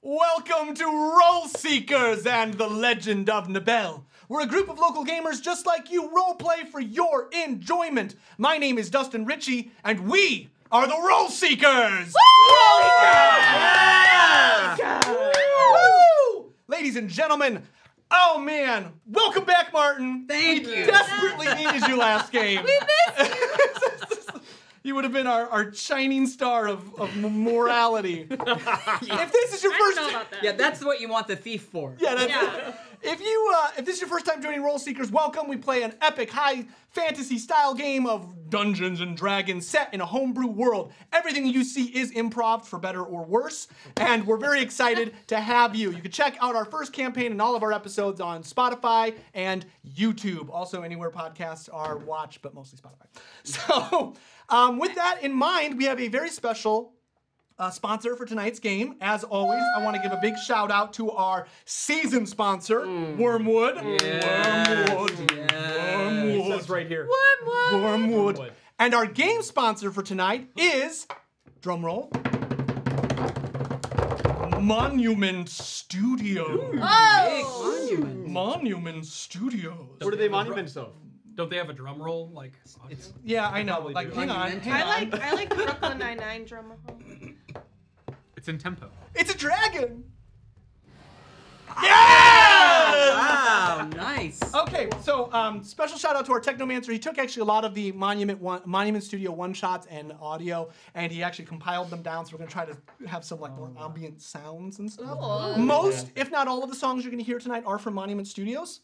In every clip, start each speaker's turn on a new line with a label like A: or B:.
A: Welcome to Role Seekers and the Legend of Nibel. We're a group of local gamers just like you, roleplay for your enjoyment. My name is Dustin Ritchie, and we are the Role Seekers! Woo! Ladies and gentlemen, oh man, welcome back, Martin. Thank we
B: you.
A: Desperately needed you last game. we missed you. You would have been our, our shining star of, of morality. If this is your
B: I
A: first,
B: don't know about that.
C: Yeah, that's what you want the thief for.
A: yeah, that's
B: Yeah.
A: If you uh, if this is your first time joining Role Seekers, welcome. We play an epic high fantasy style game of Dungeons and Dragons set in a homebrew world. Everything you see is improv for better or worse, and we're very excited to have you. You can check out our first campaign and all of our episodes on Spotify and YouTube. Also anywhere podcasts are watched, but mostly Spotify. So, um, with that in mind, we have a very special uh, sponsor for tonight's game. As always, I want to give a big shout out to our season sponsor, Wormwood. Wormwood. Wormwood. right here. Wormwood. Wormwood. And our game sponsor for tonight is, drumroll, Monument Studio.
D: Oh.
E: Oh!
A: Monument Studios.
F: What are they monuments of?
G: Don't they have a drum roll? Like, it's
A: Yeah, I know. Like, hang on.
C: Monumental.
D: I like I like Brooklyn Nine Nine drum roll.
G: it's in tempo.
A: It's a dragon. Yeah!
C: Wow, nice.
A: Okay, so um, special shout out to our Technomancer. He took actually a lot of the Monument one, Monument Studio one shots and audio, and he actually compiled them down. So we're gonna try to have some like
C: Oh,
A: more ambient sounds and stuff. Most, if not all, of the songs you're gonna hear tonight are from Monument Studios.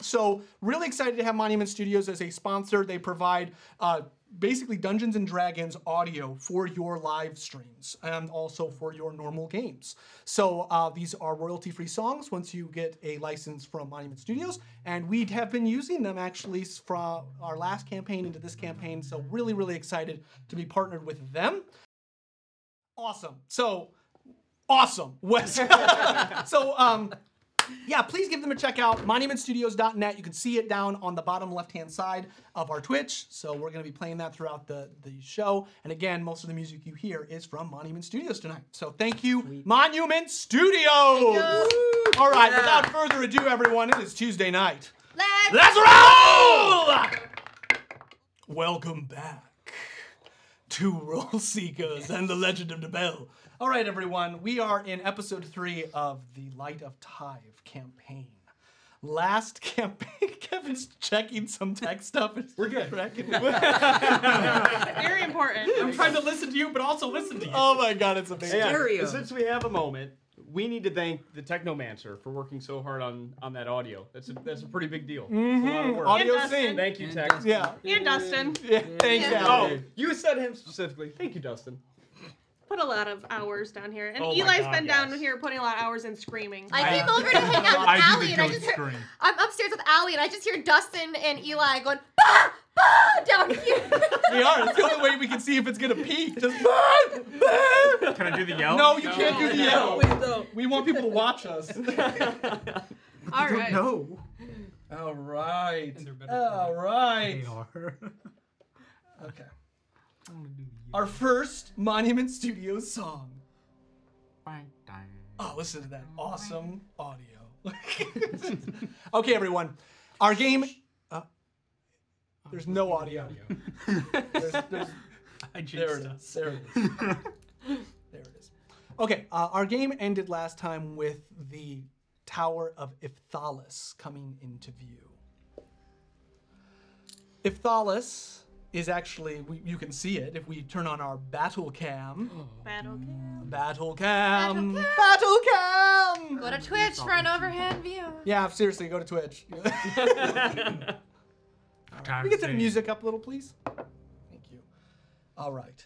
A: So really excited to have Monument Studios as a sponsor. They provide uh, basically Dungeons and Dragons audio for your live streams and also for your normal games. So uh, these are royalty-free songs once you get a license from Monument Studios, and we have been using them actually s- from our last campaign into this campaign. So really, really excited to be partnered with them. Awesome. So awesome, Wes. so um, yeah, please give them a check out. Monumentstudios.net. You can see it down on the bottom left-hand side of our Twitch. So we're going to be playing that throughout the, the show. And again, most of the music you hear is from Monument Studios tonight. So thank you, Monument Studios. All right, without further ado, everyone, it is Tuesday night. Let's roll! Welcome back to Roll Seekers and the Legend of the Bell. All right, everyone, we are in episode three of the Light of Tive campaign. Last campaign, Kevin's checking some tech stuff. And We're good.
D: Very important.
G: I'm trying to listen to you, but also listen to you.
A: oh my god, it's amazing.
F: Yeah,
C: Stereo.
F: Since we have a moment, we need to thank the Technomancer for working so hard on on that audio. That's a that's a pretty big deal. It's a lot
H: Mm-hmm.
F: of work.
A: Audio
D: And Dustin.
A: sync.
F: Thank you, Tech.
A: Mm-hmm. Yeah.
D: And Dustin
A: yeah. Thanks,
D: Yeah.
A: Alan.
F: Oh, you said him specifically. Thank you, Dustin.
D: put a lot of hours down here, and
F: Oh my
D: Eli's
F: God,
D: been down
F: yes.
D: here putting a lot of hours and screaming.
I: I came over to hang out with Allie, and I just heard I'm upstairs with Allie, and I just hear Dustin and Eli going bah bah down here.
A: We are. It's the only way we can see if it's gonna peak. Just
G: Can I do the yell?
A: no, you can't do the
C: No,
A: yell.
C: wait, though.
A: We want people to watch us.
D: All right.
C: No.
A: All right.
G: they're better
A: All right. Okay. Our first Monument Studios song. Oh, listen to that awesome audio. okay, everyone. Our game. Uh, there's no audio. There's, there's,
G: I jinxed
A: there it
G: us.
A: is. There it is. there it is. Okay, uh, our game ended last time with the Tower of Iphthalus coming into view. Iphthalus is actually, we, you can see it if we turn on our battle cam.
D: Battle cam.
A: Battle cam.
I: Battle
A: Battle cam.
I: Go to Twitch for an overhead view.
A: Yeah, seriously, go to Twitch. Can we get the music up a little, please? Thank you. All right.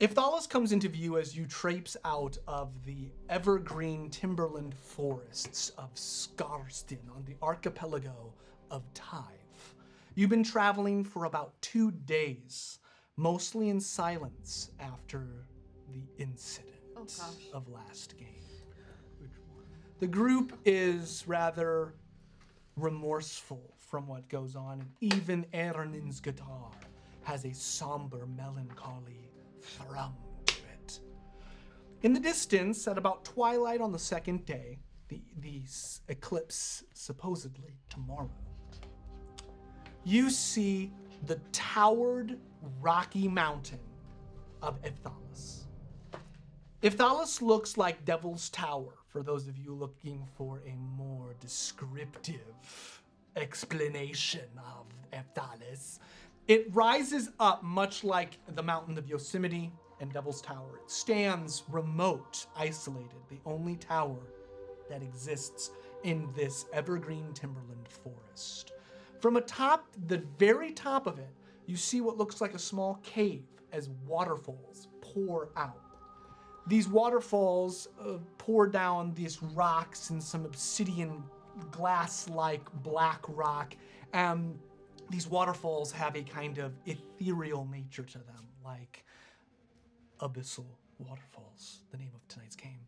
A: Iphthalus comes into view as you traipse out of the evergreen timberland forests of Scarston on the archipelago of Tive. You've been traveling for about two days, mostly in silence after the incident of last game. The group is rather remorseful from what goes on, and even Eranin's guitar has a somber melancholy thrum to it. In the distance, at about twilight on the second day, the, the s- eclipse supposedly tomorrow, you see the towered rocky mountain of Ephthalus. Iphthalus looks like Devil's Tower for those of you looking for a more descriptive explanation of Ephthalus. It rises up much like the mountain of Yosemite and Devil's Tower. It stands remote, isolated, the only tower that exists in this evergreen timberland forest. From atop the very top of it, you see what looks like a small cave as waterfalls pour out these waterfalls uh, pour down these rocks and some obsidian glass like black rock. Um, these waterfalls have a kind of ethereal nature to them, like abyssal waterfalls, the name of tonight's game.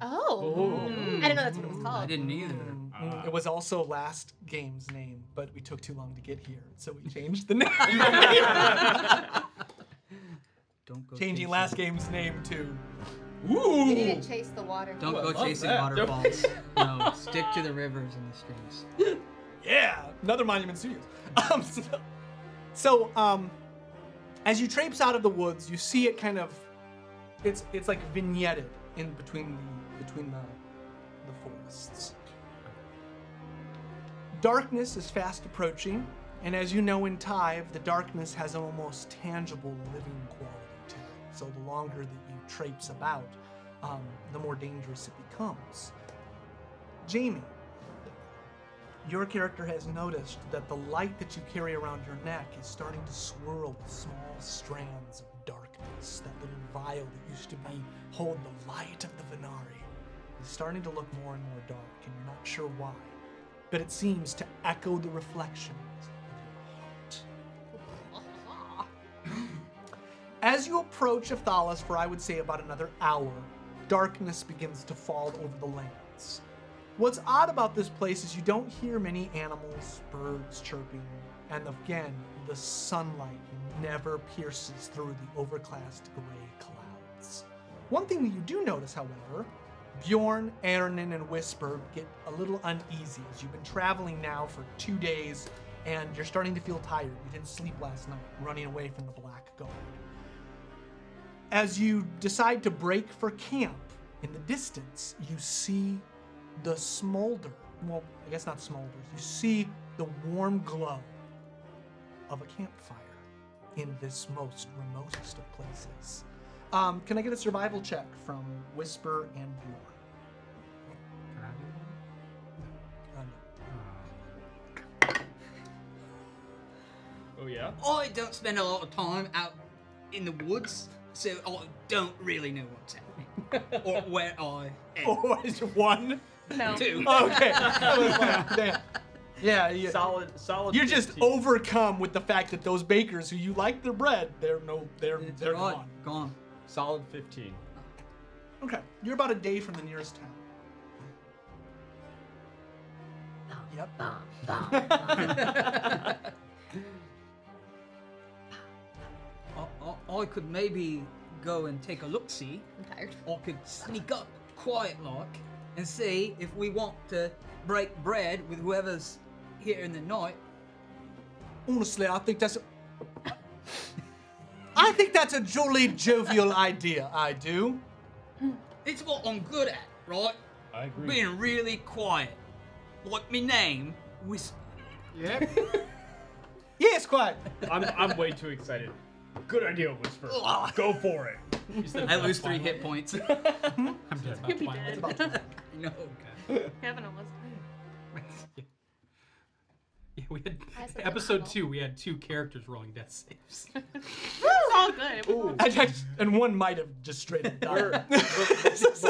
I: Oh. I didn't know that's what it was called.
E: I didn't either. Uh.
A: Mm, it was also last game's name, but we took too long to get here, so we changed the name.
E: Don't go
A: Changing
E: chasing-
A: last game's name to
I: You
H: Ooh.
I: didn't chase the water.
E: Don't go
H: love
E: chasing
H: that. Don't-
E: waterfalls. no, stick to the rivers and the streams.
A: Yeah, another Monument Studios. Um, so, so, um, as you traipse out of the woods, you see it kind of, it's it's like vignetted in between the between the the forests. Darkness is fast approaching, and as you know in Tive, the darkness has an almost tangible living quality to it. So the longer that you traipse about, um, the more dangerous it becomes. Jamie, your character has noticed that the light that you carry around your neck is starting to swirl with small strands of darkness. That little vial that used to be hold the light of the Venari is starting to look more and more dark, and you're not sure why. But it seems to echo the reflections of your heart. As you approach Ephthalus for I would say about another hour, darkness begins to fall over the lands. What's odd about this place is you don't hear many animals, birds chirping, and again, the sunlight never pierces through the overcast gray clouds. One thing that you do notice, however, Bjorn, Ernin, and Whisper get a little uneasy as you've been traveling now for two days and you're starting to feel tired. You didn't sleep last night, running away from the Black Guard as you decide to break for camp in the distance you see the smolder well i guess not smolders you see the warm glow of a campfire in this most remotest of places um, can i get a survival check from whisper and bjorn Uh, no.
H: Oh yeah.
E: I don't spend a lot of time out in the woods, so I don't really know what's happening or where I am.
A: oh is it one
J: No.
E: Two.
A: okay That was one. Damn. yeah you-
H: Solid, solid.
A: You're just
H: 15.
A: overcome with the fact that those bakers who you like their bread, they're no, they're
E: It's
A: they're
E: gone.
A: gone.
E: Gone.
H: Solid fifteen.
A: Okay, you're about a day from the nearest town.
E: uh,
A: Yep.
E: I, I, I could maybe go and take a look see.
I: I'm tired.
E: I could sneak up quiet like and see if we want to break bread with whoever's here in the night.
A: Honestly, I think that's. A, I think that's a jolly jovial idea. I do.
I: Hmm.
E: It's what I'm good at, right?
H: I agree.
E: Being really quiet. Like me name, whisper.
G: Yep.
A: Yes, quite.
H: I'm, I'm way too excited. Good idea, Whisper. Go for it.
E: I lose three hit points.
G: I'm dead.
J: You'd be dead.
E: no.
J: Kevin almost died.
G: yeah. yeah, we had
I: That's such a
G: episode
I: model.
G: two. We had two characters rolling death saves.
J: It's all good. It was all
H: Ooh.
A: And, I- and one might have just straight up
H: Where,
A: died.
H: before,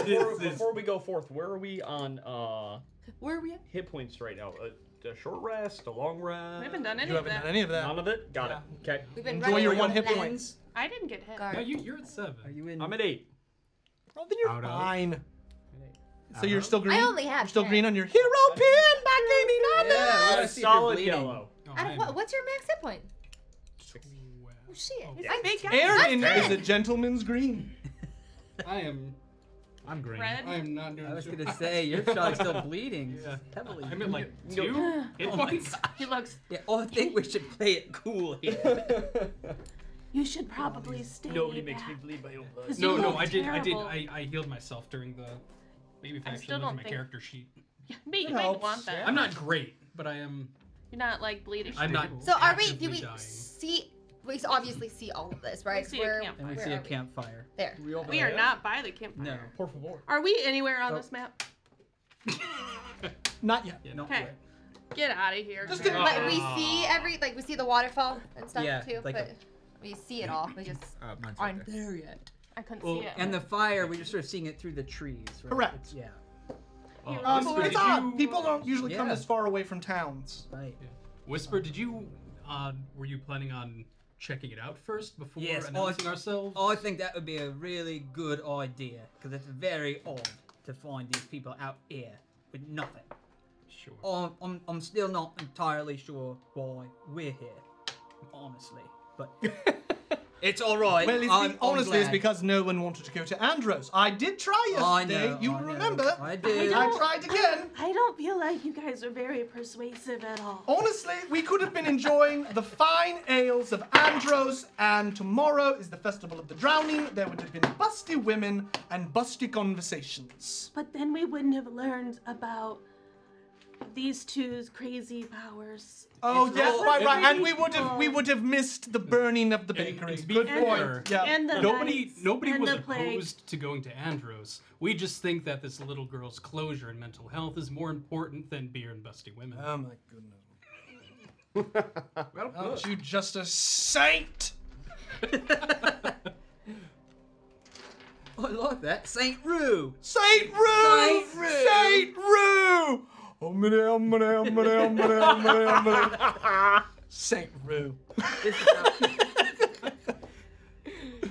H: before,
G: This is-
H: we go forth, where are we on uh,
E: Where are we at?
H: hit points right now? Uh, A, a short rest, a long rest.
J: We haven't done any
A: You
J: of
A: haven't
J: that.
A: done any of that.
H: None of it. Got it. Okay.
I: We've been
A: Enjoy
I: running
A: your
I: around
A: one hit
I: the
A: point.
I: lands.
J: I didn't get hit.
I: Guard.
G: No, you, you're at seven.
E: Are you in?
H: I'm at eight.
A: Well, then you're
G: Out of-
A: fine. So
G: Out
A: you're
G: of-
A: still green.
I: I only have
A: You're still
I: ten.
A: green on your hero pin, my gaming honor.
E: Yeah, I wanna
H: A
E: see if you're
H: solid
E: bleeding.
H: yellow.
G: Oh,
I: Out
G: I'm
I: of what? What's your max hit point?
G: twelve.
I: Oh, shit.
G: Oh,
I: I'm
J: Big guy.
A: Aaron
I: That's
A: is a
I: ten.
A: gentleman's green.
G: I am.
B: I'm green.
D: Red.
G: I am not doing.
E: I was
G: too
E: gonna
G: hot.
E: say you're probably still bleeding
G: Yeah.
E: heavily.
G: I'm at like
F: No.
G: two. hit
E: Oh my
G: points.
D: He looks.
E: Yeah, oh, I think we should play it cool here.
D: You should probably stay.
F: Nobody makes me
D: back."
F: bleed my own blood.
D: 'Cause
G: No,
D: you
G: no,
D: look
G: I did, I did,
D: terrible.
G: I, I healed myself during the. Maybe if I,
D: I
G: actually
D: still
G: look at
D: don't
G: my
D: think-
G: character sheet.
D: Yeah, but you
A: It
D: might
A: helps.
D: want that.
G: I'm not great, but I am.
D: You're not like bleeding.
G: I'm not.
I: So are we?
G: actively
I: Do we
G: dying.
I: see? We obviously see all of this, right?
D: see a
I: Where-
D: camp.
E: and we
I: where
E: see a
I: are we?
E: campfire.
I: There.
D: We are not by the campfire.
E: No.
B: Por favor.
D: Are we anywhere on
E: Oh.
D: this map?
A: Not yet.
G: Yeah, no,
D: Okay.
G: wait.
D: Get out of here.
A: Just
D: girl.
A: get-
I: But we
G: Ah.
I: see every like we see the waterfall and stuff
E: Yeah,
I: too.
E: like
I: but
E: a-
I: we see it all. We just
B: Uh, mine's right
I: aren't
B: there.
I: there yet.
D: I couldn't
E: Well,
D: see it.
E: and the fire, we're just sort of seeing it through the trees. Right?
A: Correct.
E: It's- yeah.
G: Oh,
A: Um,
G: Whisper,
A: it's
G: did
A: odd.
G: you,
A: People
G: uh,
A: don't usually come
E: Yeah.
A: this far away from towns.
E: Right.
G: Whisper, did you? Uh, were you planning on checking it out first before
E: Yes, oh,
G: announcing
E: I-
G: ourselves?
E: Oh, I think that would be a really good idea because it's very odd to find these people out here with nothing.
G: sure.
E: Oh, I'm, I'm still not entirely sure why we're here, honestly. But it's all right.
A: Well, it's
E: I'm,
A: be- honestly,
E: I'm
A: it's
E: glad.
A: because no one wanted to go to Andros. I did try
E: I
A: yesterday.
E: know,
A: you
E: I know.
A: remember?
E: I did.
A: I tried again.
D: I don't feel like you guys are very persuasive at all.
A: Honestly, we could have been enjoying the fine ales of Andros, and tomorrow is the Festival of the Drowning. There would have been busty women and busty conversations.
D: But then we wouldn't have learned about these two's crazy powers.
A: Oh
E: It's
A: yes,
E: all-
A: right, right, and we
D: everything.
A: would have we would have missed the burning of the
G: And- and
A: bakery.
G: to be
A: Good
G: fair-
A: point. Yeah.
D: And the
G: Nobody,
D: knights,
G: nobody
D: and
G: was
D: the plague.
G: opposed to going to Andros. We just think that this little girl's closure and mental health is more important than beer and busty women.
A: Oh my goodness. Oh,
F: Well,
A: Aren't you just a saint?
E: I like that. Saint Rue.
A: Saint Rue!
E: Saint Rue!
A: Saint Rue! Oh, Omine, omine, omine, omine, omine,
E: Ah,
A: omine. Saint Rue.
E: This is how-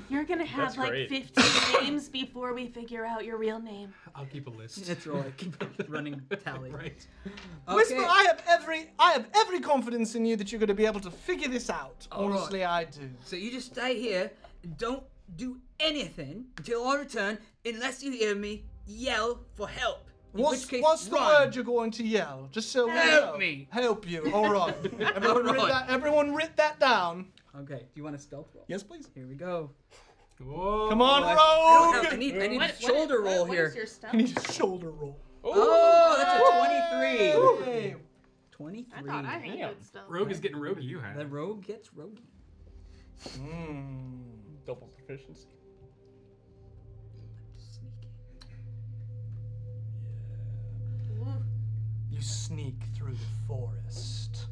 D: You're gonna have
F: That's
D: like
F: great.
D: 15 names before we figure out your real name.
G: I'll keep a list.
E: That's right. Keep running tally.
G: right.
E: Okay.
A: Whisper, I have every I have every confidence in you that you're gonna be able to figure this out.
E: All Oh, right.
A: Honestly, I do.
E: So you just stay here. and Don't do anything until I return, unless you hear me yell for help. In
A: What's,
E: which case,
A: what's the
E: run.
A: word you're going to yell? Just so we
E: Help
A: know.
E: me.
A: Help you. All right. Everyone,
E: All
A: Writ
E: right.
A: that, everyone writ that down.
E: Okay. Do you want a stealth roll?
A: Yes, please.
E: Here we go.
G: Whoa.
A: Come on,
E: I- I, don't
A: rogue!
E: have- I need, I need a shoulder roll here.
A: I need a shoulder roll.
E: Oh, that's a 23.
A: Hey.
E: 23.
D: I thought I had good stuff.
G: Rogue is getting rogue. You
E: The
G: have.
E: rogue gets roguey.
A: Mm.
F: double proficiency.
A: You sneak through the forest.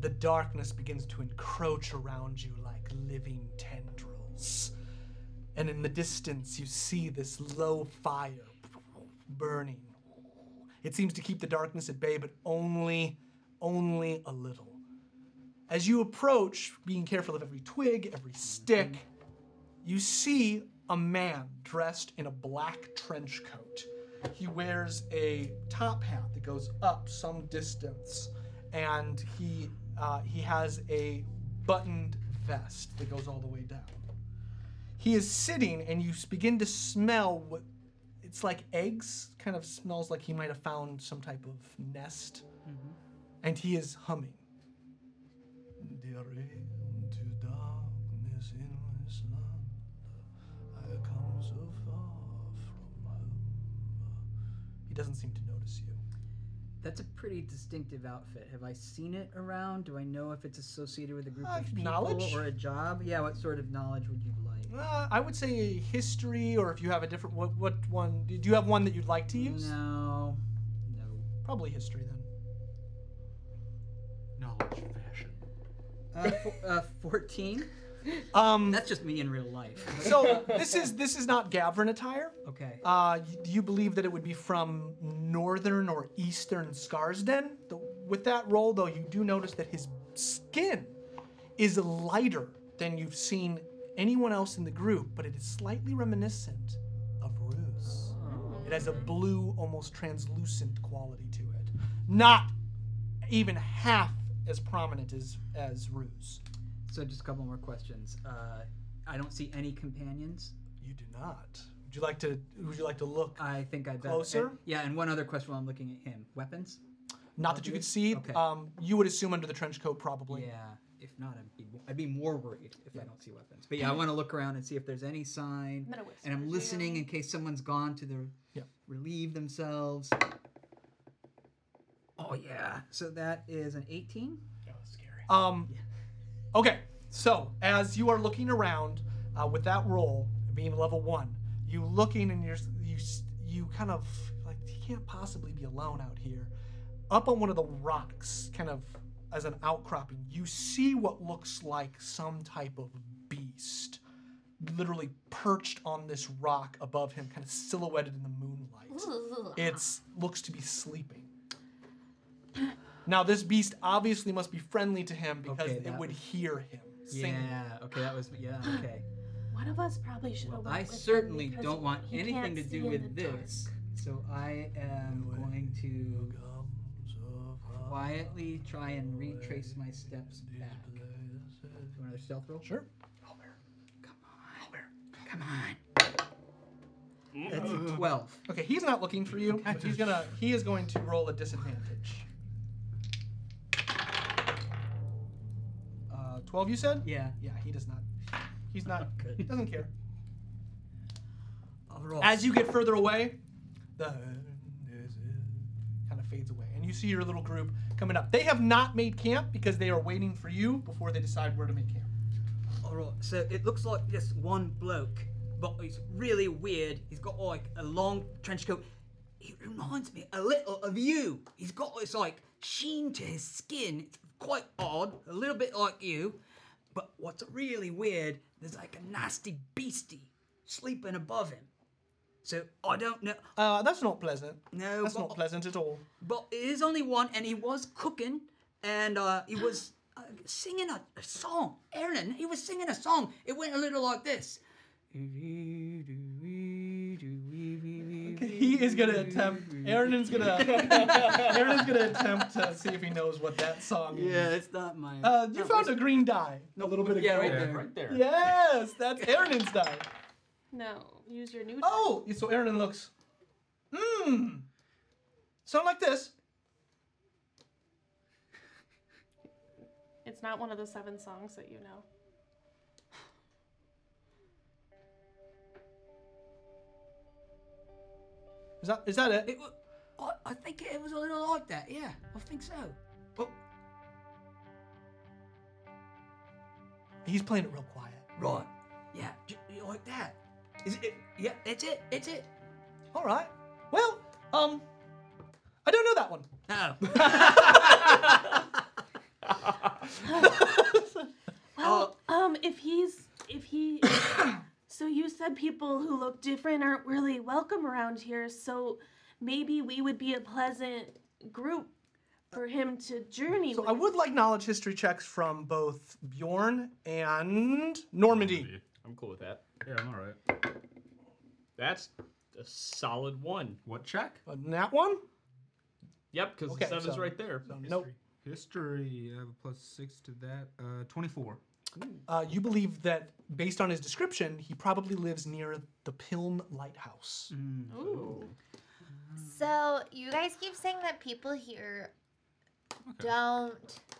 A: The darkness begins to encroach around you like living tendrils. And in the distance, you see this low fire burning. It seems to keep the darkness at bay, but only, only a little. As you approach, being careful of every twig, every stick, you see a man dressed in a black trench coat. He wears a top hat that goes up some distance, and he uh, he has a buttoned vest that goes all the way down. He is sitting, and you s- begin to smell what it's like eggs. Kind of smells like he might have found some type of nest, and he is humming. Dear into darkness in this land, I come so far from home. He doesn't seem to notice you.
E: That's a pretty distinctive outfit. Have I seen it around? Do I know if it's associated with a group
A: Uh,
E: of people
A: knowledge?
E: or a job? Yeah, what sort of knowledge would you like?
A: Uh, I would say history, or if you have a different, what, what one? Do you have one that you'd like to use?
E: No. No.
A: Probably history then.
G: Knowledge fashion.
E: Uh, fo- uh, 14?
A: Um,
E: That's just me in real life.
A: so this is this is not Gavrin attire.
E: Okay.
A: Uh, y- do you believe that it would be from northern or eastern Scarsden? The, with that roll, though, you do notice that his skin is lighter than you've seen anyone else in the group, but it is slightly reminiscent of Ruse. It has a blue, almost translucent quality to it. Not even half as prominent as, as Ruse.
E: So just a couple more questions. Uh, I don't see any companions.
A: You do not. Would you like to? Would you like to look?
E: I think I bet.
A: Closer?
E: yeah, and one other question while I'm looking at him: weapons.
A: Not that you could see.
E: Okay.
A: Um, you would assume under the trench coat, probably.
E: Yeah. If not, I'd be, I'd be more worried if I don't see weapons. But yeah, I want to look around and see if there's any sign.
I: I'm gonna
E: And I'm
I: whisper
E: listening
I: down.
E: in case someone's gone to the
A: Yeah.
E: relieve themselves. Oh yeah. So that is an 18.
A: Um, okay, so as you are looking around uh, with that roll being level one, you looking and you're you s- you kind of like he can't possibly be alone out here. Up on one of the rocks, kind of as an outcropping, you see what looks like some type of beast, literally perched on this rock above him, kind of silhouetted in the moonlight
I: Ooh.
A: it's looks to be sleeping. Now this beast obviously must be friendly to him because
E: Okay,
A: it
E: that
A: would
E: was-
A: hear him sing.
E: Yeah. Okay, that was yeah. Okay.
D: One of us probably should have.
E: Well,
D: went
E: I
D: with him
E: certainly
D: because
E: don't want
D: he
E: anything
D: can't
E: to
D: see
E: do
D: in
E: with
D: the dark.
E: this. So I am going to quietly try and retrace my steps back. Do you want another stealth roll?
A: Sure.
E: Come on. Come on. That's a 12.
A: Okay, he's not looking for you, but he's gonna he is going to roll a disadvantage. Uh, Twelve, you said?
E: Yeah.
A: Yeah, he does not. He's not.
E: Good.
A: He doesn't care.
E: I'll roll.
A: As you get further away, the kind of fades away, and you see your little group coming up. They have not made camp because they are waiting for you before they decide where to make camp.
E: Alright, so it looks like just one bloke, but he's really weird. He's got like a long trench coat. He reminds me a little of you. He's got this like sheen to his skin. It's quite odd, a little bit like you. But what's really weird, there's like a nasty beastie sleeping above him. So I don't know.
A: Uh, that's not pleasant.
E: No,
A: that's
E: but-
A: not pleasant at all.
E: But it is only one, and he was cooking, and uh, he was uh, singing a, a song. Aaron, he was singing a song. It went a little like this.
A: He is gonna attempt. Aaron's gonna. Aaron's gonna attempt to see if he knows what that song
E: Yeah,
A: is.
E: it's not my.
A: Uh, you found a green die a little bit ago.
E: yeah, right
F: Yeah,
E: there.
F: right there.
A: Yes, that's Aaron's die.
D: No, use your new.
A: Oh, so Aaron looks. Mmm. Sound like this.
D: It's not one of the seven songs that you know.
A: Is that is that it?
E: It wa- I, I think it was a little like that. Yeah, I think so. But
A: He's playing it real quiet.
E: right, yeah, j- like that. Is it? Yeah, it's it. It's it.
A: All right. Well, um, I don't know that one.
E: No.
D: Well,
E: Oh.
D: um, if he's if he, so you said people who look different aren't really welcome around here. So maybe we would be a pleasant group for him to journey
A: So
D: with.
A: I would like knowledge history checks from both Bjorn and Normandy.
F: I'm cool with that.
B: Yeah, I'm all right.
F: That's a solid one.
B: What check?
A: Uh, that one?
F: Yep, because
A: Okay,
F: the seven's
A: so-
F: right there.
A: So nope.
B: History. I have a plus six to that. Uh, 24.
A: Uh, you believe that based on his description, he probably lives near the Piln Lighthouse.
B: Mm.
I: So you guys keep saying that people here don't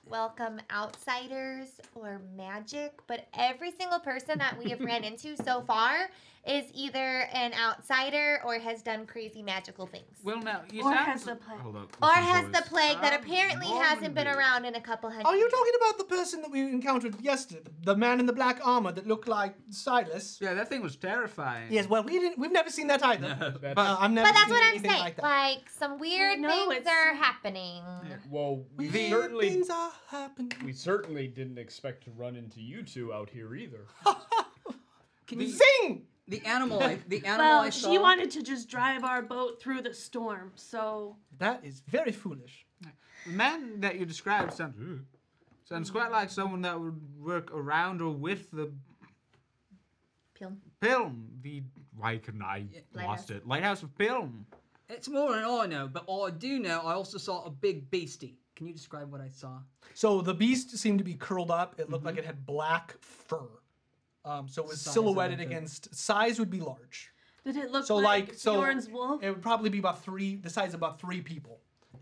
I: welcome outsiders or magic, but every single person that we have ran into so far is either an outsider or has done crazy magical things.
C: Well, now you
D: or
C: sound
D: has the play.
B: Hold up.
I: or has the plague that
B: I'm
I: apparently hasn't been
B: Normandy.
I: around in a couple hundred.
A: Are Oh, you talking about the person that we encountered yesterday, the- the man in the black armor that looked like Silas?
B: Yeah, that thing was terrifying.
A: Yes. Well, we didn't. We've never seen that either.
F: That's-
A: Uh, I've never
I: But that's
A: seen
I: what I'm
A: anything
I: saying.
A: Like
I: Like,
A: that.
I: some weird
D: No,
I: things
D: it's-
I: are happening.
F: Well, we
A: Weird
F: certainly
A: things are happening.
F: we certainly didn't expect to run into you two out here either.
E: Can you,
A: Zing!
E: the animal. I- The animal
D: Well,
E: I saw.
D: she wanted to just drive our boat through the storm, so
A: That is very foolish.
B: The man that you described sounds sounds quite like someone that would work around or with the
I: Peel.
B: film. The why couldn't I
I: Lighthouse.
B: lost it? Lighthouse of film.
E: It's more than I know, but all I do know, I also saw a big beastie. Can you describe what I saw?
A: So the beast seemed to be curled up. It looked
B: Mm-hmm.
A: like it had black fur. Um, so it was
E: Size of
A: silhouetted
E: a big-
A: against size would be large.
D: Did it look
A: So
D: like,
A: like, so
D: Bjorn's wolf?
A: it would probably be about three, the size of about three people.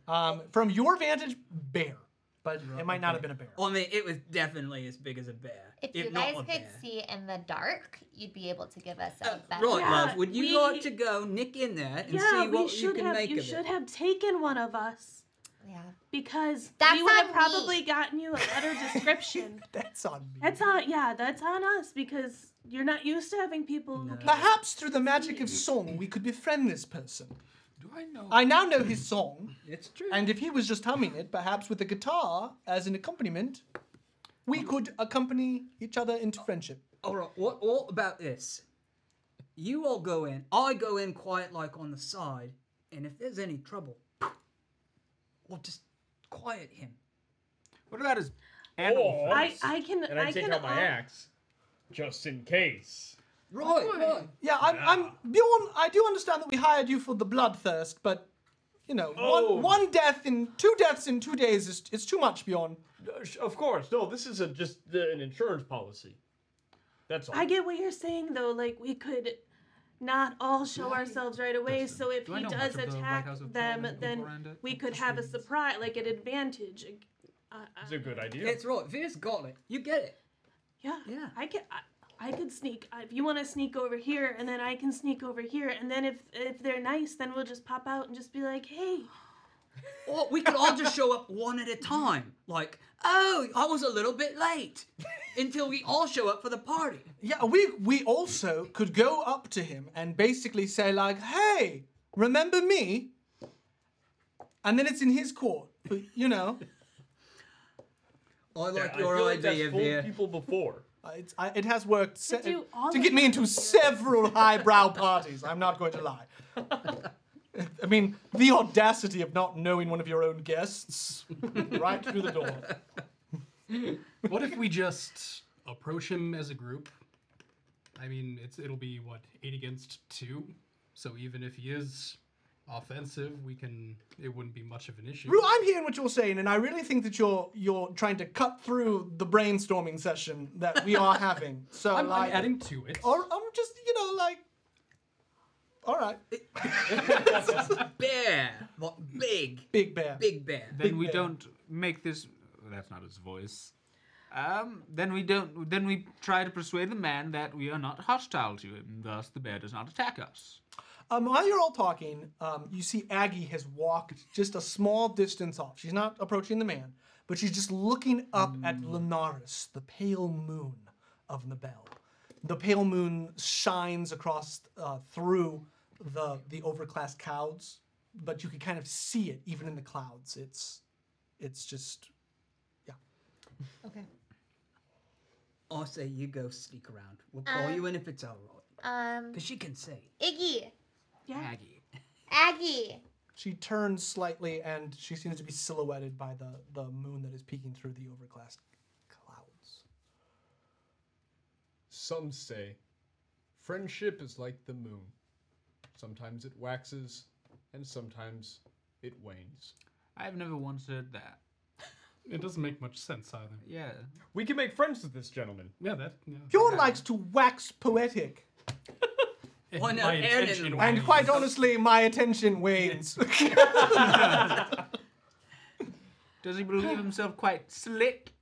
A: Um, from your vantage, bear, but it might not have been a bear.
E: I mean, it was definitely as big as a bear.
I: If you
E: not
I: guys
E: a
I: could
E: bear.
I: see in the dark, you'd be able to give us a
E: Uh,
I: better.
E: right,
D: Yeah,
E: love. Would you
D: we-
E: like to go nick in there and
D: yeah,
E: see
D: we
E: what you
D: should
E: can
D: have.
E: make
D: You
E: of
D: should
E: it?
D: have taken one of us
I: Yeah.
D: because
I: That's
D: we would have
I: on
D: probably
I: me.
D: gotten you a better description.
A: That's on me.
D: that's on. Yeah, that's on us because you're not used to having people. who can-
A: Perhaps through the magic of song, we could befriend this person.
B: Do I know?
A: I now know his song,
E: It's true.
A: and if he was just humming it, perhaps with a guitar as an accompaniment, we could accompany each other into friendship.
E: All right. What? What about this? You all go in. I go in quiet, like on the side. And if there's any trouble, we'll just quiet him.
B: What about his?
F: Animal
D: I,
F: first.
D: I can.
F: and I, take
D: can uh,
F: out my
D: al-
F: axe, just in case.
E: Right. right.
A: Yeah, I'm, I'm Bjorn. I do understand that we hired you for the bloodthirst, but you know,
F: Oh.
A: one one death in two deaths in two days is it's too much, Bjorn.
F: Uh, sh- Of course, no. This is a just uh, an insurance policy. That's all.
D: I get what you're saying though. Like we could not all show ourselves right away. So if
B: do I
D: he
B: know much
D: does
B: of the White
D: attack
B: House of
D: them,
B: Parliament, people
D: then
B: around it?
D: we could have a surprise, like an advantage. Uh, uh,
F: It's a good idea.
E: It's right. Vince got it. You get it.
D: yeah,
E: Yeah.
D: I could. I, I could sneak. uh, If you want to sneak over here, and then I can sneak over here, and then if if they're nice, then we'll just pop out and just be like, hey.
E: Or we could all just show up one at a time. Like, oh, I was a little bit late. Until we all show up for the party.
A: Yeah, we we also could go up to him and basically say like, "Hey, remember me?" And then it's in his court, but, you know.
E: I like
F: I
E: your
F: feel like
E: idea,
F: that's fooled
E: Veer.
F: people before.
A: Uh, It's, I, it has worked se-
D: do all
A: to
D: of
A: get me
D: that.
A: into several highbrow parties. I'm not going to lie. I mean, the audacity of not knowing one of your own guests right through the door.
G: What if we just approach him as a group? I mean, it's it'll be what eight against two, so even if he is offensive, we can. It wouldn't be much of an issue.
A: Rue, I'm hearing what you're saying, and I really think that you're you're trying to cut through the brainstorming session that we are having. So
G: I'm, I'm
A: like,
G: adding to it.
A: or I'm just you know like, all right,
E: Bear. What? Big.
A: big bear.
E: Big bear.
B: Then we
A: bear.
B: don't make this. That's not his voice. Um. Then we don't. Then we try to persuade the man that we are not hostile to him. Thus, the bear does not attack us.
A: Um, while you're all talking, um, you see Aggie has walked just a small distance off. She's not approaching the man, but she's just looking up at
G: Mm.
A: Lunaris, the pale moon of Nabel. The pale moon shines across uh, through the the overcast clouds, but you can kind of see it even in the clouds. It's it's just
I: Okay.
E: I say you go sneak around. We'll call
I: Um,
E: you in if it's all right.
I: Um,
E: Because she can see.
I: Iggy,
E: Aggie.
I: Aggie.
A: she turns slightly and she seems to be silhouetted by the the moon that is peeking through the overcast clouds.
F: Some say friendship is like the moon. Sometimes it waxes, and sometimes it wanes.
B: I've never once uh, heard that.
G: It doesn't make much sense either.
B: Yeah.
F: We can make friends with this gentleman.
G: Yeah, that. Yeah.
A: Bjorn likes to wax poetic.
E: Why not
G: My
E: Aaron
G: intention
E: and-
G: was-
A: And quite honestly, my attention wanes.
B: Does he believe himself quite slick?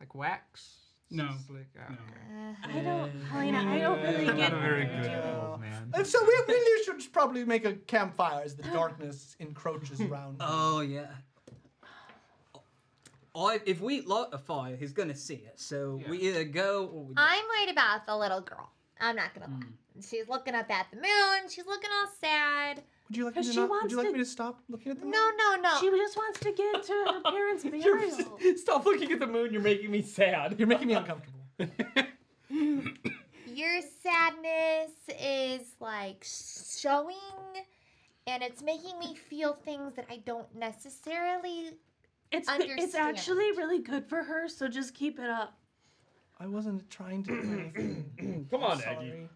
B: Like wax?
G: No.
B: Slick. Oh,
G: No.
B: okay.
D: I don't,
E: Uh,
D: Helena. I don't really
B: Not
D: get.
B: a very good old man.
A: and so we really should probably make a campfire as the darkness encroaches around.
E: Oh, yeah. I, if we light a fire, he's going to see it. So we either go or we
I: I'm worried about the little girl. I'm not
A: Mm.
I: gonna lie. She's looking up at the moon. She's looking all sad.
A: would you like me
D: Because
A: to,
D: she
A: not, would
D: wants
A: you like
D: to-
A: me to stop looking at the
I: No, no, no.
D: She just wants to get to her parents' burial.
F: Stop looking at the moon. You're making me sad.
A: You're making me uncomfortable.
I: Your sadness is like showing, and it's making me feel things that I don't necessarily.
D: It's it's
I: Understand.
D: actually really good for her, so just keep it up.
A: I wasn't trying to do anything.
F: Come on, Aggie.
A: Sorry.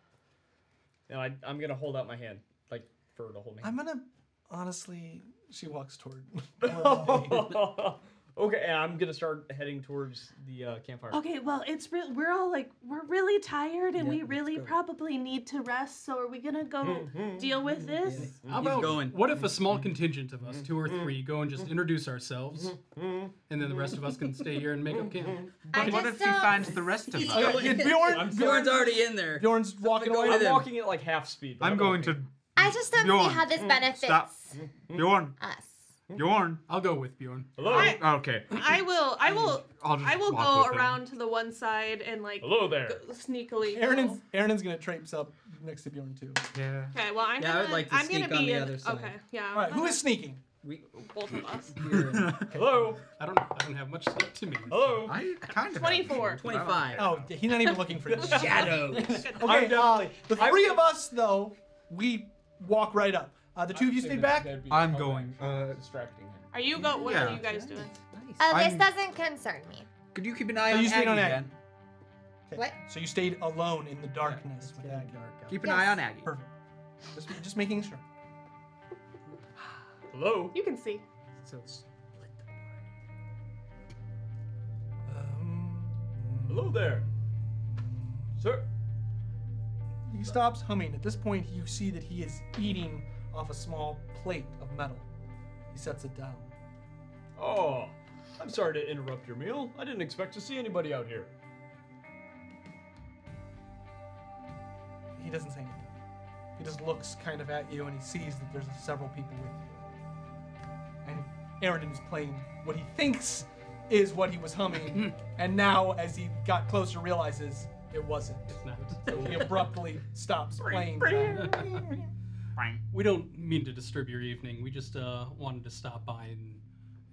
F: Now I, I'm gonna hold out my hand, like for her to hold me.
A: I'm gonna honestly. She walks toward.
F: oh,
H: Okay, and I'm gonna start heading towards the uh, campfire.
D: Okay, well, it's re- we're all like we're really tired and
E: Yeah,
D: we
E: let's
D: really
E: go.
D: probably need to rest. So are we gonna go deal with this?
B: Mm-hmm.
G: How about
C: going.
G: what if a small contingent of us, two or three, go and
B: Mm-hmm.
G: just introduce ourselves,
F: Mm-hmm.
G: and then the rest of us can stay here and make up camp? Oh,
I: I
B: Mm-hmm. what
I: just
B: if he
I: don't
B: finds the rest of
I: see-
B: us?
A: Yeah, Bjorn,
C: Bjorn's already in there.
A: Bjorn's walking
C: Go
A: away.
C: with
H: I'm
C: him.
H: walking at like half speed. but
B: I'm going to
H: walking.
I: I just don't
B: Bjorn,
I: see how this
B: Mm,
I: benefits
B: stop. Bjorn,
I: us.
B: Bjorn.
G: I'll go with Bjorn.
H: Hello,
D: I-
B: Okay,
D: I will. I will.
B: I'll just
D: I will
B: walk
D: go
B: with him.
D: around to the one side and like
H: hello there.
D: go- sneakily.
A: Aaron's
D: go.
A: Aaron's gonna traipse up next to Bjorn too.
B: Yeah.
D: Okay, well I'm
C: Yeah, I
D: gonna.
C: would like to
D: am
C: sneak
D: gonna
C: on
D: be
C: the
D: in-
C: other side.
D: Okay, yeah.
A: All right, who is sneaking?
C: We,
D: both of us?
C: we're in
H: Hello,
G: I don't. I don't have much stuff to me.
H: hello.
B: I kind of.
D: 24.
C: 25.
A: Oh, yeah, he's not even looking for you.
C: Shadows.
A: Okay,
H: I'm definitely-
A: uh, the
H: I'm-
A: 3 of us though, we walk right up. Uh, the two of you stay back.
B: I'm going, uh,
F: distracting him.
D: Are you go? What are
B: Yeah.
D: you guys doing?
I: Uh, this
B: I'm-
I: doesn't concern me.
C: Could you keep an eye
A: So
C: on
A: you stayed
C: Aggie
A: on Aggie.
C: then?
I: What?
A: So you stayed alone in the darkness with Aggie.
C: Keep an
I: Yes.
C: eye on Aggie.
A: Perfect. Just, just making sure.
H: Hello.
D: You can see.
C: So it's-
A: Um,
H: Hello there. Sir.
A: He stops humming. At this point, you see that he is eating off a small plate of metal. He sets it down.
H: Oh, I'm sorry to interrupt your meal. I didn't expect to see anybody out here.
A: He doesn't say anything. He just looks kind of at you and he sees that there's several people with you. And Aridin is playing what he thinks is what he was humming, and now as he got closer realizes it wasn't.
G: It's not.
A: He abruptly stops playing.
G: We don't mean to disturb your evening. We just uh, wanted to stop by and,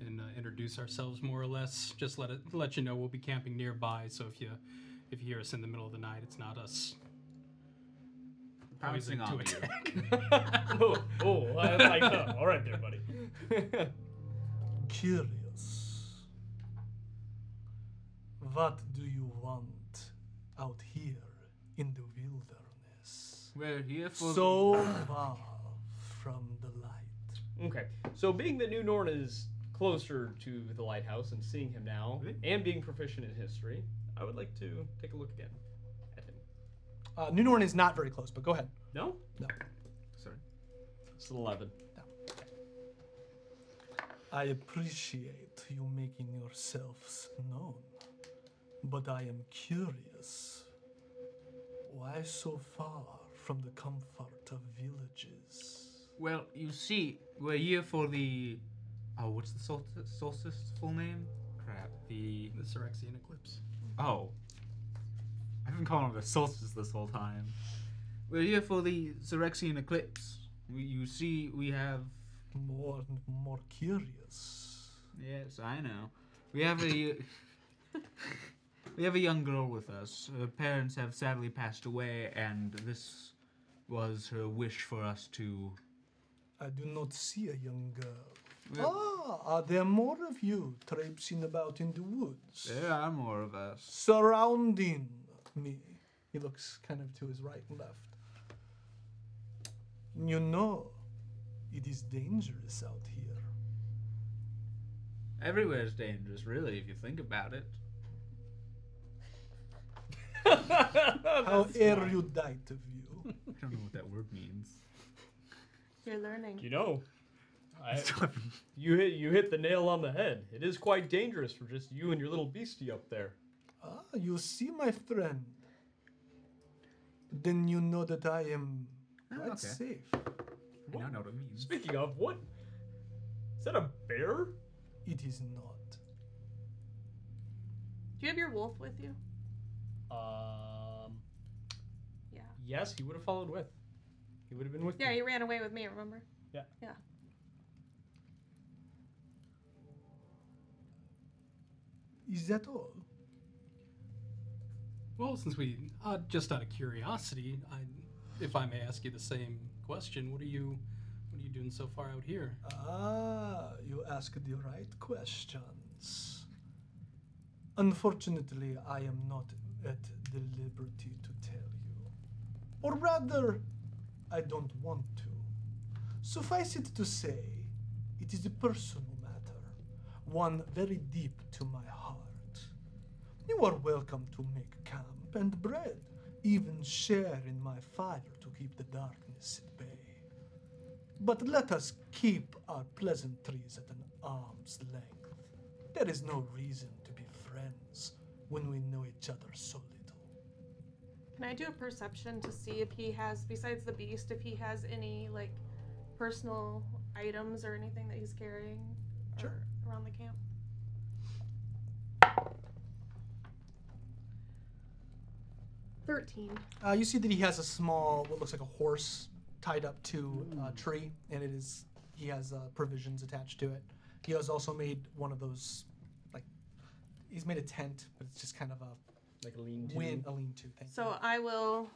G: and uh, introduce ourselves more or less. Just let it let you know we'll be camping nearby. So if you if you hear us in the middle of the night, it's not us.
B: Pouncing on
G: to
B: you.
G: attack.
H: oh, oh, I like that. All right there, buddy.
A: Curious. What do you want out here in the wilderness?
B: We're here for.
A: So far from the light.
H: Okay. So being that New Norn is closer to the lighthouse and seeing him now, and being proficient in history, I would like to take a look again at him.
A: Uh, New Norn is not very close, but go ahead.
H: No?
A: No.
H: Sorry. It's an 11.
A: I appreciate you making yourselves known, but I am curious. Why so far from the comfort of villages?
B: Well, you see, we're here for the. Oh, what's the sol- solstice full name? Crap. The.
G: The Syrexian eclipse.
B: Oh. I've been calling it a solstice this whole time. We're here for the Syrexian eclipse. We, you see, we have.
A: More and more curious.
B: Yes, I know. We have a. we have a young girl with us. Her parents have sadly passed away, and this was her wish for us to.
A: I do not see a young girl. Ah, are there more of you traipsing about in the woods?
B: There are more of us.
A: Surrounding me. He looks kind of to his right and left. You know, it is dangerous out here.
B: Everywhere's dangerous, really, if you think about it.
A: How erudite of you.
B: I don't know what that word means.
D: You're learning.
H: You know, I, you hit you hit the nail on the head. It is quite dangerous for just you and your little beastie up there.
A: Ah, you see, my friend. Then you know that I am quite
B: okay.
A: safe.
B: I don't know what it means.
H: Speaking of, what is that? A bear?
A: It is not.
D: Do you have your wolf with you?
H: Um.
D: Yeah.
H: Yes, he would have followed with. He would have been with.
D: Yeah,
H: me.
D: he ran away with me. Remember?
H: Yeah.
D: Yeah.
A: Is that all?
G: Well, since we uh, just out of curiosity, I, if I may ask you the same question, what are you what are you doing so far out here?
A: Ah, you asked the right questions. Unfortunately, I am not at the liberty to tell you. Or rather, I don't want to. Suffice it to say, it is a personal matter,
K: one very deep to my heart. You are welcome to make camp and bread, even share in my fire to keep the darkness at bay. But let us keep our pleasantries at an arm's length. There is no reason to be friends when we know each other so little.
J: Can I do a perception to see if he has, besides the beast, if he has any like personal items or anything that he's carrying
K: Sure.
J: or around the camp? Thirteen.
K: Uh, you see that he has a small, what looks like a horse tied up to a tree, and it is he has uh, provisions attached to it. He has also made one of those, like he's made a tent, but it's just kind of a
H: Like a lean
K: win, a lean-to thing.
J: So I will,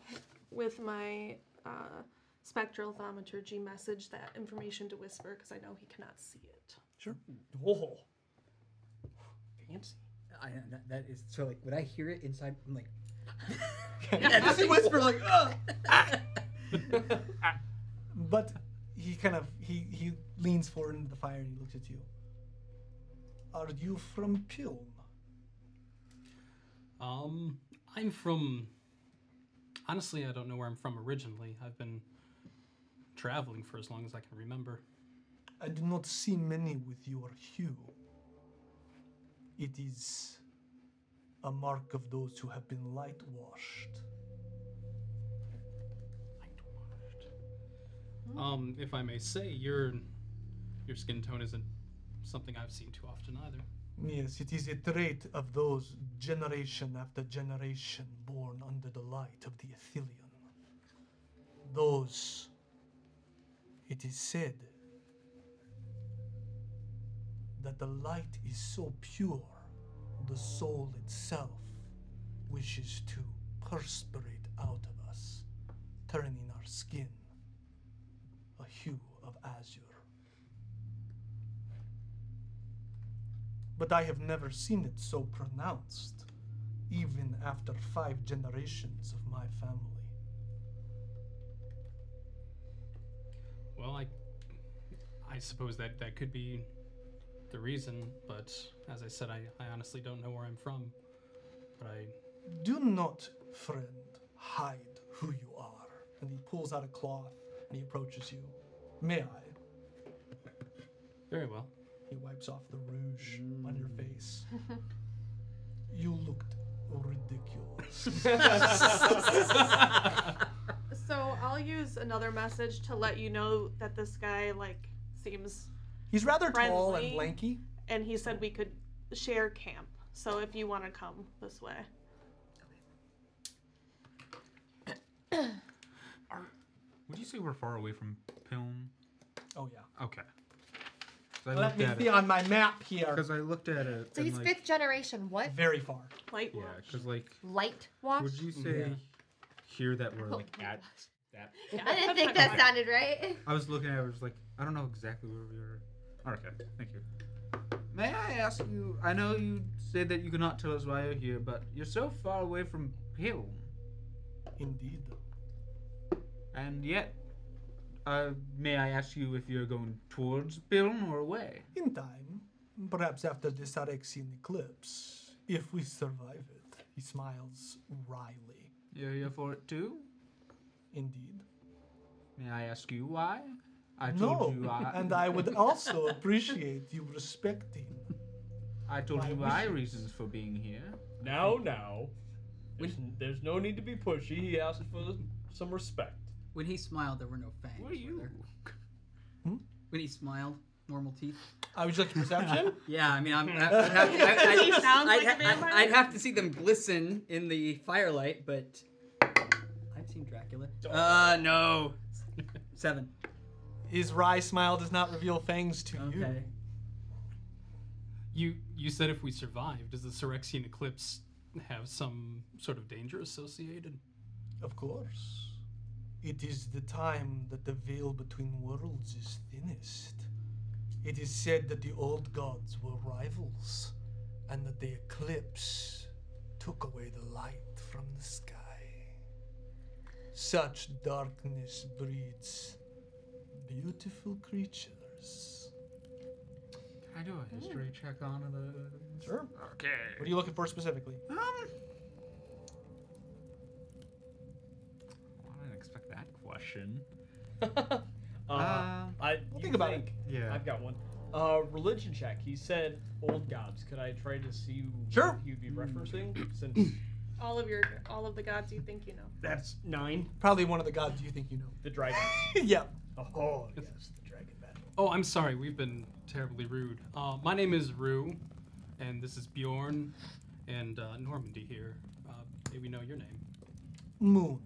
J: with my uh, spectral thaumaturgy, message that information to Whisper because I know he cannot see it.
H: Whoa. Fancy.
E: I, uh, that, that is so like when I hear it inside, I'm like,
J: Yeah.
E: I whisper like, oh.
K: But he kind of he he leans forward into the fire and he looks at you. Are you from Pilm?
G: Um, I'm from. Honestly, I don't know where I'm from originally. I've been traveling for as long as I can remember.
K: I do not see many with your hue. It is a mark of those who have been light washed.
E: Hmm.
G: Um, if I may say, your your skin tone isn't something I've seen too often either.
K: Yes, it is a trait of those generation after generation born under the light of the Athelion. Those, it is said, that the light is so pure, the soul itself wishes to perspirate out of us, turning our skin a hue of azure. but I have never seen it so pronounced, even after five generations of my family.
G: Well, I I suppose that that could be the reason, but as I said, I, I honestly don't know where I'm from. But I
K: Do not, friend, hide who you are. And he pulls out a cloth and he approaches you. May I?
G: very well.
K: He wipes off the rouge on your face. you looked ridiculous.
J: So I'll use another message to let you know that this guy like seems
K: He's rather tall and
J: Friendly.
K: lanky.
J: and he said we could share camp. So if you want to come this way.
B: Would you say we're far away from Pilm?
K: Oh, yeah.
B: Okay. 'Cause I
K: Let
B: looked
K: me
B: at
K: see
B: it.
K: on my map here.
B: Because I looked at it.
I: So
B: and,
I: he's
B: like,
I: fifth generation. What?
K: Very far.
J: Light
B: Yeah,
J: watch.
B: because like,
I: Light wash?
B: would you say here that we're like
I: Light
B: at?
I: wash.
B: That
I: I didn't think that sounded right.
B: I was looking at it. I was like, I don't know exactly where we are. Oh, okay, thank you. May I ask you? I know you said that you cannot tell us why you're here, but you're so far away from Pilm,
K: Indeed.
B: and yet, uh, may I ask you if you're going towards Pilm or away?
K: In time, perhaps after this Arexian eclipse, if we survive it, he smiles wryly.
B: You're here for it too.
K: Indeed.
B: May I ask you why? I
K: No,
B: told you I.
K: and I would also appreciate you respecting.
B: I told
K: my
B: you my
K: wishes.
B: reasons for being here.
H: Now, now. There's, there's no need to be pushy. He asked for some respect.
E: When he smiled, there were no fangs.
B: What
E: were
B: are you?
E: there? Hmm? When he smiled, normal teeth.
K: I would like perception.
E: Yeah, I mean, I'm. I, I'd, have to, I,
J: He sounds like a vampire.
E: would have to see them glisten in the firelight, but I've seen Dracula. Uh, no. Seven.
K: His wry smile does not reveal things to you.
E: Okay.
G: You you said if we survive, does the Cerexian eclipse have some sort of danger associated?
K: Of course. It is the time that the veil between worlds is thinnest. It is said that the old gods were rivals, and that the eclipse took away the light from the sky. Such darkness breeds beautiful creatures.
B: I I do a history check on it?
K: Hmm. Sure. What
B: Okay.
K: are you looking for specifically?
B: Um. I didn't expect that question.
H: uh,
B: Uh,
H: I
K: We'll
H: you
K: think about it.
B: Yeah.
H: I've got one. Uh, religion check. He said old gods. Could I try to see what
K: Sure. Mm.
H: he would be referencing? Since
J: All of your, all of the gods you think you know.
H: that's nine.
K: Probably one of the gods you think you know.
H: The dragon.
K: yeah.
H: oh yes, the dragon battle.
G: Oh, I'm sorry. We've been terribly rude. Uh, my name is Rue, and this is Bjorn and uh, Normandy here. Uh, may we know your name?
K: Moon.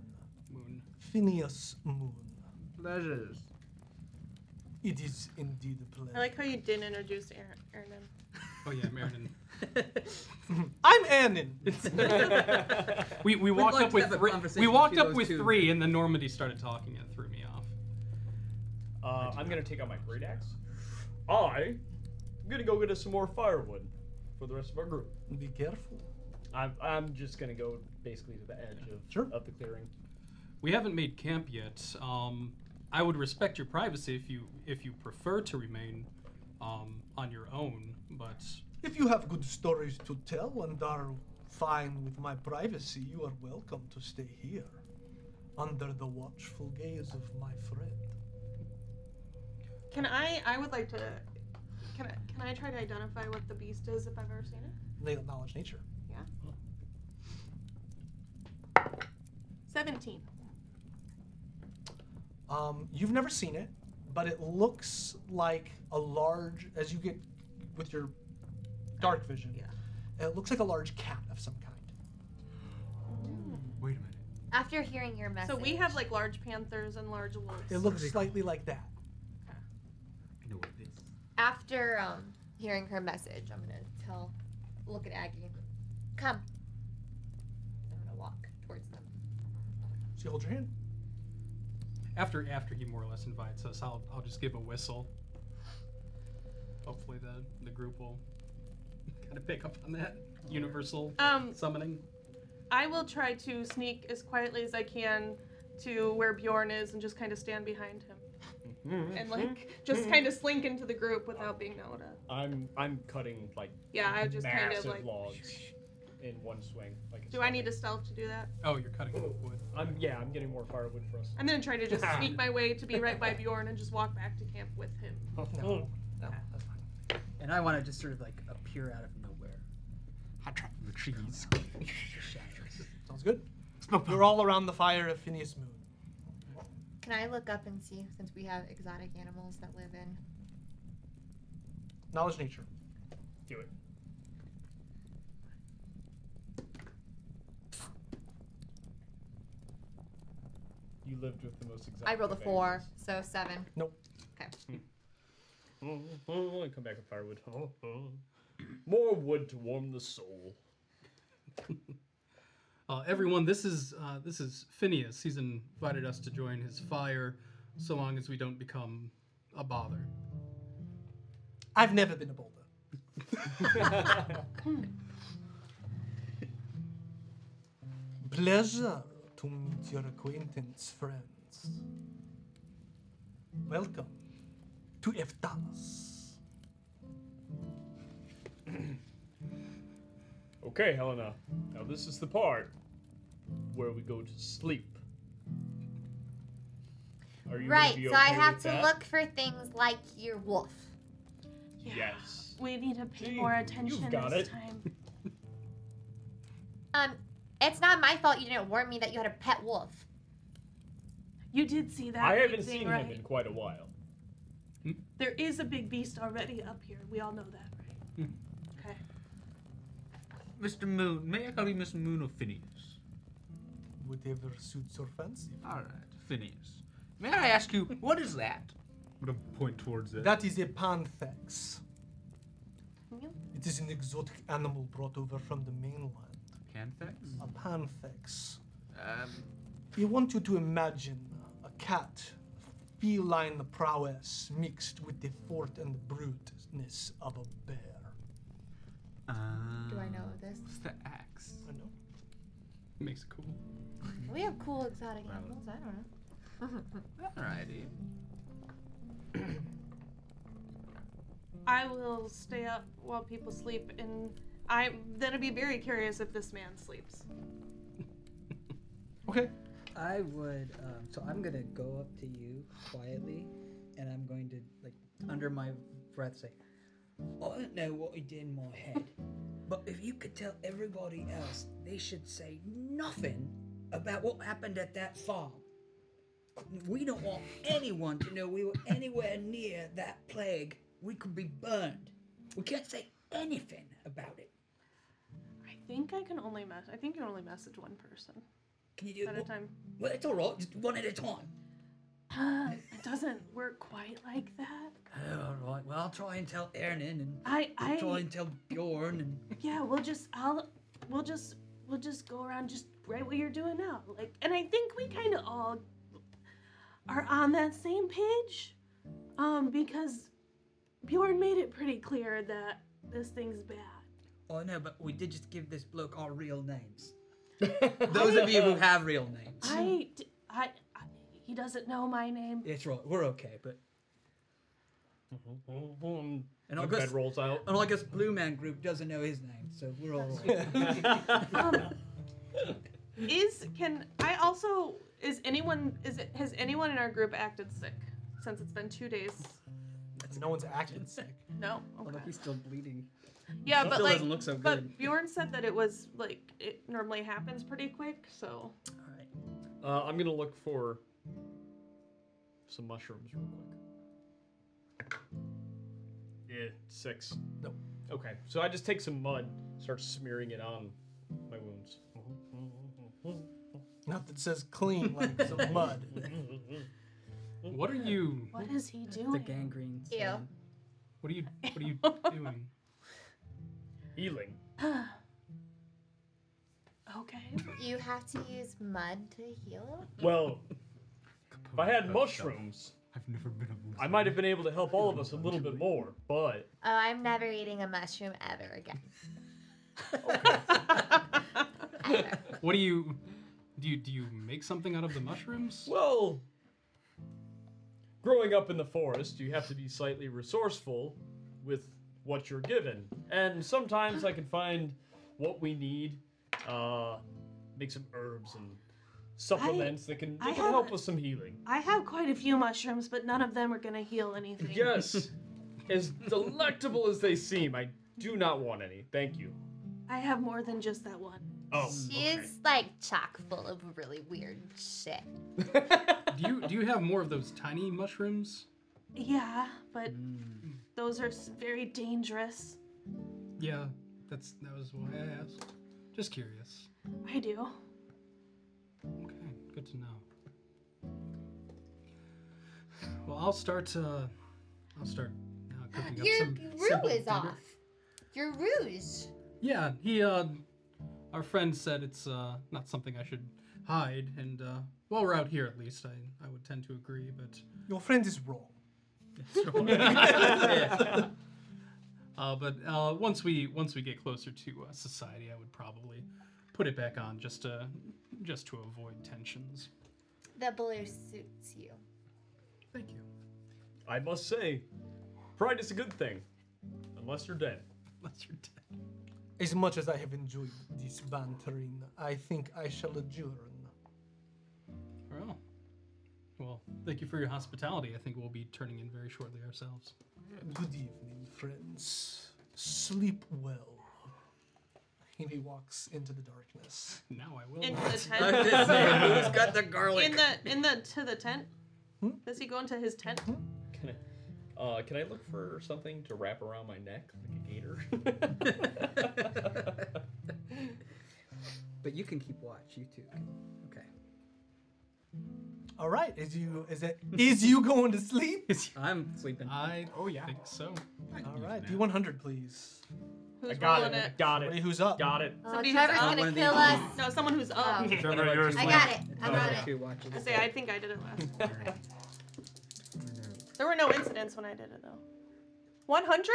G: Moon.
K: Phineas Moon.
B: Pleasures.
K: It is indeed a pleasure.
J: I like how you didn't introduce Aaron. Aaron.
G: Oh yeah, Marinan.
K: I'm Annan.
G: We we walked
E: like
G: up
E: to
G: with
E: have a
G: three.
E: conversation
G: We walked
E: between
G: up
E: those
G: with
E: two.
G: three, and then Normandy started talking and threw me off.
H: Uh, I'm gonna take out my great axe. I am gonna go get us some more firewood for the rest of our group.
K: Be careful.
H: I'm I'm just gonna go basically to the edge of
K: Sure.
H: of the clearing.
G: We haven't made camp yet. Um, I would respect your privacy if you if you prefer to remain um, on your own, but
K: If you have good stories to tell and are fine with my privacy, you are welcome to stay here. Under the watchful gaze of my friend.
J: Can I? I would like to. Can I? Can I try to identify what the beast is if I've ever seen it?
K: They acknowledge nature.
J: Seventeen.
K: Um, you've never seen it, but it looks like a large, as you get with your dark vision,
J: Yeah.
K: it looks like a large cat of some kind.
B: Wait a minute.
I: After hearing your message.
J: So we have like large panthers and large wolves.
K: It looks slightly like that.
B: I know what it is.
I: After um, hearing her message, I'm gonna tell. Look at Aggie. Come. I'm gonna walk towards them.
K: So you hold your hand.
G: after after he more or less invites us, I'll I'll just give a whistle. Hopefully the the group will kind of pick up on that universal
J: Um,
G: summoning.
J: I will try to sneak as quietly as I can to where Bjorn is and just kind of stand behind him
K: Mm-hmm.
J: and like just kind of slink into the group without being noticed.
H: I'm I'm cutting like
J: Yeah, I just kind
H: massive
J: of like.
H: logs in one swing. Like a
J: Do I need to
H: snake.
J: stealth to do that?
G: Oh, you're cutting wood.
H: I'm yeah. I'm getting more firewood for us.
J: I'm gonna try to just sneak my way to be right by Bjorn and just walk back to camp with him.
E: Oh,
K: Oh,
B: Oh.
K: No. No, that's fine.
E: And I want to just sort of like appear out of nowhere.
B: I trapped the trees.
K: Sounds good. You're all around the fire of Phineas Moon.
I: Can I look up and see since we have exotic animals that live in?
K: Knowledge nature.
H: Do it. You lived with the most exotic.
I: I rolled a
H: of
I: four, so seven.
H: animals. Oh, oh, oh, I come back with firewood. Oh, oh. More wood to warm the soul.
G: Uh, everyone, this is uh, this is Phineas. He's invited us to join his fire, so long as we don't become a bother.
K: I've never been a boulder. Pleasure to meet your acquaintance, friends. Welcome to Eftalas.
H: Okay, Helena. Now this is the part where we go to sleep. Are you gonna
I: Right,
H: be
I: so I
H: okay
I: have
H: with
I: to
H: that?
I: look for things like your wolf.
H: Yes.
J: We need to pay
H: Gee,
J: more
H: you've
J: attention
H: got
J: this
H: it.
J: time.
I: Um, it's not my fault you didn't warn me that you had a pet wolf.
J: You did see that.
H: I
J: big
H: haven't
J: thing,
H: seen
J: right?
H: him in quite a while.
J: There is a big beast already up here. We all know that,
H: Hmm.
J: right? okay.
B: Mr. Moon, may I call you Mr. Moon or Phineas?
K: Whatever suits your fancy.
B: All right, Phineas. May I ask you, what is that? I'm gonna point towards it.
K: That is a panthax. It is an exotic animal brought over from the mainland.
B: Canfax?
K: A panthax.
B: Um,
K: We want you to imagine a cat feline prowess mixed with the fort and bruteness of a bear.
I: Do I know this?
B: What's the axe?
K: I know.
G: Makes it cool.
I: We have cool exotic animals. I don't know.
B: Alrighty.
D: I will stay up while people sleep, and I'm gonna be very curious if this man sleeps.
A: Okay.
K: I would. Um, so I'm gonna go up to you quietly, and I'm going to like under my breath say,
E: I don't know what he did in my head, but if you could tell everybody else, they should say nothing about what happened at that farm. We don't want anyone to know we were anywhere near that plague. We could be burned. We can't say anything about it.
D: I think I can only mess. I think you can only message one person
E: Can you do it?
D: at a
E: one-
D: time.
E: Well, it's all right. Just one at a time.
D: Uh, it doesn't work quite like that.
E: All Oh, right. Well, I'll try and tell Ernan and
D: I, I,
E: try and tell Bjorn and
D: yeah. We'll just, I'll, we'll just, we'll just go around just right what you're doing now. Like, and I think we kind of all are on that same page, um, because Bjorn made it pretty clear that this thing's bad.
E: Oh no, but we did just give this bloke our real names. Those of you who have real names.
D: I, d- I, I- he doesn't know my name.
E: It's right, we're okay, but
H: And
E: And I'll just-
H: bed rolls out.
E: and I guess Blue Man Group doesn't know his name, so we're all right.
D: Um, is can I also is anyone is it has anyone in our group acted sick since it's been two days?
A: No one's acted sick.
D: No.
K: "Although
D: Okay.
K: he's still bleeding."
D: Yeah,
H: It
D: but
H: still
D: like,
H: doesn't look so
D: but
H: good.
D: Bjorn said that it was like it normally happens pretty quick, so
E: all right.
H: Uh, I'm gonna look for some mushrooms real quick. Yeah, six.
A: Nope.
H: Okay, so I just take some mud, start smearing it on my wounds.
A: Nothing says clean like some mud.
G: What are you?
D: what is he
K: The
D: doing?
K: gangrene.
I: Ew.
K: thing.
G: What are you? What are you doing?
H: Healing.
D: okay.
I: You have to use mud to heal?
H: Well, if I had mushrooms,
B: I've never been a loser.
H: I might have been able to help all of us a little bit more, but
I: Oh, I'm never eating a mushroom ever again. Ever.
G: What do you? Do you do you make something out of the mushrooms?
H: Well, growing up in the forest, you have to be slightly resourceful with what you're given. And sometimes I can find what we need, uh, make some herbs and supplements that can,
D: I
H: that can
D: have
H: help
D: a-
H: with some healing.
D: I have quite a few mushrooms, but none of them are gonna heal anything.
H: Yes, as delectable as they seem, I do not want any. Thank you.
D: I have more than just that one.
H: Oh,
I: She is like chock full of really weird shit.
G: Do you do you have more of those tiny mushrooms?
D: Yeah, but those are s- very dangerous.
G: Yeah, that's that was why I asked. Just curious.
D: I do.
G: Okay, good to know. Well, I'll start. Uh, I'll start uh, cooking up
I: Your
G: some.
I: roux
G: simple
I: is
G: dinner.
I: off. Your rouge.
G: Yeah, he. Uh, our friend said it's uh, not something I should hide, and uh, while we're out here, at least I I would tend to agree. But
A: Your friend is wrong.
G: Uh, but uh, once we once we get closer to uh, society, I would probably put it back on just to just to avoid tensions.
I: The blue suits you.
G: Thank you.
H: I must say, pride is a good thing, unless you're dead.
G: Unless you're dead.
A: As much as I have enjoyed this bantering, I think I shall adjourn.
G: Well, well, thank you for your hospitality. I think we'll be turning in very shortly ourselves.
A: Good evening, friends. Sleep well. And he walks into the darkness.
G: Now I will.
D: Into the tent.
E: Who's got the garlic? Hmm?
D: In the in the to the tent. Does he go into his tent?
H: Can I, uh, can I look for something to wrap around my neck like a gator?
K: But you can keep watch. You two. Can. Okay.
A: All right, is you is it is you going to sleep?
K: I'm sleeping.
G: I oh yeah. Think so.
A: All right, D one hundred, please.
D: Who's
H: I got
D: rolling
H: it. Got
A: Ready,
H: it.
A: who's up?
H: Got it.
I: Oh,
D: Somebody who's
I: Trevor's
D: up.
I: gonna
K: One of these.
I: kill us.
D: No, someone who's up.
I: Oh.
B: Trevor, yours
I: I got it. I
H: Oh.
I: got it.
K: Two watches.
D: I say I think I did it last. time. there were no incidents when I did it though. 100?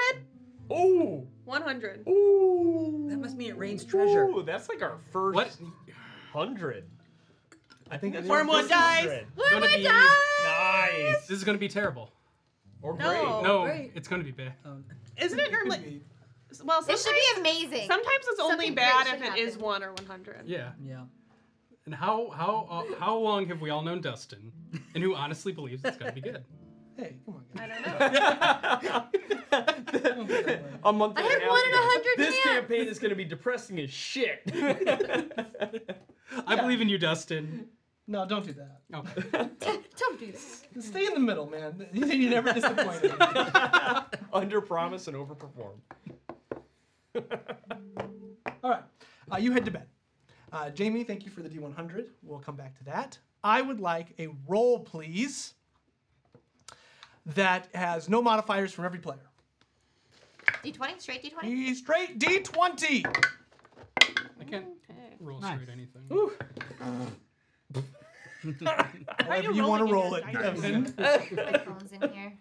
H: Oh,
D: 100.
H: ooh.
K: That must mean it rains treasure.
H: Ooh, that's like our first
G: What?
H: hundred.
A: I think that's
D: Wormwood dies.
H: Hundred.
I: Where
G: Gonna
I: would
G: be-
I: I?
H: Nice.
G: This is gonna be terrible.
L: Or
J: No.
L: great.
G: no,
E: great.
G: it's gonna be bad.
E: Um,
J: Isn't it normally? Well, sometimes,
I: This should be amazing.
J: sometimes it's only
I: Something great
J: bad
I: should
J: if it is
I: happen.
J: one or one hundred.
G: Yeah.
E: yeah.
G: And how how uh, how long have we all known Dustin, and who honestly believes it's gonna be good?
A: Hey, come on, guys.
J: I don't know.
H: a month
I: I
H: and a
I: had
H: half
I: one in a
H: ago.
I: hundred
H: This
I: chance.
H: campaign is going to be depressing as shit.
G: I believe in you, Dustin.
A: No, don't do that.
G: Okay.
I: Don't do this.
A: Stay in the middle, man. You never disappoint. me.
H: Under promise and overperform.
A: All right. Uh, you head to bed. Uh, Jamie, thank you for the D100. We'll come back to that. I would like a roll, please, that has no modifiers from every player.
I: D20, straight D20.
A: E straight D20.
G: I can't roll
B: Nice.
G: straight anything.
A: However you want to roll it,
J: rolling in your
A: Evan.
I: My phone's in here.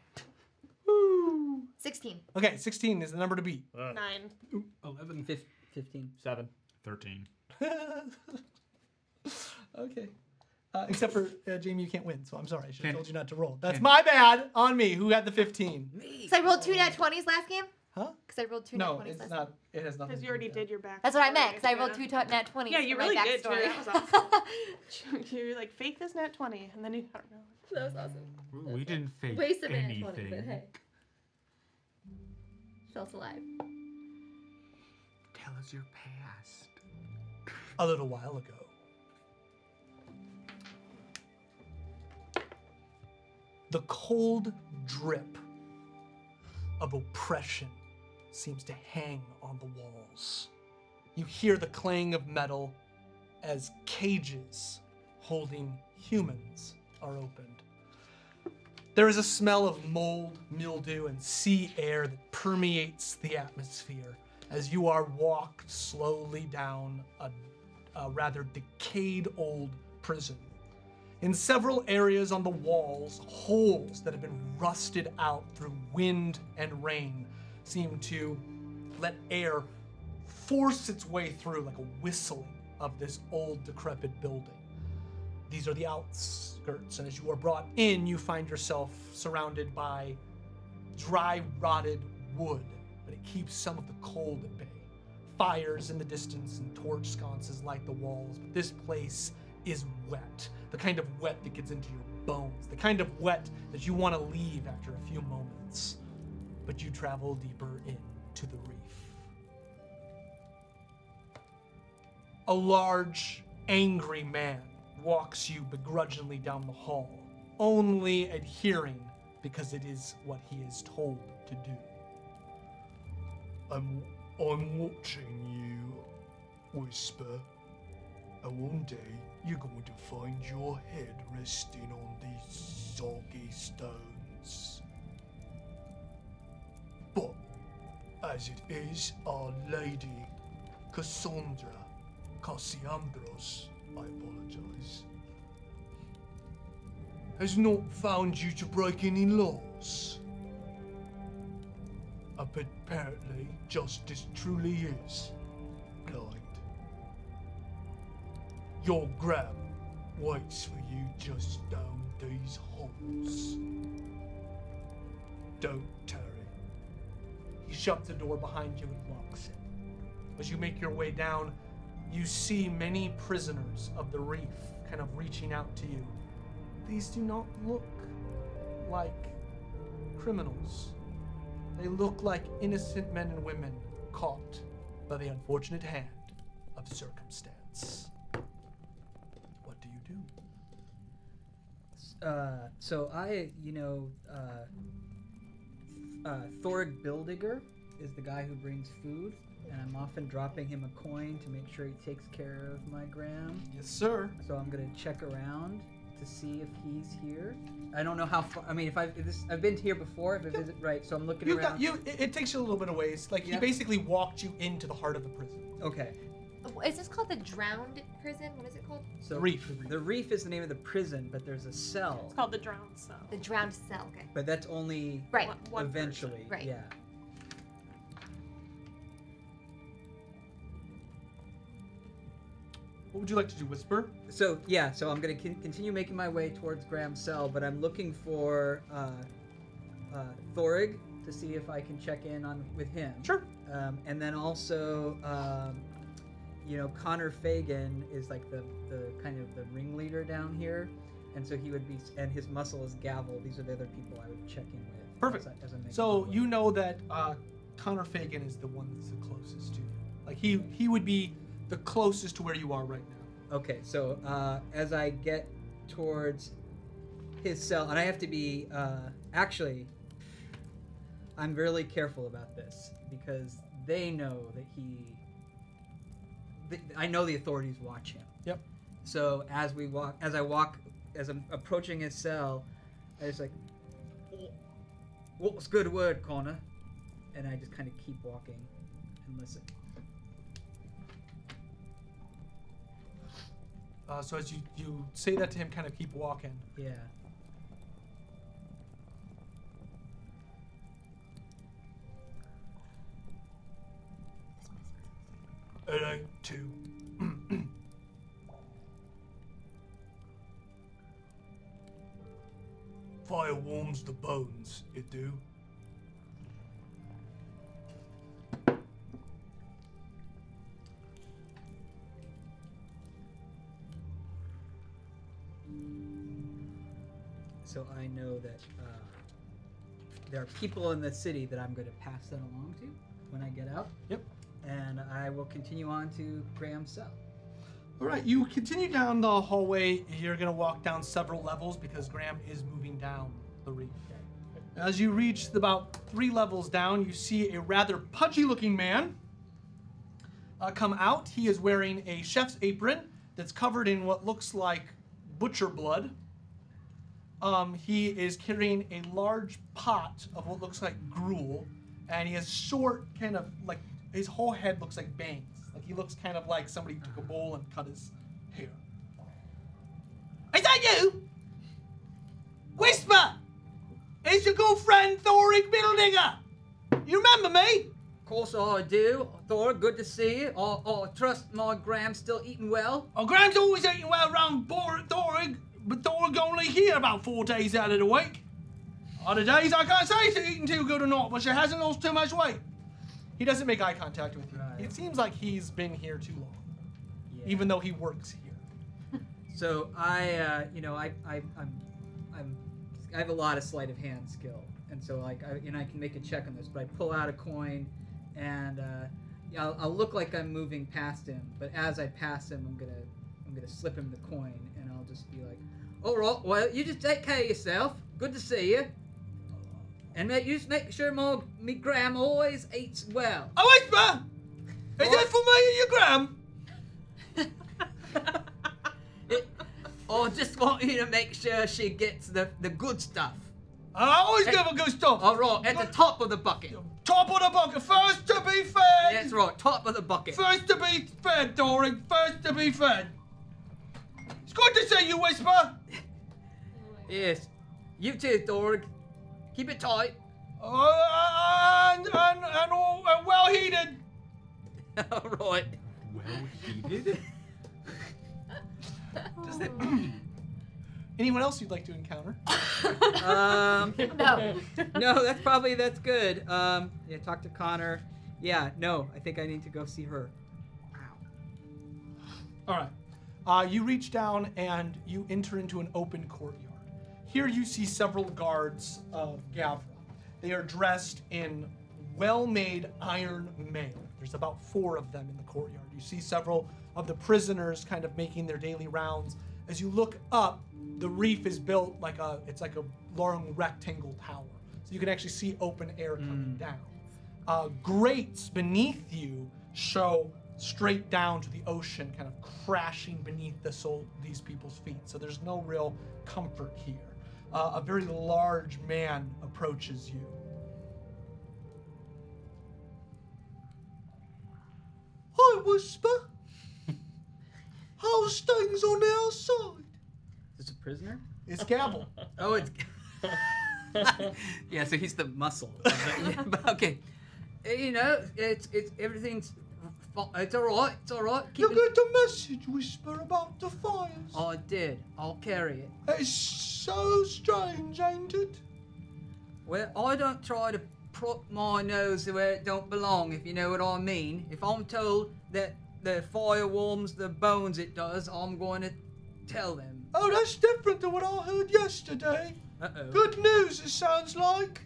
I: 16.
A: Okay, 16 is the number to beat.
J: Nine.
G: Eleven.
E: Fif- 15.
H: Seven.
B: Thirteen.
A: Okay. Uh, except for uh, Jamie, you can't win, so I'm sorry. I should
B: Ten.
A: have told you not to roll. That's
B: Ten.
A: my bad on me. Who had the 15?
I: So I rolled two nat 20s last game?
A: Huh?
I: Because I rolled two
A: No,
I: nat 20s
A: it's
I: last
A: not. It has nothing.
J: Because you
A: to do
J: already
A: with that.
J: did your back.
I: That's what I meant, because I
J: Yeah.
I: rolled two t- nat 20s.
J: Yeah, you
I: for my
J: really did,
I: backstory.
J: Jerry. That was You're like fake this nat twenty, and then you I don't know.
I: that was awesome.
B: We didn't fake
I: Waste of nat 20, but
B: anything.
I: hey. Felt alive.
B: Tell us your past.
A: a little while ago. The cold drip of oppression seems to hang on the walls. You hear the clang of metal as cages holding humans are opened. There is a smell of mold, mildew, and sea air that permeates the atmosphere as you are walked slowly down a, a rather decayed old prison. In several areas on the walls, holes that have been rusted out through wind and rain seem to let air force its way through like a whistling of this old, decrepit building. These are the outskirts, and as you are brought in, you find yourself surrounded by dry, rotted wood, but it keeps some of the cold at bay. Fires in the distance and torch sconces light the walls, but this place is wet. The kind of wet that gets into your bones, the kind of wet that you want to leave after a few moments. But you travel deeper into the reef. A large, angry man walks you begrudgingly down the hall, only adhering because it is what he is told to do. I'm, I'm watching you, Whisper, and one day you're going to find your head resting on these soggy stones. But as it is, Our Lady Cassandra Cassiandros, I apologize, has not found you to break any laws. Ap- Apparently, justice truly is kind. Your grab waits for you just down these halls. Don't tarry. You shut the door behind you and locks it. As you make your way down, you see many prisoners of the reef kind of reaching out to you. These do not look like criminals. They look like innocent men and women caught by the unfortunate hand of circumstance. What do you do?
E: Uh, so I, you know, uh, uh, Thorg Bildiger is the guy who brings food, and I'm often dropping him a coin to make sure he takes care of my gram.
A: Yes, sir.
E: So I'm gonna check around to see if he's here. I don't know how far. I mean, if I've if this, I've been here before. If it isn't right, so I'm looking
A: You
E: around.
A: got you. It, it takes you a little bit of ways. Like
E: Yeah.
A: he basically walked you into the heart of the prison.
E: Okay.
I: Is this called the drowned prison? What is it called?
E: So
A: Reef.
E: The reef is the name of the prison, but there's a cell.
J: It's called the drown cell.
I: The drowned cell. Okay.
E: But that's only
I: Right.
J: One- one person.
E: eventually.
I: Right.
E: Yeah.
A: What would you like to do, Whisper?
E: So yeah, so I'm gonna con- continue making my way towards Graham's cell, but I'm looking for uh, uh, Thorig to see if I can check in on with him.
A: Sure.
E: Um, and then also, um, you know, Connor Fagan is like the, the kind of the ringleader down here, and so he would be, and his muscle is Gavel. These are the other people I would check in with. as
A: Perfect.
E: I- as I make my
A: So
E: way.
A: you know that uh, Connor Fagan is the one that's the closest to you. Like he he would be the closest to where you are right now.
E: Okay, so uh, as I get towards his cell, and I have to be uh, actually, I'm really careful about this because they know that he. th- I know the authorities watch him.
A: Yep.
E: So as we walk, as I walk, as I'm approaching his cell, I just like, "Wha- what's good word, Connor? And I just kind of keep walking and listen.
A: Uh, so as you you say that to him, kind of keep walking.
E: Yeah.
A: Hello, two. Fire warms the bones, it do.
E: so I know that uh, there are people in the city that I'm going to pass that along to when I get out.
A: Yep.
E: And I will continue on to Graham's cell.
A: All right, you continue down the hallway. You're gonna walk down several levels because Graham is moving down the reef. As you reach about three levels down, you see a rather pudgy-looking man uh, come out. He is wearing a chef's apron that's covered in what looks like butcher blood. Um, he is carrying a large pot of what looks like gruel, and he has short, kind of like his whole head looks like bangs. Like he looks kind of like somebody took a bowl and cut his hair. Is that you? Whisper! It's your good friend Thorik Middledinger! You remember me?
E: Of course I do, Thor. Good to see you. I, I trust my Graham's still eating well.
A: Oh, Graham's always eating well around Bor- Thorig, but Thorig only here about four days out of the week. Other days, I can't say she's eating too good or not, but she hasn't lost too much weight. He doesn't make eye contact with you.
E: Right.
A: It seems like he's been here too long,
E: Yeah.
A: even though he works here.
E: So I, uh, you know, I, I, I'm, I'm, I have a lot of sleight of hand skill, and so like, I, you know, I can make a check on this. But I pull out a coin, and uh, yeah, I'll, I'll look like I'm moving past him, but as I pass him, I'm gonna, I'm gonna slip him the coin, and I'll just be like, "All right, well, you just take care of yourself. Good to see you." And make, you just make sure my me gram always eats well.
A: Oh, Whisper! Is that for me and your Graham?
E: Or just want you to make sure she gets the, the good stuff.
A: I always give a good stuff.
E: All right, at the top of the bucket.
A: Top of the bucket, first to be fed!
E: That's right, top of the bucket.
A: First to be fed, Doring. First to be fed. It's good to see you, Whisper.
E: Yes. You too, Thorg. Keep it tight.
A: Uh, and and and, all, and well heated.
E: All right.
M: Well heated.
A: Anyone else you'd like to encounter?
E: Um,
N: No.
E: no, that's probably that's good. Um, yeah, talk to Connor. Yeah, no, I think I need to go see her.
A: All right. Uh, you reach down and you enter into an open courtyard. Here you see several guards of Gavra. They are dressed in well made iron mail. There's about four of them in the courtyard. You see several of the prisoners kind of making their daily rounds. As you look up, the reef is built like a it's like a long rectangle tower. So you can actually see open air coming down uh, grates beneath you show straight down to the ocean, kind of crashing beneath the soul, these people's feet. So there's no real comfort here. Uh, a very large man approaches you. Hi, Whisper. How's things on the outside?
E: Is this a prisoner?
A: It's Gavel.
E: Oh, it's. yeah, so he's the muscle. Yeah, but okay. Uh, You know, it's it's everything's. fi- It's all right. It's all right. Keep
A: You
E: it. Oh.
A: got a message, Whisper, about the fires.
E: I did. I'll carry it.
A: It's so strange, ain't it?
E: Well, I don't try to prop my nose where it don't belong, if you know what I mean. If I'm told that the fire warms the bones it does, I'm going to tell them.
A: Oh, that's different to what I heard yesterday.
E: Uh-oh.
A: Good news, it sounds like.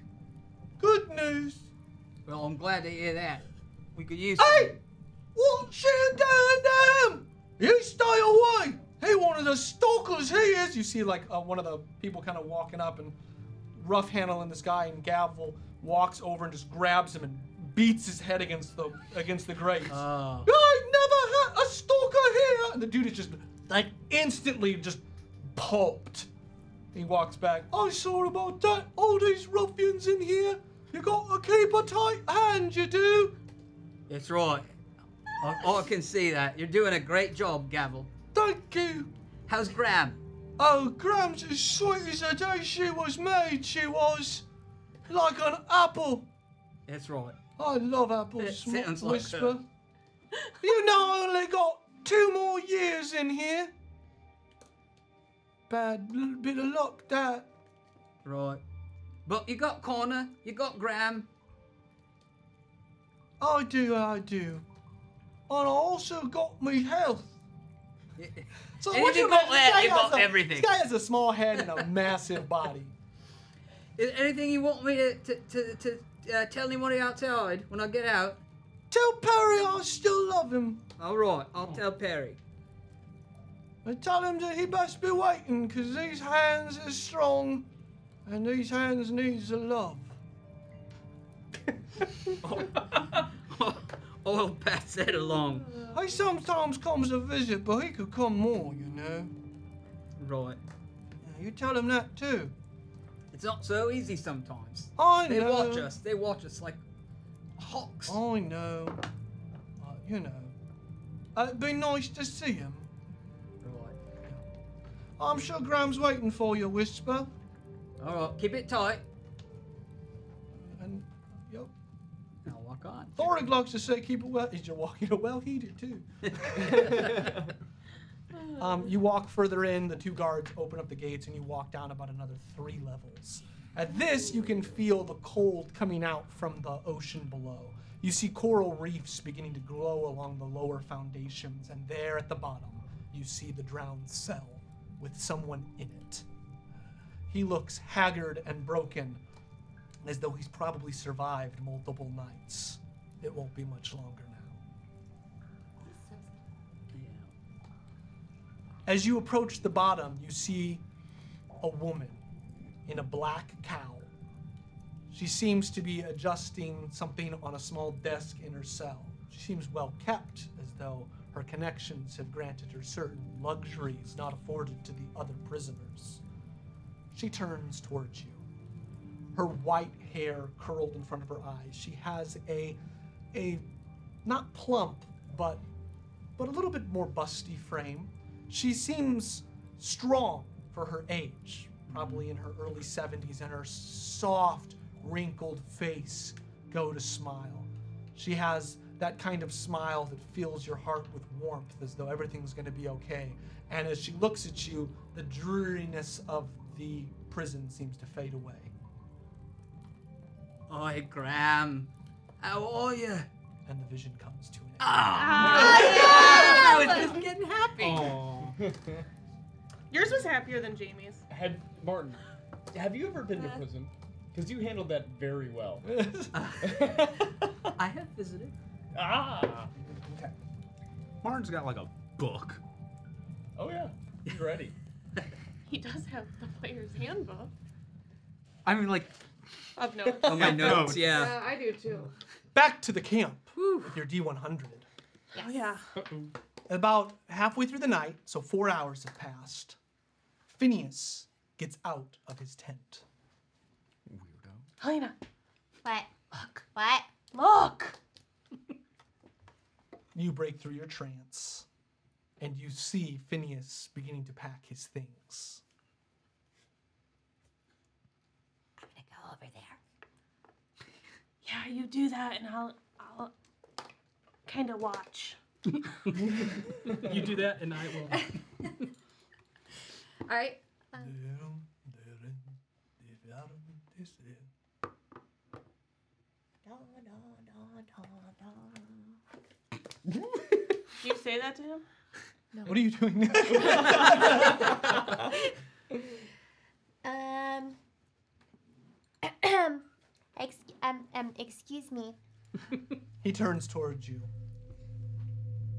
A: Good news.
E: Well, I'm glad to hear that. We could use.
A: Hey! What's he doing now? You stay away. He one of the stalkers. He is. You see, like uh, one of the people kind of walking up and rough handling this guy, and Gavel walks over and just grabs him and beats his head against the against the grates.
E: Oh.
A: I never had a stalker here. And the dude is just like instantly just pulped. He walks back. I saw about that. All these ruffians in here. You got to keep a tight hand. You do.
E: That's right. I, I can see that. You're doing a great job, Gavel.
A: Thank you.
E: How's Graham?
A: Oh, Gram's as sweet as the day she was made, she was. Like an apple.
E: That's right.
A: I love apples,
E: It
A: Sm-
E: sounds like
A: Whisper.
E: her.
A: you know I only got two more years in here. Bad little bit of luck, that.
E: Right. But you got Connor, you got Graham.
A: I do, I do. And I also got me health. So
E: And
A: what
E: if
A: you
E: you got that, you
A: imagine- this guy
E: got
A: has a-
E: everything.
A: This guy has a small head and a massive body.
E: Is anything you want me to to to, to uh, tell anybody outside when I get out?
A: Tell Perry I still love him.
E: All right, I'll tell Perry.
A: And tell him that he best be waiting, 'cause these hands are strong, and these hands needs the love.
E: I'll pass that along.
A: He sometimes comes to visit, but he could come more, you know.
E: Right.
A: Yeah, You tell him that too.
E: It's not so easy sometimes.
A: I
E: They
A: know.
E: watch us. They watch us like hawks.
A: I know. Uh, you know. Uh, it'd be nice to see him.
E: Right.
A: I'm sure Graham's waiting for you, Whisper.
E: All right. Keep it tight.
A: And yep.
E: Now walk on.
A: Thorig likes to say, "Keep it well." Is your walking it well heated too? Um, you walk further in, the two guards open up the gates, and you walk down about another three levels. At this, you can feel the cold coming out from the ocean below. You see coral reefs beginning to glow along the lower foundations, and there at the bottom, you see the drowned cell with someone in it. He looks haggard and broken, as though he's probably survived multiple nights. It won't be much longer now. As you approach the bottom, you see a woman in a black cowl. She seems to be adjusting something on a small desk in her cell. She seems well kept, as though her connections have granted her certain luxuries not afforded to the other prisoners. She turns towards you. Her white hair curled in front of her eyes. She has a a not plump, but but a little bit more busty frame. She seems strong for her age, probably in her early 70s, and her soft, wrinkled face go to smile. She has that kind of smile that fills your heart with warmth as though everything's going to be okay. And as she looks at you, the dreariness of the prison seems to fade away.
E: Oi, Graham. How are you?
A: And the vision comes to an
B: Ah.
A: end.
J: Ah,
I: Oh,
E: I was just getting happy.
B: Oh.
D: Yours was happier than Jamie's.
F: Had Martin, have you ever been to prison? Because you handled that very well.
E: I have visited.
F: ah.
B: Martin's got like a book.
F: Oh yeah. He's ready.
D: He does have the player's handbook
B: I mean, like,
D: of notes.
E: Oh my notes, yeah.
D: I do too.
A: Back to the camp with your D100.
D: Oh, yeah.
A: About halfway through the night, so four hours have passed, Phineas gets out of his tent.
D: Helena,
I: What? What?
D: look.
A: You break through your trance, and you see Phineas beginning to pack his things.
I: I'm gonna go over there.
D: Yeah, you do that, and I'll, I'll kind of watch.
G: You do that, and I will.
I: All right.
D: Do you say that to him?
K: What are you doing?
I: Um. ex- um, um, excuse me.
K: he turns towards you.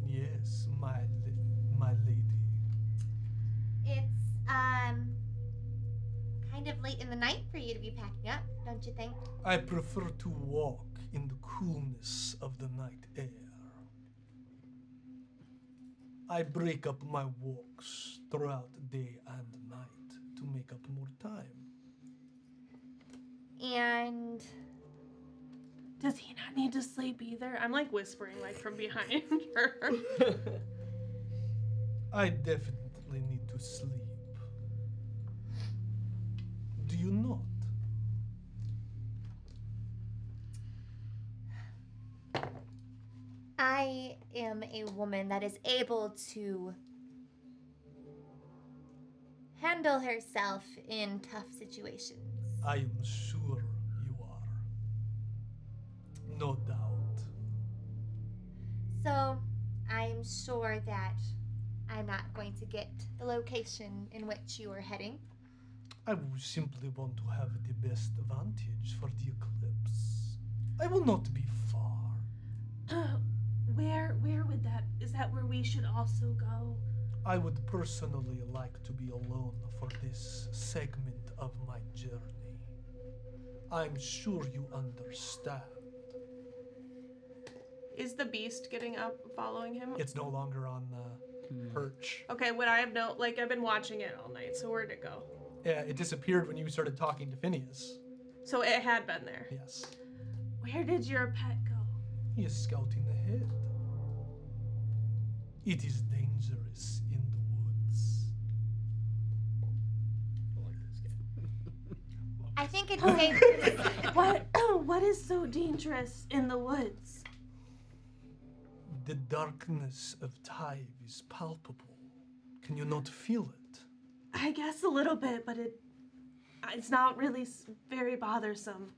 K: Yes, my la- my lady.
I: It's um kind of late in the night for you to be packing up, don't you think?
K: I prefer to walk in the coolness of the night air. I break up my walks throughout day and night to make up more time.
I: And
D: Does he not need to sleep either? I'm like whispering, like from behind her.
K: I definitely need to sleep. Do you not?
I: I am a woman that is able to handle herself in tough situations.
K: I am sure you are. No doubt.
I: So I'm sure that I'm not going to get the location in which you are heading.
K: I will simply want to have the best vantage for the eclipse. I will not be far.
D: where where would that is that where we should also go?
K: I would personally like to be alone for this segment of my journey. I'm sure you understand.
D: Is the beast getting up following him?
K: It's no longer on
H: Hmm.
K: the perch.
D: Okay, would I have no like I've been watching it all night, so where'd it go?
K: Yeah, it disappeared when you started talking to Phineas.
D: So it had been there.
K: Yes.
D: Where did your pet go?
K: He is scouting ahead. It is dangerous in the woods.
I: I think it's safe to say
D: Oh. What what is so dangerous in the woods?
K: The darkness of time is palpable. Can you not feel it?
D: I guess a little bit, but it it's not really s- very bothersome.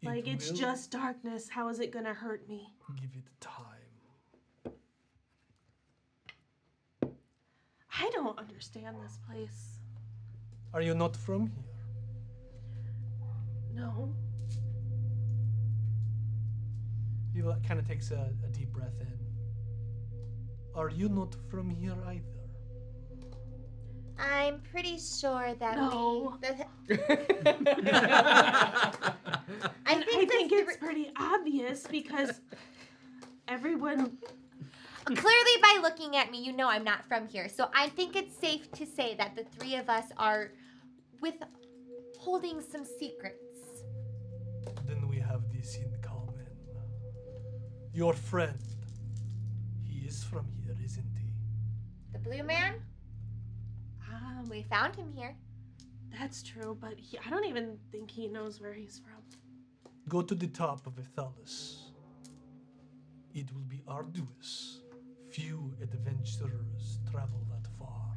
K: It
D: Like it's
K: will-
D: just darkness. How is it gonna hurt me?
K: Give it time.
D: I don't understand this place.
K: Are you not from here?
D: No.
K: He kind of takes a, a deep breath in. Are you not from here either?
I: I'm pretty sure that we.
D: No.
I: The,
D: I
I: I
D: think,
I: think,
D: I think
I: the
D: it's
I: thr-
D: pretty obvious because everyone
I: clearly by looking at me, you know I'm not from here. So I think it's safe to say that the three of us are withholding some secrets.
K: Then we have this in common. Your friend. He is from here, isn't he?
I: The blue man,
D: um,
I: we found him here.
D: that's true, but he, I don't even think he knows where he's from.
K: Go to the top of Ethalus. It will be arduous. Few adventurers travel that far.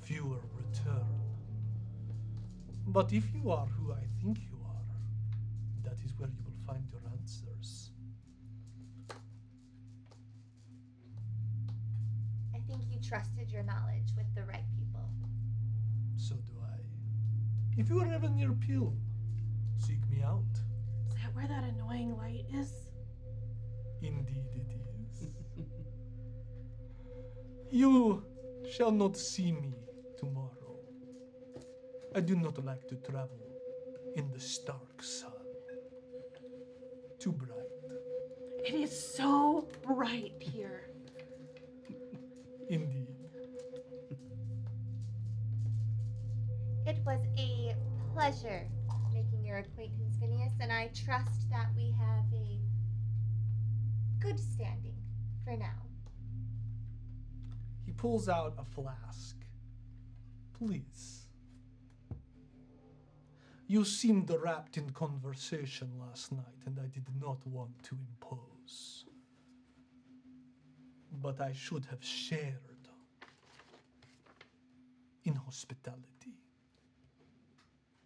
K: Fewer return. But if you are who I think you are, that is where you will find your answers.
I: I think you trusted your knowledge with the right people.
K: So do I. If you are ever near Peel, seek me out.
D: Is that where that annoying light is?
K: Indeed it is. you shall not see me tomorrow. I do not like to travel in the stark sun. Too bright,
D: It is so bright here.
K: indeed.
I: It was a pleasure making your acquaintance, Phineas, and I trust that we have a good standing for now.
K: He pulls out a flask. Please. You seemed wrapped in conversation last night, and I did not want to impose. But I should have shared in hospitality.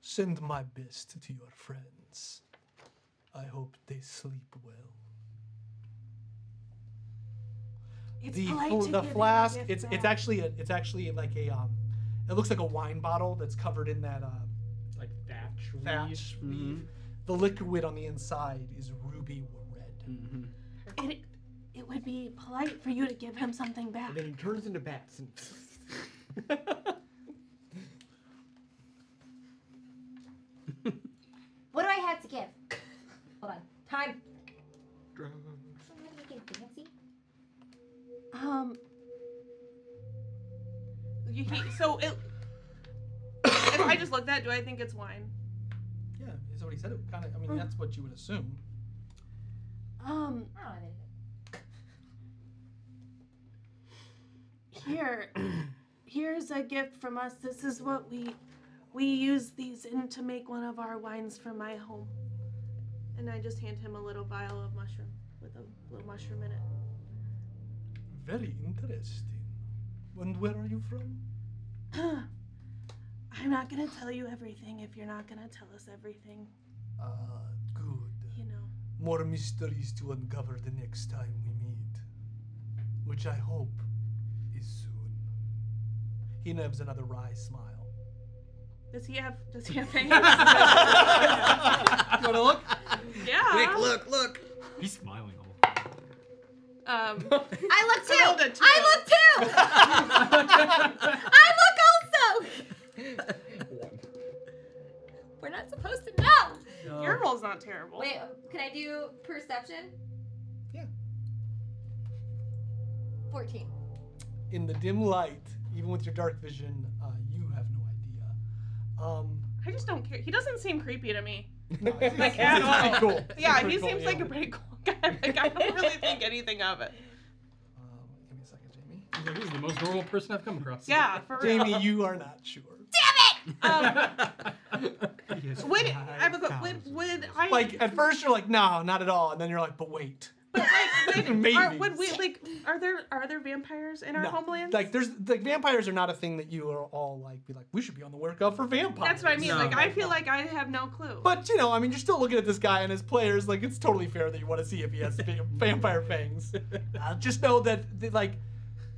K: Send my best to your friends.
A: I hope they sleep well.
D: It's
A: the
D: polite
A: fl-
D: to
A: the
D: give him a
A: flask
D: gift
A: it's it's
D: wrap.
A: actually a, it's actually like a um it looks like a wine bottle that's covered in that um
H: Like thatch. weed. Mm-hmm.
A: thatch leaf. The liquid on the inside is ruby red.
H: Mm-hmm.
D: It, it would be polite for you to give him something back.
E: And then he turns into bats and.
I: What do I have to give? Hold on. Time. Somebody get fancy?
D: Um. You, he, so it. if I just looked at, do I think it's wine?
A: Yeah, is what he said. It kind of. I
D: Mm.
A: mean, that's what you would assume.
D: Um.
I: I don't have anything.
D: Here, here's a gift from us. This is what we, we use these in to make one of our wines for my home. And I just hand him a little vial of mushroom with a little mushroom in it.
A: Very interesting. And where are you from?
D: I'm not gonna tell you everything if you're not gonna tell us everything.
A: Ah, good.
D: You know.
A: More mysteries to uncover the next time we meet, which I hope is soon. He nibs another wry smile.
D: Does he have? Does he have fangs? yeah.
E: You wanna look?
C: Quick, look, look.
B: He's smiling all
D: Um.
I: I look
D: I rolled
I: too.
D: a
I: I
D: two.
I: look too. I look also. We're not supposed to know.
D: Your roll's not terrible.
I: Wait, can I do perception?
A: Yeah.
I: 14.
A: In the dim light, even with your dark vision, uh, you have no idea. Um,
D: I just don't care. He doesn't seem creepy to me.
A: no, it's-
D: Like
A: it's-
D: at
A: it's
D: all.
A: pretty cool. It's
D: Yeah,
A: pretty
D: he
A: cool,
D: seems
A: yeah.
D: like a pretty cool guy. Like I don't really think anything of it.
A: Um, give me a second, Jamie.
G: He's like, this is the most normal person I've come across.
D: Yeah, for real.
A: Jamie, you are not sure.
D: Um,
B: over. Yes,
D: would I have a go- would would I
A: Like at first you're like, no, not at all, and then you're like, but wait.
D: but like, would,
A: Maybe.
D: Are, would we like are there are there vampires in our
A: No.
D: homelands?
A: Like there's like vampires are not a thing that you are all like be like, we should be on the workout for vampires.
D: That's what I mean.
B: No.
D: Like I feel like I have no clue.
A: But you know, I mean, you're still looking at this guy and his players. Like, it's totally fair that you want to see if he has va- vampire fangs. Uh, just know that, the, like,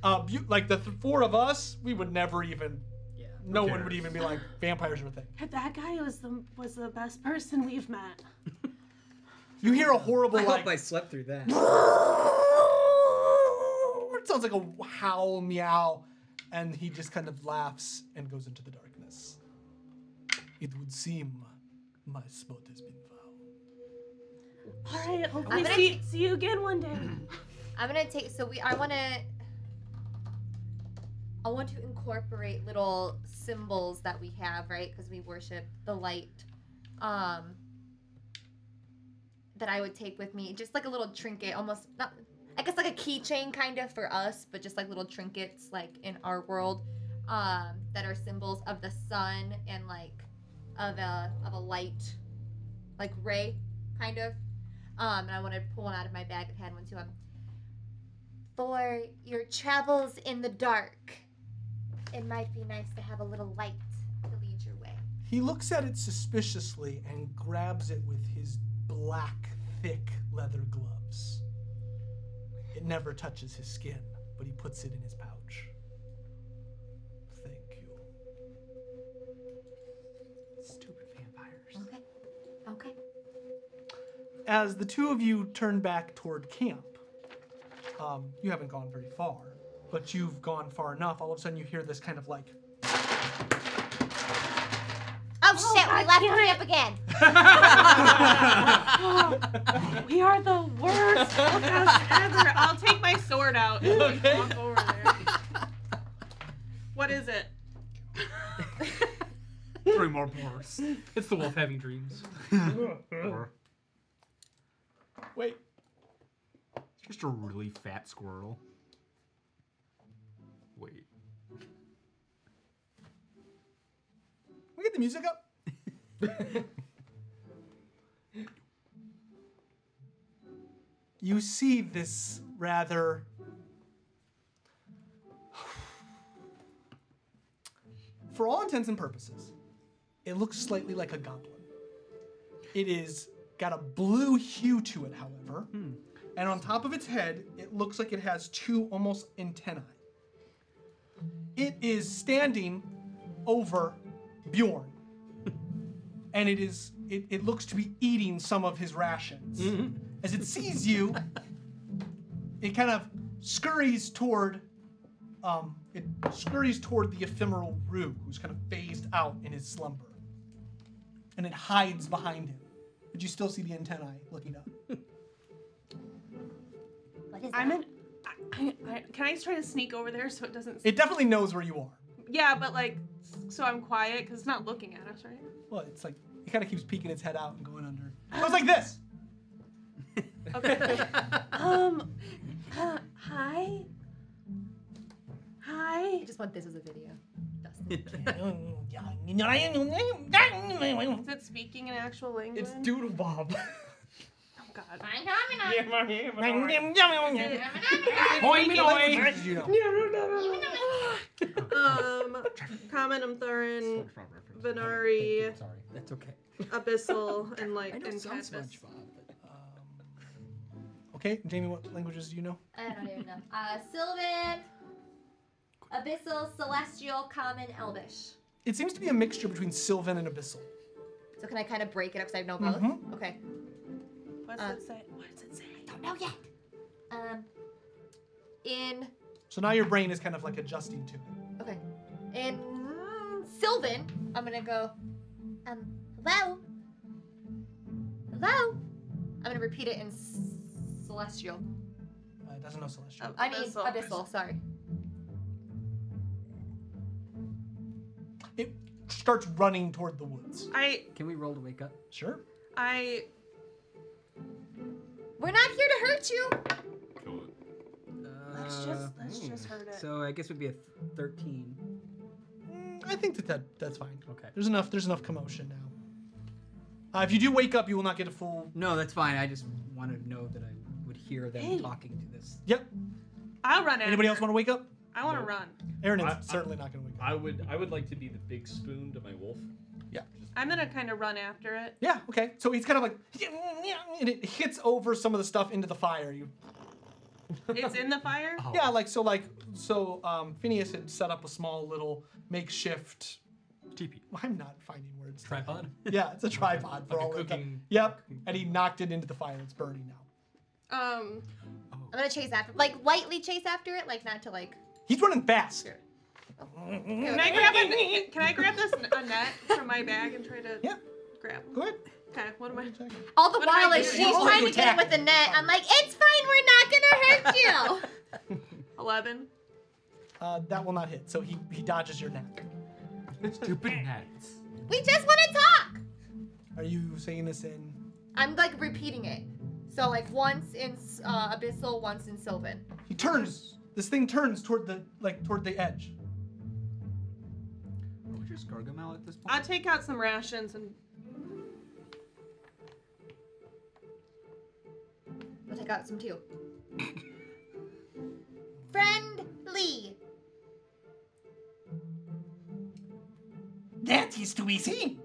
A: uh, bu- like the th- four of us, we would never even. Yeah. No one would
B: cares?
A: even be like vampires are a thing.
D: But that guy was the was the best person we've met.
A: You hear a horrible
E: I
A: like.
E: hope I slept through that.
A: It sounds like a howl meow, and he just kind of laughs and goes into the darkness. It would seem my spot has been found.
D: All right, hopefully
I: gonna-
D: see, see you again one day.
I: I'm gonna take so we I wanna I want to incorporate little symbols that we have, right? Because we worship the light. Um that I would take with me. Just like a little trinket, almost not I guess like a keychain kind of for us, but just like little trinkets like in our world. Um that are symbols of the sun and like of a of a light like ray kind of. Um and I wanted to pull one out of my bag and hand one to him for your travels in the dark, it might be nice to have a little light to lead your way.
A: He looks at it suspiciously and grabs it with his black, thick leather gloves. It never touches his skin, but he puts it in his pouch. Thank you.
B: Stupid vampires.
I: Okay. Okay.
A: As the two of you turn back toward camp, um, you haven't gone very far, but you've gone far enough. All of a sudden, you hear this kind of like
I: Oh, shit, we
D: God
I: left
D: damn it.
I: camp again.
D: we are the worst podcast ever. I'll take my sword out and like, walk over there. What is it?
B: Three more bars.
G: It's the wolf having dreams.
A: Wait,
B: Just a really fat squirrel. Wait.
A: we get the music up? you see this rather for all intents and purposes it looks slightly like a goblin it is Got a blue hue to it, however. And on top of its head, it looks like it has two almost antennae. It is standing over Bjorn. and it is it, it looks to be eating some of his rations. As it sees you, it kind of scurries toward um, it scurries toward the ephemeral Rue, who's kind of phased out in his slumber. And it hides behind him. But you still see the antennae looking up.
I: What is
D: I'm
I: that?
D: in. I, I, I, can I try to sneak over there so it doesn't?
A: It definitely knows where you are.
D: yeah, but like, so I'm quiet because it's not looking at us, right?
A: Well, it's like it kind of keeps peeking its head out and going under. It goes like this.
D: Okay. um. uh, hi. Hi.
I: I just want this as a video. Dustin.
D: Is it speaking in actual language?
H: Doodle Bob.
D: oh God.
I: I'm coming up.
A: You know.
D: um, Common, Umthurin, Venari,
K: Sorry, that's okay.
D: Abyssal, and like
E: I know it
D: and
E: sounds
D: Cadmus.
E: SpongeBob, but
A: Okay, Jamie, what languages do you know?
I: I don't even know. Uh, Sylvan, Abyssal, Celestial, Common, Elvish.
A: It seems to be a mixture between Sylvan and Abyssal.
I: So can I kind of break it up so I know both?
A: Mhm.
I: Okay.
D: What's
I: Uh,
D: it say? What does it say?
I: Don't know yet. Um, in
A: So now your brain is kind of like adjusting to it.
I: Okay. And Sylvan, I'm gonna go. Um, hello. Hello. I'm gonna repeat it in s- celestial.
A: Uh, it doesn't know Celestial.
D: Oh,
I: I mean
D: Abyssal.
I: abyssal. Sorry.
A: It starts running toward the woods.
D: I
K: Can we roll to wake up?
A: Sure.
D: I
I: We're not here to hurt you.
M: Kill it.
D: let's just let's just hurt it.
K: uh, hmm. So I guess it would be a th- 13.
A: Mm, I think that, that that's fine.
K: Okay.
A: There's enough. There's enough commotion now. Uh, if you do wake up, you will not get a full.
K: No, that's fine. I just wanted to know that I would hear them
D: Hey.
K: talking to this.
A: Yep.
D: I'll run.
A: Anybody
D: after.
A: else want to wake up?
D: I want to
H: No.
D: run.
A: Aaron is
H: I- I-
A: certainly not going to wake up.
H: I would I would like to be the big spoon to my wolf.
D: I'm gonna kind of run after it.
A: Yeah. Okay. So he's kind of like, and it hits over some of the stuff into the fire. You
D: It's in the fire.
K: Oh.
A: Yeah, like so, like so. Um, Phineas had set up a small little makeshift.
G: TP.
A: I'm not finding words.
G: Tripod.
A: Yeah, it's a tripod for
G: Like a
A: all the time.
G: cooking-
A: Yep, and he knocked it into the fire. It's burning now.
D: Um,
I: I'm gonna chase after, like lightly chase after it, like not to like.
A: He's running fast.
D: can I grab a, can I grab this a net from my bag and try to
A: Yeah.
D: grab?
A: Go ahead.
D: Okay, what am I?
I: All the
D: What am I
I: while, as
D: doing?
I: she's
A: Oh,
I: trying
A: you
I: to get him
A: attacked
I: with the net, I'm like, it's fine. We're not gonna hurt you.
D: Eleven.
A: Uh, that will not hit. So he he dodges your net.
B: Stupid nets.
I: we just want to talk.
A: Are you saying this in?
I: I'm like repeating it. So like once in s- uh, abyssal, once in sylvan.
A: He turns. This thing turns toward the like toward the edge.
B: Are we just Gargamel at this point?
D: I'll take out some rations and
I: I'll take out some too. Friendly.
A: That is too easy.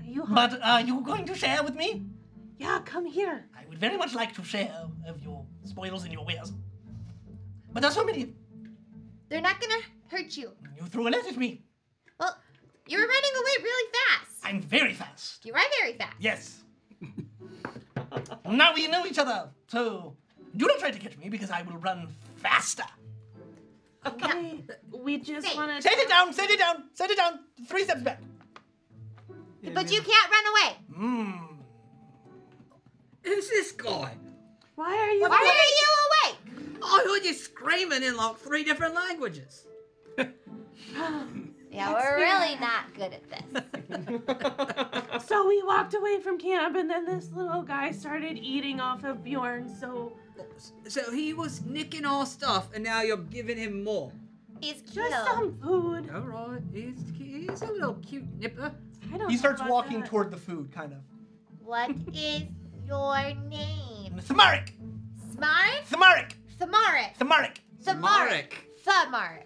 D: Are you hot?
A: But are you going to share with me?
D: Yeah, come here.
A: I would very much like to share of your spoils and your wares. But there's so many.
I: They're not gonna hurt you.
A: You threw a net at me.
I: Well, you're running away really fast.
A: I'm very fast.
I: You run very fast.
A: Yes. now we know each other, so do not try to catch me because I will run faster.
D: Okay. We just
I: Say-
D: want to.
A: Set it down, set it down, set it down. Three steps back.
I: But you can't run away.
A: Mmm.
E: Who's this guy?
D: Why are you?
I: Why are you awake?
E: I heard you screaming in like three different languages.
I: Yeah, we're really not good at this.
D: So we walked away from camp, and then this little guy started eating off of Bjorn. So
E: So he was nicking our stuff, and now you're giving him more.
I: He's
D: just
I: killed.
D: some food.
E: All right, he's, he's a little cute nipper.
D: I don't.
A: He
D: know
A: starts
D: about
A: walking
D: that.
A: toward the food, kind of.
I: What is your name?
A: Thamarik!
I: Smart?
A: Thamarik!
I: Thamaric.
A: Thamarik!
I: Thamaric. Thamaric.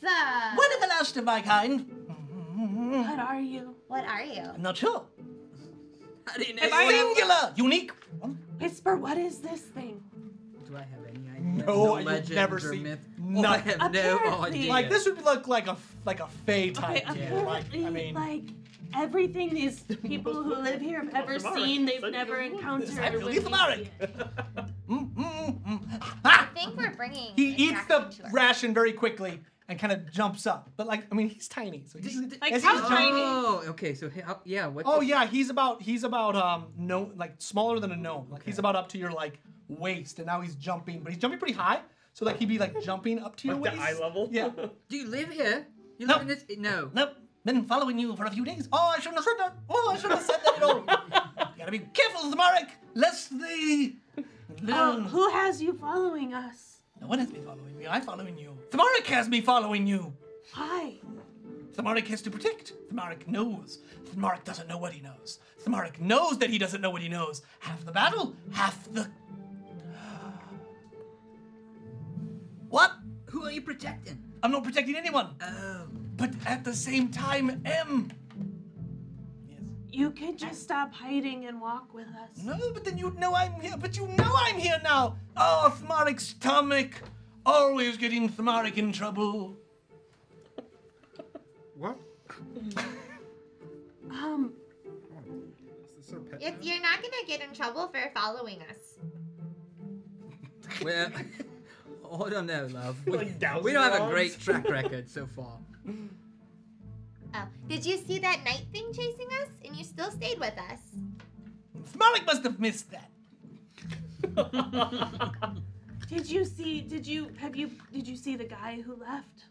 I: Tha-
A: When is the last
M: first of my kind.
D: What are you?
I: What are you?
M: I'm not sure.
E: I didn't
M: Am I singular, unique.
D: Whisper, what is this thing?
K: Do I have any idea?
A: No, you've
K: legend
A: never
K: or
A: seen
K: myth.
A: nothing.
K: I have no
D: Apparently.
K: idea.
A: Like this would look like a like a fey type
D: Okay,
A: deal. Like
D: apparently,
A: I mean,
D: like everything these people who live here have ever
H: Tamara,
D: seen, they've
H: send
D: never
H: your-
D: encountered.
M: I
D: when
M: believe
D: we
M: Tamara.
D: see it.
M: Mm, mm, mm.
I: I
K: Ah!
M: Ha!
I: think we're bringing.
A: he eats the
I: attraction to her.
A: ration very quickly and kind of jumps up. But like I mean, he's tiny. So he's,
D: like,
A: as
D: how
A: he's jumping-
D: tiny?
K: Oh, okay. So he- how, yeah, what?
A: Oh yeah, he's about he's about um no like smaller than a gnome. Like he's about up to your like waist, and now he's jumping, but he's jumping pretty high. So like he'd be like jumping up to your
H: Like
A: waist.
H: the eye level?
A: Yeah.
K: Do you live here? You
M: No.
K: live in this? No.
M: Nope. Been following you for a few days. Oh, I shouldn't have said that. Oh, I shouldn't have said that at all. you gotta be careful, Zamarek, lest the.
K: Uh,
D: Um, who has you following us?
M: No one has been following me. I'm following you. Thamaric has me following you.
D: Why?
M: Thamaric has to protect. Thamaric knows. Thamaric doesn't know what he knows. Thamaric knows that he doesn't know what he knows. Half the battle, half the. What?
E: Who are you protecting?
M: I'm not protecting anyone.
E: Oh,
M: But at the same time, M. Yes.
D: You could just stop hiding and walk with us.
M: No, but then you'd know I'm here. But you know I'm here now. Oh, Thamaric's stomach. Always getting Thamaric in trouble.
B: What?
D: Um,
I: If you're not gonna get in trouble for following us.
K: Well, I don't know, love. We,
H: Like dowsing
K: we don't have a
H: rods?
K: great track record so far.
I: Mm. Oh, did you see that night thing chasing us? And you still stayed with us.
M: Thamaric must have missed that.
D: did you see? Did you have you? Did you see the guy who left?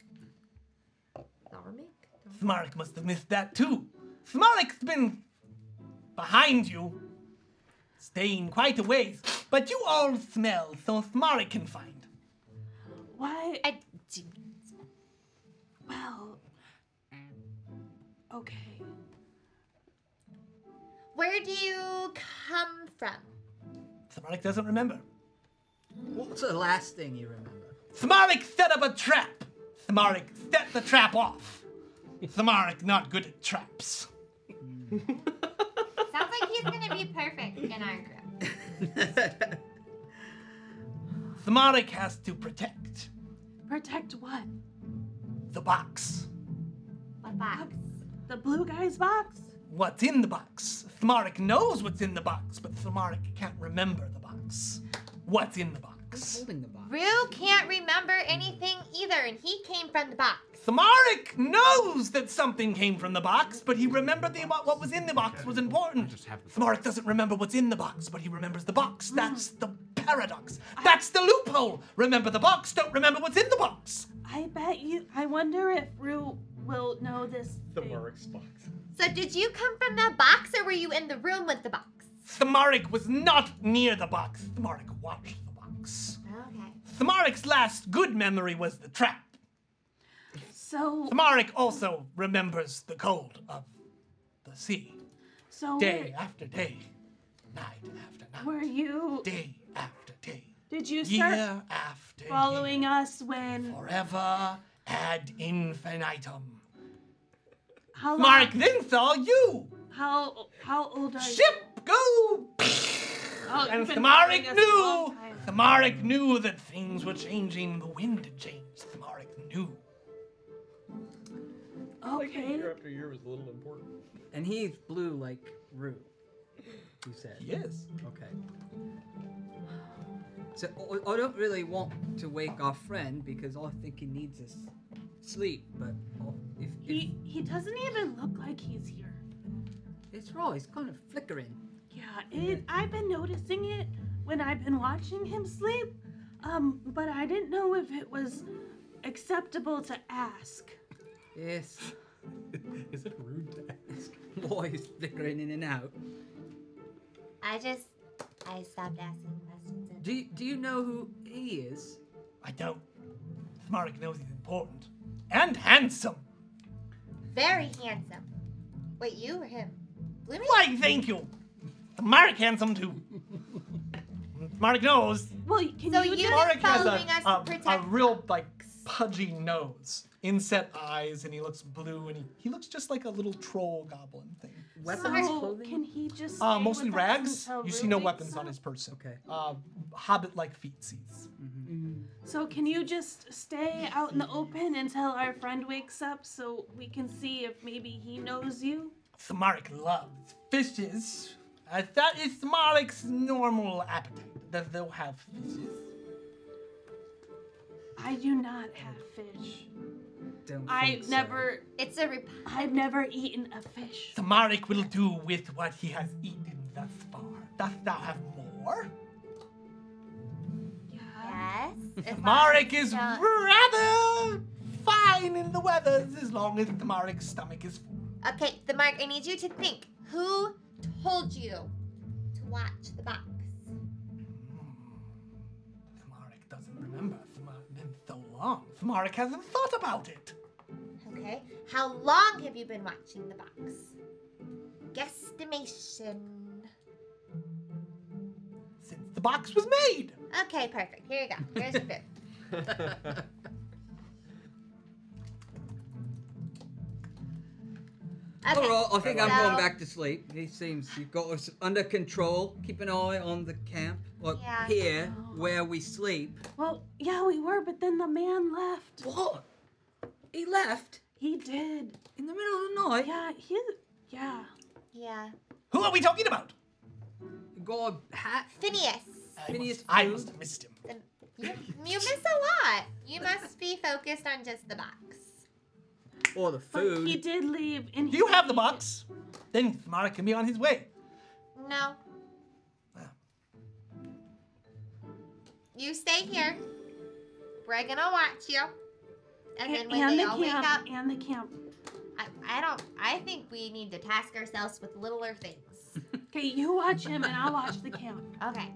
I: Darmic?
M: Thamaric must have missed that too. Thamaric's been behind you, staying quite a ways, but you all smell, so Thamaric can find.
D: Why?
I: I do.
D: Well, okay.
I: Where do you come from?
M: Thamaric doesn't remember.
K: What's the last thing you remember?
M: Thamaric set up a trap. Thamaric set the trap off. Thamaric not good at traps.
I: Sounds like he's gonna be perfect in our group.
M: Thamaric has to protect
D: Protect what?
M: the box.
I: What box?
D: The blue guy's box.
M: What's in the box? Thamaric knows what's in the box, but Thamaric can't remember the box. What's in the box?
K: Holding the box.
I: Rue can't remember anything either, and he came from the box.
M: Thamaric knows that something came from the box, but he remembered the, what what was in the box was important.
B: Just have the-
M: Thamaric doesn't remember what's in the box, but he remembers the box.
D: Hmm.
M: That's the paradox. That's the loophole. Remember the box, don't remember what's in the box.
D: I bet you. I wonder if Rue will know this.
H: the
D: thing.
H: Marix box.
I: So did you come from the box, or were you in the room with the box?
M: Thamaric was not near the box. Thamaric watched the box.
I: Okay.
M: Thamaric's last good memory was the trap.
D: So,
M: Thamaric also remembers the cold of the sea.
D: so
M: Day after day, night after night,
D: were you?
M: day after day,
D: Did you start
M: year after year.
D: following us when?
M: forever ad infinitum.
D: How long?
M: Mark then saw you.
D: How how old are you?
M: Ship go.
D: Oh, you've
M: And
D: been following
M: Thamaric
D: us a
M: knew.
D: long time.
M: Thamaric knew that things were changing. The wind had changed. Thamaric knew.
D: Okay.
F: Year after year was a little important.
K: And he's blue like Rue. You said.
M: Yes.
K: Okay. So I- I don't really want to wake our friend because I think he needs his sleep. But
E: oh,
K: I- if, if
D: He he doesn't even look like he's here.
K: it's right, he's kind of flickering.
D: Yeah, it, I've been noticing it when I've been watching him sleep. Um, but I didn't know if it was acceptable to ask.
K: Yes,
G: Is it rude to ask?
K: boy, he's flickering in and out.
I: I just, I stopped asking questions.
K: Do you, do you know who he is?
M: I don't. Thamaric knows he's important and handsome.
I: Very handsome. Wait, you or him? Bloomy?
M: Why? Thank you. Thamaric handsome too. Thamaric knows.
D: Well, can
I: So
D: you,
I: you
D: just-
A: Thamaric
I: didn't
A: has
I: following
A: a,
I: us to
A: a, a
I: protect
A: real like pudgy nose, inset eyes, and he looks blue, and he, he looks just like a little troll goblin thing.
D: So can he just?
A: Uh,
D: stay
A: mostly
D: with us
A: rags.
D: until
A: You see
D: Rue
A: no
D: wakes
A: weapons on
D: up?
A: his person.
K: Okay. Mm-hmm.
A: Uh, Hobbit-like feetsies.
D: So can you just stay out in the open until our friend wakes up, so we can see if maybe he knows you?
M: Smarek loves fishes. Uh, that is Smarek's normal appetite. That they'll have fishes.
D: I do not have fish.
K: Don't think
D: I've
K: so.
D: never,
I: It's a rep-
D: I've never eaten a fish.
M: Smarik will do with what he has eaten thus far. Dost thou have more?
D: Yeah.
I: yes. It's
M: Marek is
I: Yeah.
M: rather fine in the weathers as long as Marek's stomach is full.
I: Okay, the mark. I need you to think. Who told you to watch the box?
M: Marek doesn't remember. Smarek been so long. Marek hasn't thought about it.
I: Okay. How long have you been watching the box? Guesstimation.
M: Since the box was made.
I: Okay, perfect. Here you go. Here's your food. Okay.
E: All right, I think I'm
I: so-
E: going back to sleep. He seems you've got us under control. Keep an eye on the camp, like
I: Yeah.
E: here where we sleep.
D: Well, yeah, we were, but then the man left.
E: What? He left
D: He did.
E: in the middle of the night.
D: Yeah, he. Yeah.
I: Yeah.
M: Who are we talking about?
E: Got a hat.
I: Phineas.
E: Phineas
M: I
E: Food.
M: must have missed him.
I: The- You, you miss a lot. You must be focused on just the box.
E: or the
D: But
E: food.
D: he did leave, and
M: Do you
D: he-
M: have the box? Then Marek can be on his way.
I: No. You stay here. We're gonna watch you. And then
D: And,
I: when
D: and
I: they
D: the
I: all wake up,
D: camp. And the camp.
I: I, I don't. I think we need to task ourselves with littler things.
D: Okay, you watch him, and I'll watch the camp.
I: Okay.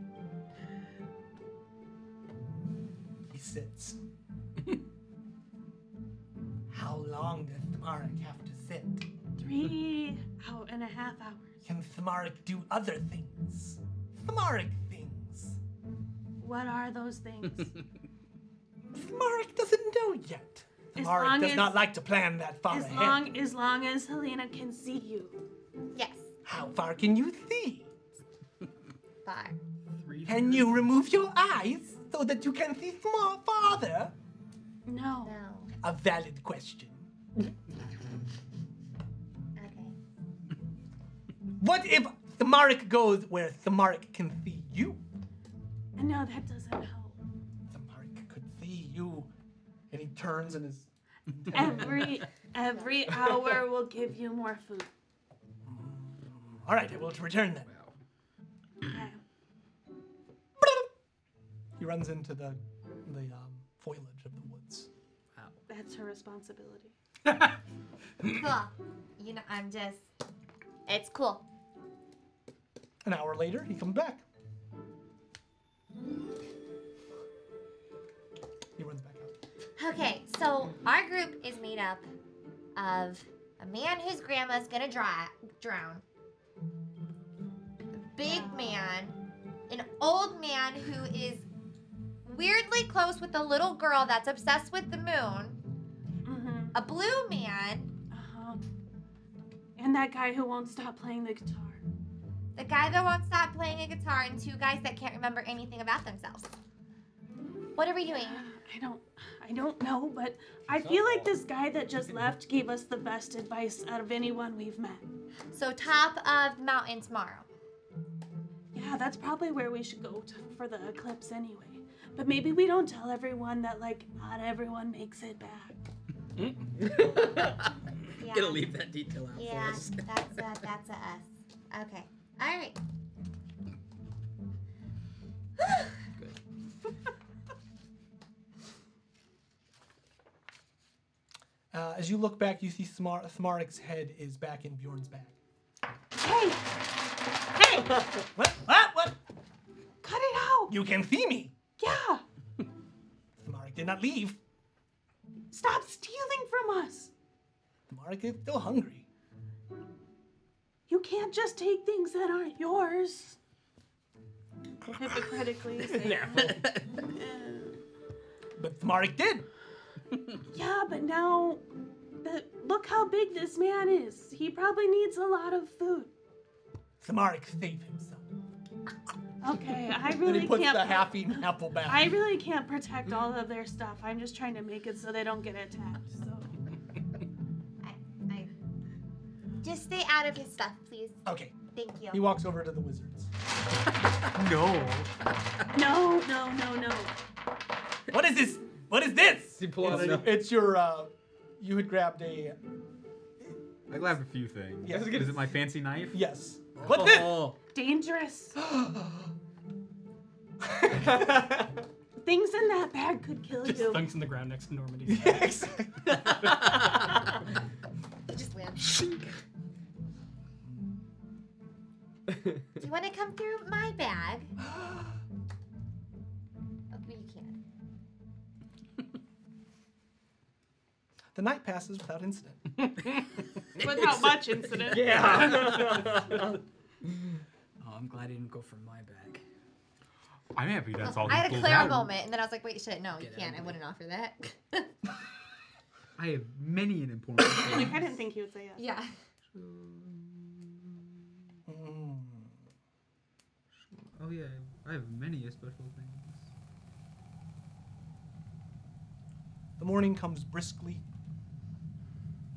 M: He sits. How long does Marek have to sit?
D: Three hour and a half hours.
M: Can Marek do other things? Marek things.
D: What are those things?
M: Marek doesn't know yet.
D: As
M: Marek
D: long
M: does
D: as-
M: not like to plan that far
D: as
M: ahead.
D: long as long as Helena can see you.
I: Yes.
M: How far can you see?
I: Far.
G: Three
M: Can you remove your eyes so that you can see far farther?
D: No.
I: No.
M: A valid question.
I: Okay.
M: What if Marek goes where Marek can see you?
D: No, that doesn't help.
M: Marek could see you, and he turns and is.
D: Every every hour will give you more food.
M: All right, I will return then.
D: Okay.
M: He runs into the the um, foliage of the woods.
D: That's her responsibility.
I: Cool. You know, I'm just. It's cool.
M: An hour later, he comes back. He runs back out.
I: Okay, so our group is made up of a man whose grandma's gonna dry, drown, a big man, an old man who is weirdly close with a little girl that's obsessed with the moon,
D: Mm-hmm.
I: a blue man,
D: Uh-huh. And that guy who won't stop playing the guitar.
I: the guy that won't stop playing a guitar, and two guys that can't remember anything about themselves. What are we doing?
D: I don't I don't know, but I feel like this guy that just left gave us the best advice out of anyone we've met.
I: So, top of the mountain tomorrow.
D: Yeah, that's probably where we should go to, for the eclipse anyway. But maybe we don't tell everyone that like not everyone makes it back.
I: Yeah.
E: Gonna leave that detail out
I: Yeah,
E: for us.
I: that's a, that's a us. Okay. All right.
A: Uh, as you look back, you see Smar- Smarek's head is back in Bjorn's bag.
D: Hey,
M: Hey! what? What? What?
D: cut it out!
M: You can see me.
D: Yeah,
M: Marek did not leave.
D: stop stealing from us.
M: Marek is still hungry.
D: You can't just take things that aren't yours. Hypocritically. saying.
M: But Marek did.
D: Yeah, but now, but look how big this man is. He probably needs a lot of food.
M: Samarik, save himself.
D: Okay, I
M: Then
D: really
M: he puts
D: can't.
M: the half-eaten apple back.
D: I really can't protect all of their stuff. I'm just trying to make it so they don't get attacked. So
I: I, just stay out of his stuff, please.
M: Okay.
I: Thank you.
A: He walks over to the wizards.
B: No.
D: no, no, no, no.
M: What is this? What is this?
A: It's, it's your. Uh, you had grabbed a. uh,
B: I grabbed a few things.
A: Yeah.
B: Is it my fancy knife? Oh.
A: Yes.
M: What's this?
D: Dangerous. Things in that bag could kill
G: Just
D: you.
G: thunks in the ground next to Normandy.
I: He just lands. Do you want to come through my bag? Oh, you can.
A: The night passes without incident.
D: Without much incident.
E: Yeah. oh, I'm glad I didn't go for my bag.
B: I'm happy that's
K: Oh,
B: all.
I: I had a
B: equals
I: Clara
B: out.
I: moment, and then I was like, wait, shit, no, you can't. I wouldn't offer that.
B: I have many an important thing.
D: Like I didn't think he would say yes.
I: yeah.
D: Hmm.
B: Oh yeah, I have many special things.
A: The morning comes briskly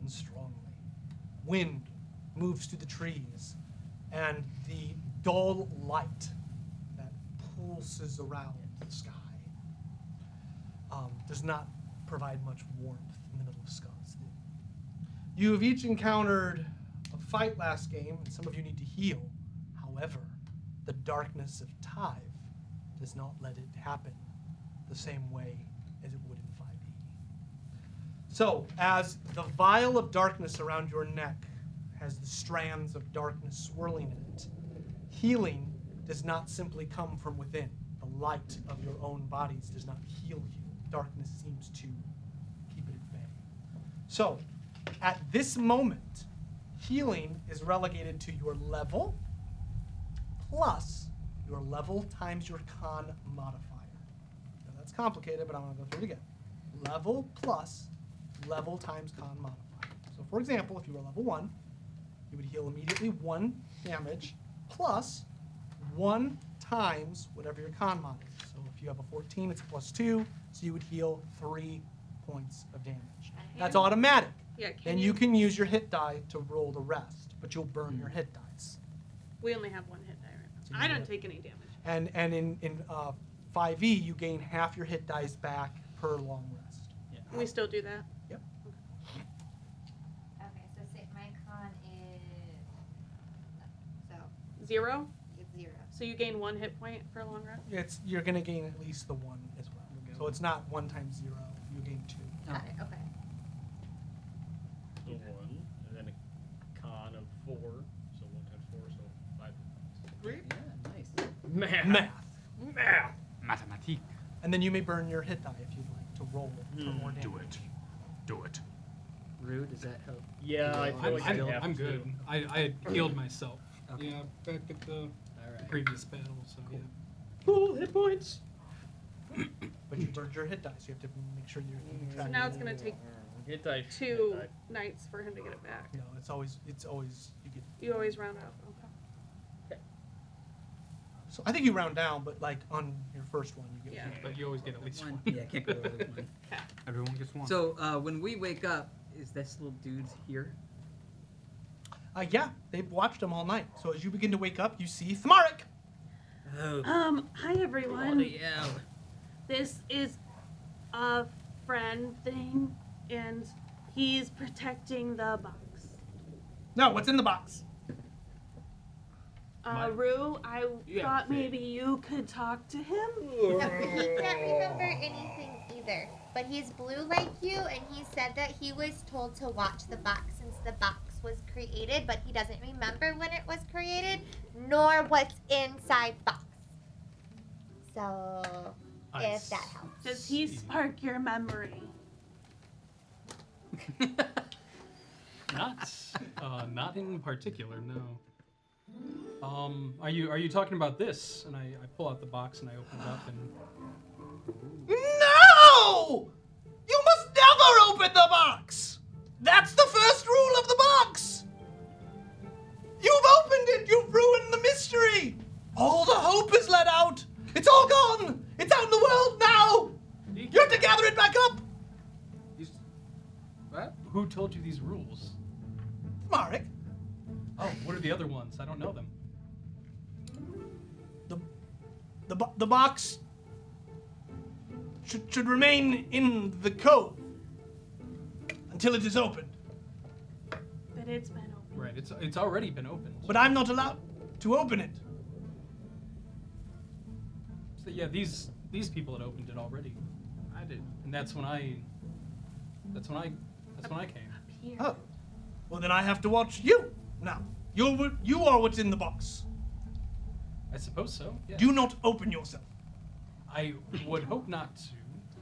A: and strongly. Wind moves through the trees, and the dull light that pulses around the sky um, does not provide much warmth in the middle of Scotsdale. You have each encountered a fight last game, and some of you need to heal. However, the darkness of Tive does not let it happen the same way as it would in 5e. So, as the vial of darkness around your neck has the strands of darkness swirling in it, healing does not simply come from within. The light of your own bodies does not heal you. Darkness seems to keep it at bay. So, at this moment, healing is relegated to your level plus your level times your con modifier. Now that's complicated, but I'm going to go through it again. Level plus level times con modifier. So, for example, if you were level one, you would heal immediately one damage plus one times whatever your con mod is. So, if you have a 14, it's plus two, so you would heal three points of damage. That's automatic.
D: Yeah. Can
A: Then you can use your hit die to roll the rest, but you'll burn your hit dice.
D: We only have one hit die right
A: So
D: now.
A: you
D: I
A: know
D: don't
A: what?
D: take any damage.
A: And and in in uh, 5e, you gain half your hit dice back per long rest.
D: We still do that.
I: Okay, so sit, my con is. So,
D: Zero.
I: it's zero.
D: So you gain one hit point per long rest.
A: It's you're gonna gain at least the one as well. So it's not one times zero. You gain two.
I: Got it, okay.
H: The one, and then a con of four. So one times four, so five.
K: Yeah, nice.
H: Math.
A: Math.
H: Math.
B: Mathematique.
A: And then you may burn your hit die if you'd like to roll for more damage.
B: Do it. Do it.
K: Rude, does that help?
H: Yeah, I feel
G: I'm,
H: like
G: I'm-
H: I'd have
G: I'm
H: to.
G: good. I, I had healed myself.
K: Okay.
G: Yeah, back at the
K: Alright.
G: previous battle. So
H: Cool hit points.
A: But you burned your hit dice. You have to make sure you're keeping
J: Mm.
A: track.
D: So
A: of
D: now
A: it.
D: it's gonna take
H: Hit die. hit
D: two
H: die.
D: nights for him to get it back.
A: No, it's always it's always you get.
D: You always round up. Okay.
A: So I think you round down, but like on your first one, you get.
D: Yeah.
G: yeah. But you always get at least
K: One.
G: one.
K: Yeah, can't go over one.
B: Everyone gets one.
K: So uh, when we wake up, is this little dude's here?
A: Uh, yeah, they've watched him all night. So as you begin to wake up, you see Thmarik.
K: Oh,
D: Um. Hi everyone.
K: bloody hell.
D: This is a friend thing, and he's protecting the box.
A: No, what's in the box?
D: Uh, Rue, I thought maybe you could talk to him.
I: No, he can't remember anything either. But he's blue like you, and he said that he was told to watch the box since the box was created, but he doesn't remember when it was created, nor what's inside the box. So, if that helps.
D: Does he spark your memory?
G: Not, uh, not in particular. No. Um, are you are you talking about this? And I, I pull out the box and I open it up and
M: No! You must know
G: ghouls.
M: Marek,
G: Oh, what are the other ones? I don't know them.
M: the, bo- the box should, should remain in the cove until it is opened.
D: But it's been open.
G: Right, it's it's already been opened.
M: But I'm not allowed to open it.
G: So yeah, these these people had opened it already. I did, and that's when I. That's when I. That's when I came.
M: Oh. Well, then I have to watch you now. You're, what- you are what's in the box.
G: I suppose so. Yeah.
M: Do not open yourself.
G: I would hope not to.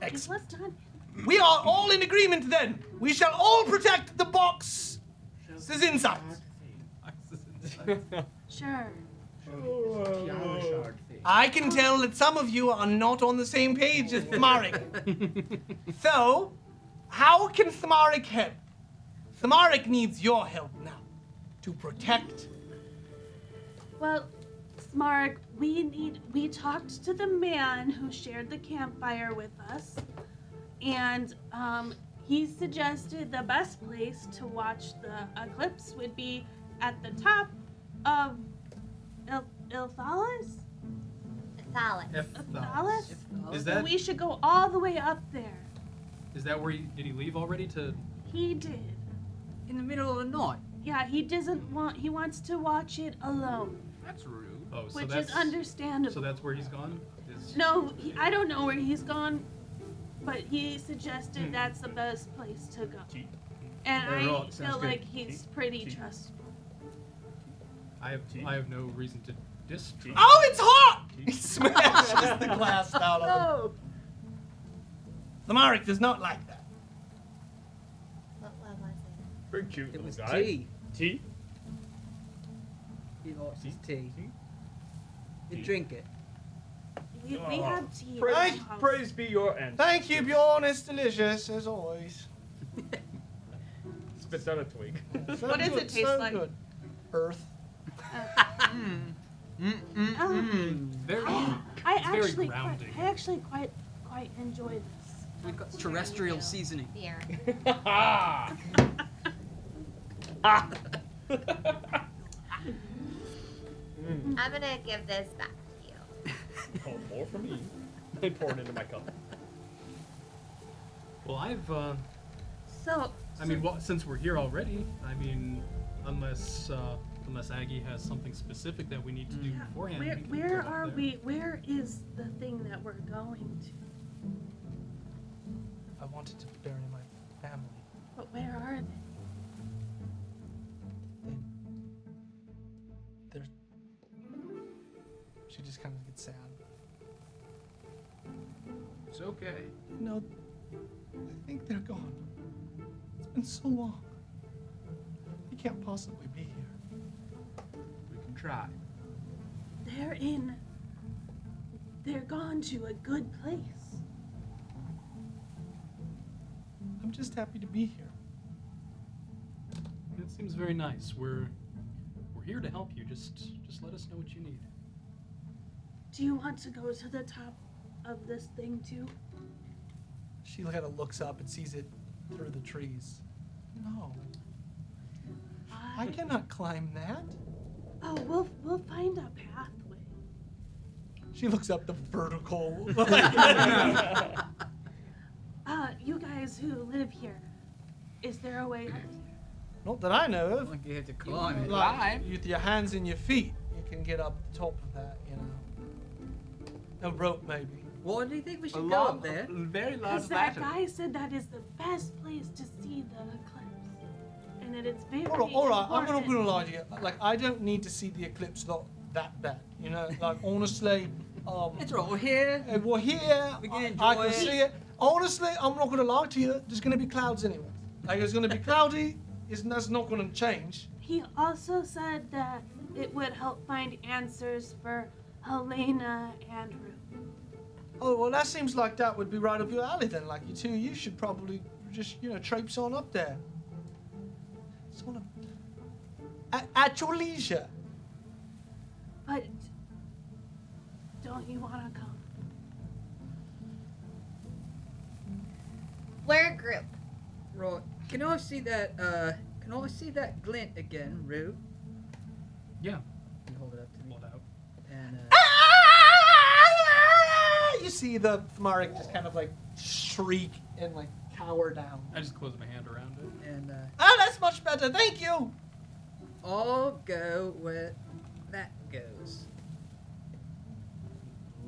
M: Excellent.
D: done.
M: We are all in agreement then. We shall all protect the box. This is insides.
D: Sure.
M: I can tell that some of you are not on the same page as Thmarik. so, how can Thmarik help? Thmarik needs your help now to protect.
D: Well, Smarg, we need we talked to the man who shared the campfire with us, and um, he suggested the best place to watch the eclipse would be at the top of Il- Ilthalis.
I: Solid.
D: Ilthalis.
G: Is that
D: we should go all the way up there.
G: is that where you, did he leave already to?
D: He did.
E: In the middle of the night.
D: Yeah, he doesn't want. He wants to watch it alone,
G: That's rude. Oh, so
D: which
G: that's
D: is understandable.
G: so that's where he's gone. Is,
D: No, he, I don't know where he's gone, but he suggested
G: Hmm.
D: that's the best place to go. And
G: Very
D: I
G: well, sounds
D: feel
G: good.
D: like he's pretty trustful.
G: I have I have no reason to distrust.
M: Oh, it's hot! He smashes the glass out of him.
D: No,
M: Thmarik does not like that.
I: What, what was it?
H: Very cute little
K: It was
H: guy.
K: tea.
H: Tea?
K: He likes his tea.
H: Tea?
K: You drink it.
D: we, we
H: Oh,
D: have tea. in our
H: Praise,
D: house.
H: praise be your end.
A: Thank you, Bjorn. It's delicious as always.
H: Spits out a twig.
A: So
D: What does
A: good,
D: it taste
A: so
D: like?
A: Good. Earth.
D: Uh,
M: Hmm.
D: Um,
G: Very
D: I
G: It's very
D: actually, quite,
G: grounding.
D: I actually quite, quite enjoy this.
E: We've got terrestrial seasoning.
I: The air. I'm gonna give this back to you.
H: Oh, Mm. more for me. They pour it into my cup.
G: well. I've uh,
D: So,
G: I mean, well, since we're here already, I mean, unless uh, unless Aggie has something specific that we need to do
D: yeah,
G: beforehand,
D: where,
G: we can go
D: where
G: up
D: are
G: there.
D: we? Where is the thing that we're going to?
M: I wanted to bury my family.
D: But where are they?
M: She just kind of gets sad.
B: It's okay.
M: No, I think they're gone. It's been so long. They can't possibly be here.
B: We can try.
D: They're in. They're gone to a good place.
M: I'm just happy to be here.
G: That seems very nice. We're we're here to help you. Just just let us know what you need.
D: Do you want to go to the top of this thing too?
M: She kind of looks up and sees it through the trees. No, I cannot climb that.
D: Oh, we'll we'll find a pathway.
M: She looks up the vertical.
D: Uh, you guys who live here, is there a way up here?
A: Not that I know of.
E: Like you have to climb it.
A: Like, with your hands and your feet, you can get up the top of that, you know. A rope, maybe.
K: Why do you think we
B: A
K: should go
B: lot,
K: up there?
B: very large
D: Because that
B: ladder.
D: guy said that is the best place to see the eclipse, and that it's very
A: All right, all right. I'm not
D: important.
A: gonna lie to you. Like, I don't need to see the eclipse lot that bad. You know, like honestly, um,
E: It's right, we're here.
A: uh, we're here.
E: We can enjoy
A: I, I can
E: it.
A: see it. Honestly, I'm not gonna lie to you. There's gonna be clouds anyway. Like, it's gonna be cloudy. It's, that's not gonna change.
D: He also said that it would help find answers for Helena and Ruth.
A: Oh well, that seems like that would be right up your alley then. Like you two, you should probably just you know traipse on up there. Sort of at, at your leisure.
D: But don't you want to come?
I: We're a group.
K: Right. Can I see that uh
E: Can I see that glint again, Rue?
A: Yeah.
E: You hold it up to me.
A: Hold out.
E: And uh,
M: Ah, You see the Thmaric just kind of like shriek and like cower down.
A: I just close my hand around it.
E: and uh,
M: Ah, that's much better. Thank you.
E: I'll go where that goes.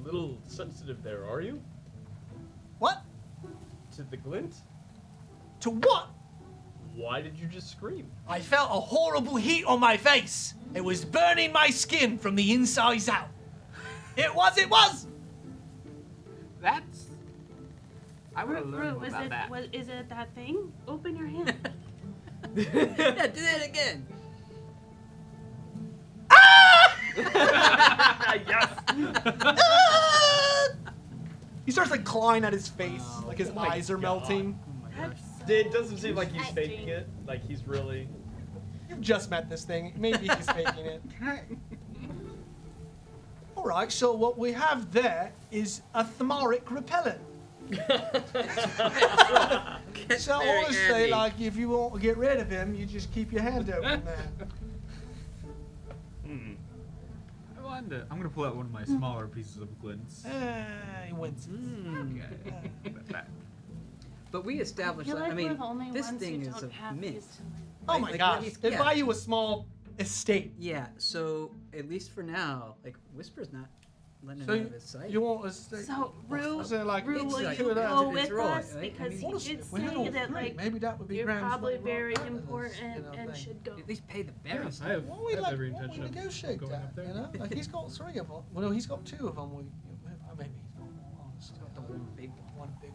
H: Little sensitive there, are you?
M: What?
H: To the glint?
M: To what?
H: Why did you just scream?
O: I felt a horrible heat on my face. It was burning my skin from the insides out. It was, it was!
B: That's. I want to learn
D: Root,
B: more
D: was
B: about
D: it,
B: that.
D: was, is it that thing? Open your hand.
E: yeah, do that again.
M: He starts like clawing at his face, like
A: Oh
M: his eyes are melting.
D: That's so
H: It doesn't seem like he's
I: I-
H: faking it. Like he's really.
M: You've just met this thing. Maybe he's faking it. All right. So what we have there is a Thmaric repellent.
E: It's
M: So
E: very
M: honestly,
E: handy.
M: like if you want to get rid of him, you just keep your hand open there.
B: Hmm. I wonder. I'm gonna pull out one of my smaller pieces of glints.
M: Ah, he wins.
B: Okay. That-
E: But we established.
D: feel
E: that-
D: like
E: I mean,
D: we're the only
E: this
D: ones
E: thing
D: who
E: is
D: don't
E: a
D: have
E: mint.
D: these two lenses.
M: Oh
E: Like-
M: my
E: like what
M: gosh!
E: he's-
M: They
E: yeah.
M: buy you a small estate.
E: Yeah. So at least for now, like Whisper's not letting
M: So
E: it out
M: you-
E: of his sight.
M: You want us to?
D: So, Rue,
M: so like,
E: it's
D: Rue, will
E: like-
D: you
E: it's-
D: go
E: it's
D: with
E: right,
D: us?
E: right? I
D: Because
E: mean,
D: he
M: honestly,
D: did
M: we had
D: say
M: all
D: that,
M: three.
D: like,
M: maybe that would be
D: you're
M: grand.
D: probably very
M: Well,
D: important
M: you know,
D: and
M: thing.
D: should go.
E: At least pay the
A: Yeah,
E: berries.
A: I have,
M: Well, we
A: I have
M: like,
A: every
M: well,
A: intention
M: we
A: of
M: negotiate
A: going
M: that,
A: up there.
M: you know? Like, he's got three of them. Well, no, he's got two of them. We, uh, maybe he's got one, honestly.
E: The one big one.
M: One big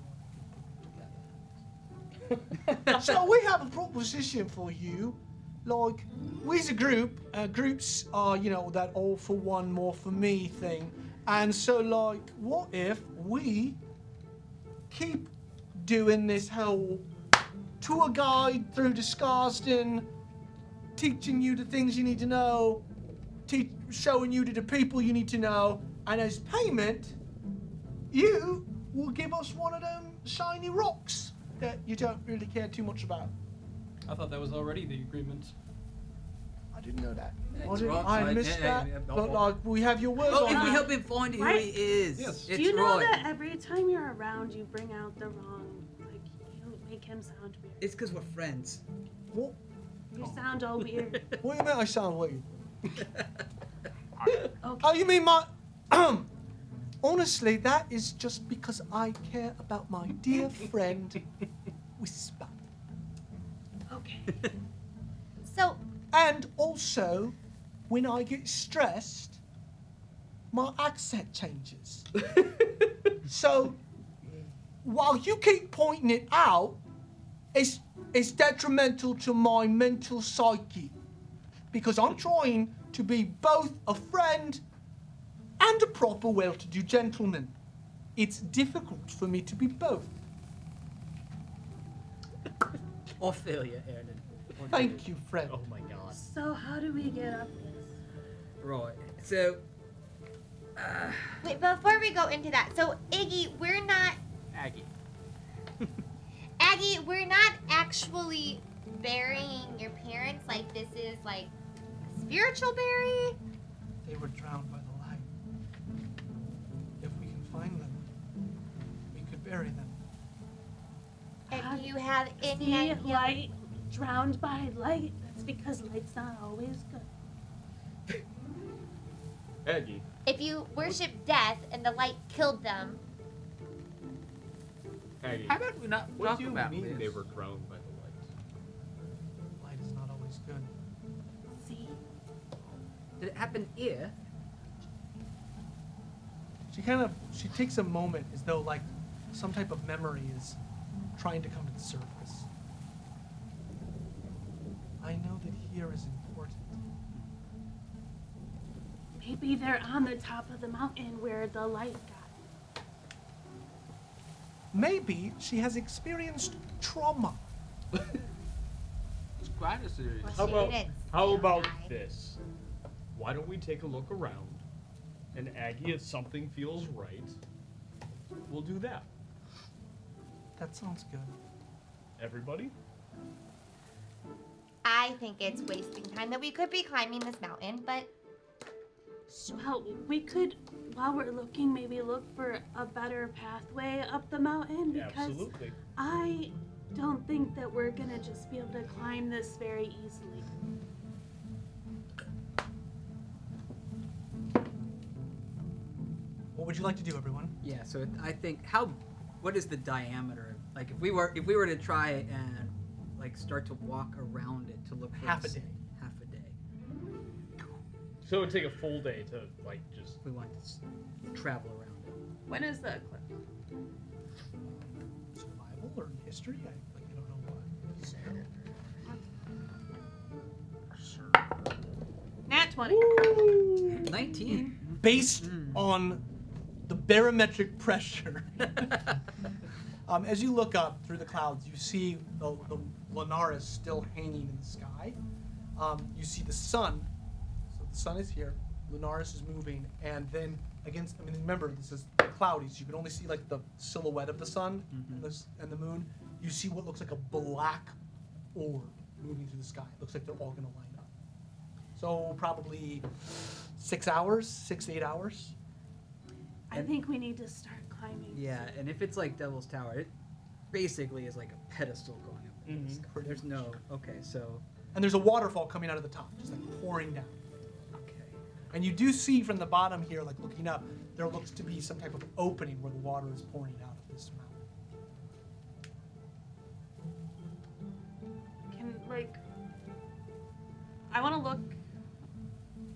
M: one. so we have a proposition for you. Like, we as a group, uh, groups are, you know, that all for one, more for me thing. And so, like, what if we keep doing this whole tour guide through to Scarsden, teaching you the things you need to know, te- showing you to the people you need to know, and as payment, you will give us one of them shiny rocks that you don't really care too much about.
A: I thought that was already the agreement.
M: I didn't know that. I,
E: It's
M: didn't-
E: rocks,
M: I
E: right?
M: missed
E: Yeah,
M: that.
E: yeah, yeah,
M: but like, we have your word
E: Oh,
M: on
E: if we
M: that.
E: help him find who
D: Right?
E: he is,
A: Yes.
E: it's
D: Do you know
E: Roy.
D: that every time you're around, you bring out the wrong? Like you make him sound weird.
E: It's because we're friends.
M: What,
D: You
B: oh.
D: sound all weird.
M: what do you mean I sound weird?
D: Okay.
M: Oh, you mean my. Honestly, that is just because I care about my dear friend, Whisper.
D: Okay.
I: So
M: And also, when I get stressed, my accent changes. so, while you keep pointing it out, it's, it's detrimental to my mental psyche because I'm trying to be both a friend and a proper well to do gentleman. It's difficult for me to be both.
E: I'll feel you, Aaron.
M: Thank you, friend.
H: Oh my god.
D: So how do we get up this?
E: Right. So uh,
I: wait, before we go into that, so Iggy, we're not
B: Aggie.
I: Aggie, we're not actually burying your parents. Like this is like a spiritual bury.
M: They were drowned by the light. If we can find them, we could bury them.
I: And do you have any
D: See,
I: idea?
D: light drowned by light. That's because light's not always good.
H: Aggie.
I: If you worship death and the light killed them,
H: Aggie.
B: How about we not
H: What
B: talk
H: do you
B: about
H: mean
B: this?
H: they were drowned by the
M: Light is not always good.
D: See,
E: did it happen here?
M: She kind of she takes a moment as though like some type of memory is trying to come to the surface. I know that here is important.
D: maybe they're on the top of the mountain where the light got.
M: Maybe she has experienced trauma.
B: It's quite a serious.
I: Well,
H: How
I: she
H: about-
I: didn't
H: How
I: say
H: about
I: hi.
H: this? Why don't we take a look around? And Aggie, if something feels right, we'll do that.
M: That sounds good.
H: Everybody?
I: I think it's wasting time that we could be climbing this mountain, but
D: Well,
J: um,
D: we could, while we're looking, maybe look for a better pathway up the mountain because
H: Absolutely.
D: I don't think that we're gonna just be able to climb this very easily.
A: What would you like to do, everyone?
K: Yeah, so it, I think how, what is the diameter? Like if we were if we were to try and like start to walk around it to look for
A: Half a
K: this-
A: day.
K: half a day.
H: So it would take a full day to like just.
K: We want to s- travel around it.
J: When is the eclipse?
A: Survival or history? I, like, I don't know what.
J: Nat 20.
K: Nineteen.
A: based on the barometric pressure. um, as you look up through the clouds, you see the, the Lunaris still hanging in the sky. Um, you see the sun. So the sun is here. Lunaris is moving, and then against. I mean, remember this is cloudy, so you can only see like the silhouette of the sun and, the, s- and the moon. You see what looks like a black orb moving through the sky. It looks like they're all going to line up. So probably six hours, six to eight hours.
D: I think we need to start climbing.
K: Yeah, and if it's like Devil's Tower, it basically is like a pedestal going up. into
A: Mm-hmm.
K: the sky. There's no okay, so
A: And there's a waterfall coming out of the top, just like pouring down. And you do see from the bottom here, like looking up, there looks to be some type of opening where the water is pouring out of this mountain.
J: Can, like, I want to look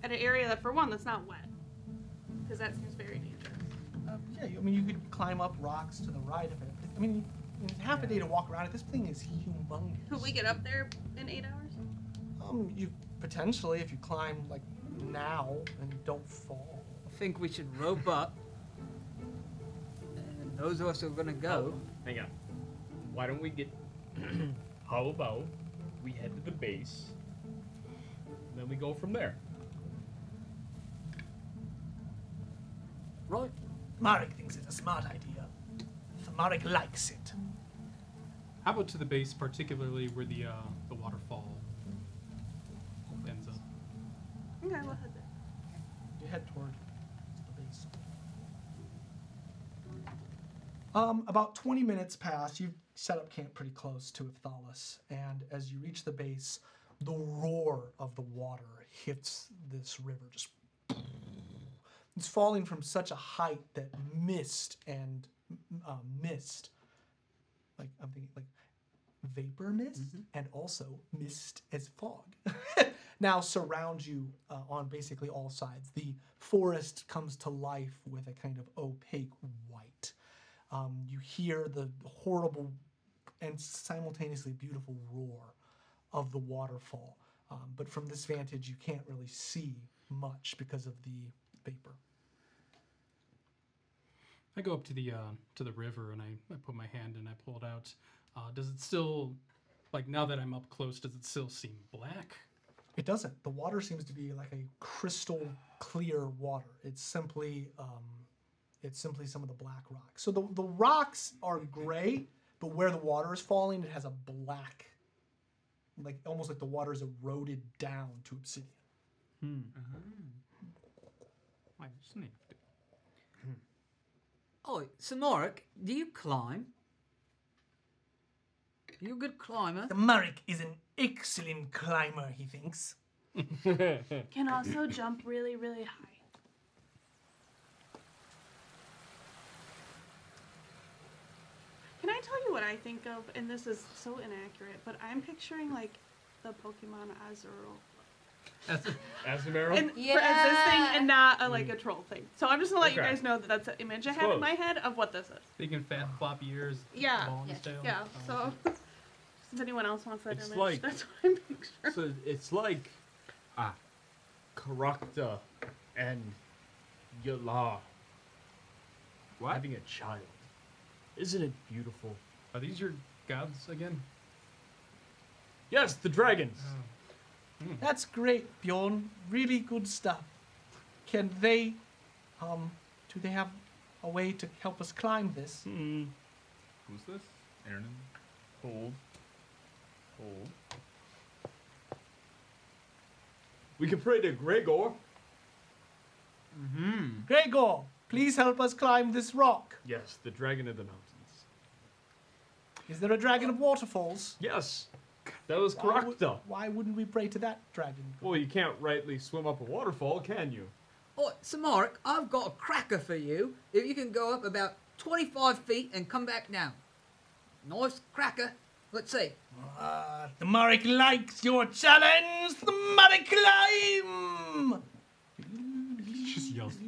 J: at an area that, for one, that's not wet. Because that seems very dangerous.
A: Um, yeah, you- I mean, you could climb up rocks to the right of it. I mean, in half a day to walk around it. This thing is humongous.
J: Could we get up there in eight hours?
A: Um, you potentially, if you climb like now and don't fall.
K: I think we should rope up. And those of us who are gonna go.
H: Hang on. Why don't we get? How about we head to the base, and then we go from there.
K: Right.
A: Marek thinks it's a smart idea. Marek likes it.
G: How about to the base, particularly where the uh, the waterfall ends up?
J: Okay, we'll head there.
A: You head toward the base. Um, about 20 minutes pass. You've set up camp pretty close to Iphthalus, and as you reach the base, the roar of the water hits this river. Just it's falling from such a height that mist and uh, mist, like I'm thinking like vapor mist and also mist as fog now surrounds you uh, on basically all sides. The forest comes to life with a kind of opaque white. Um, you hear the horrible and simultaneously beautiful roar of the waterfall, um, but from this vantage, you can't really see much because of the vapor.
G: I go up to the uh, to the river and I, I put my hand and I pull it out. Uh, does it still, like now that I'm up close, does it still seem black?
A: It doesn't. The water seems to be like a crystal clear water. It's simply um, it's simply some of the black rocks. So the, the rocks are gray, but where the water is falling, it has a black, like almost like the water is eroded down to obsidian.
B: I sniffed.
E: Hmm.
K: Oh, Samoric, do you climb? You a good climber?
M: Marek is an excellent climber, he thinks.
D: Can also jump really, really high.
J: Can I tell you what I think of? And this is so inaccurate, but I'm picturing, like, the Pokemon Azurul.
H: Azumarill.
J: And for as this thing
I: Yeah.
J: and not a, like a troll thing. So I'm just gonna let you
H: Mm. Okay.
J: guys know that that's the image I have
H: Close.
J: in my head of what this is.
G: Big and fat, floppy ears.
J: Yeah.
G: long
I: Yeah.
G: tail.
J: Yeah.
G: Oh,
J: So if anyone else wants that
H: It's
J: image,
H: like-
J: that's what I'm picturing.
H: so it's like ah, Karakta and Yalar
B: What?
H: having a child. Isn't it beautiful?
G: Are these your gods again?
H: Yes, the dragons.
A: That's great, Bjorn. Really good stuff. Can they, um, do they have a way to help us climb this?
H: Hmm.
B: Who's this? Aaron?
H: Hold. Hold. We can pray to Gregor.
B: Mm-hmm.
A: Gregor, please help us climb this rock.
H: Yes, the dragon of the mountains.
A: Is there a dragon of waterfalls?
H: Yes, that was
A: Why would-
H: Karakta.
A: Why wouldn't we pray to that dragon?
H: Well, you can't rightly swim up a waterfall, can you?
E: Oh, Samarik, I've got a cracker for you. If you can go up about 25 feet and come back down. Nice cracker. Let's see.
M: Uh, the Marek likes your challenge. The Marek climb.
B: Just yells.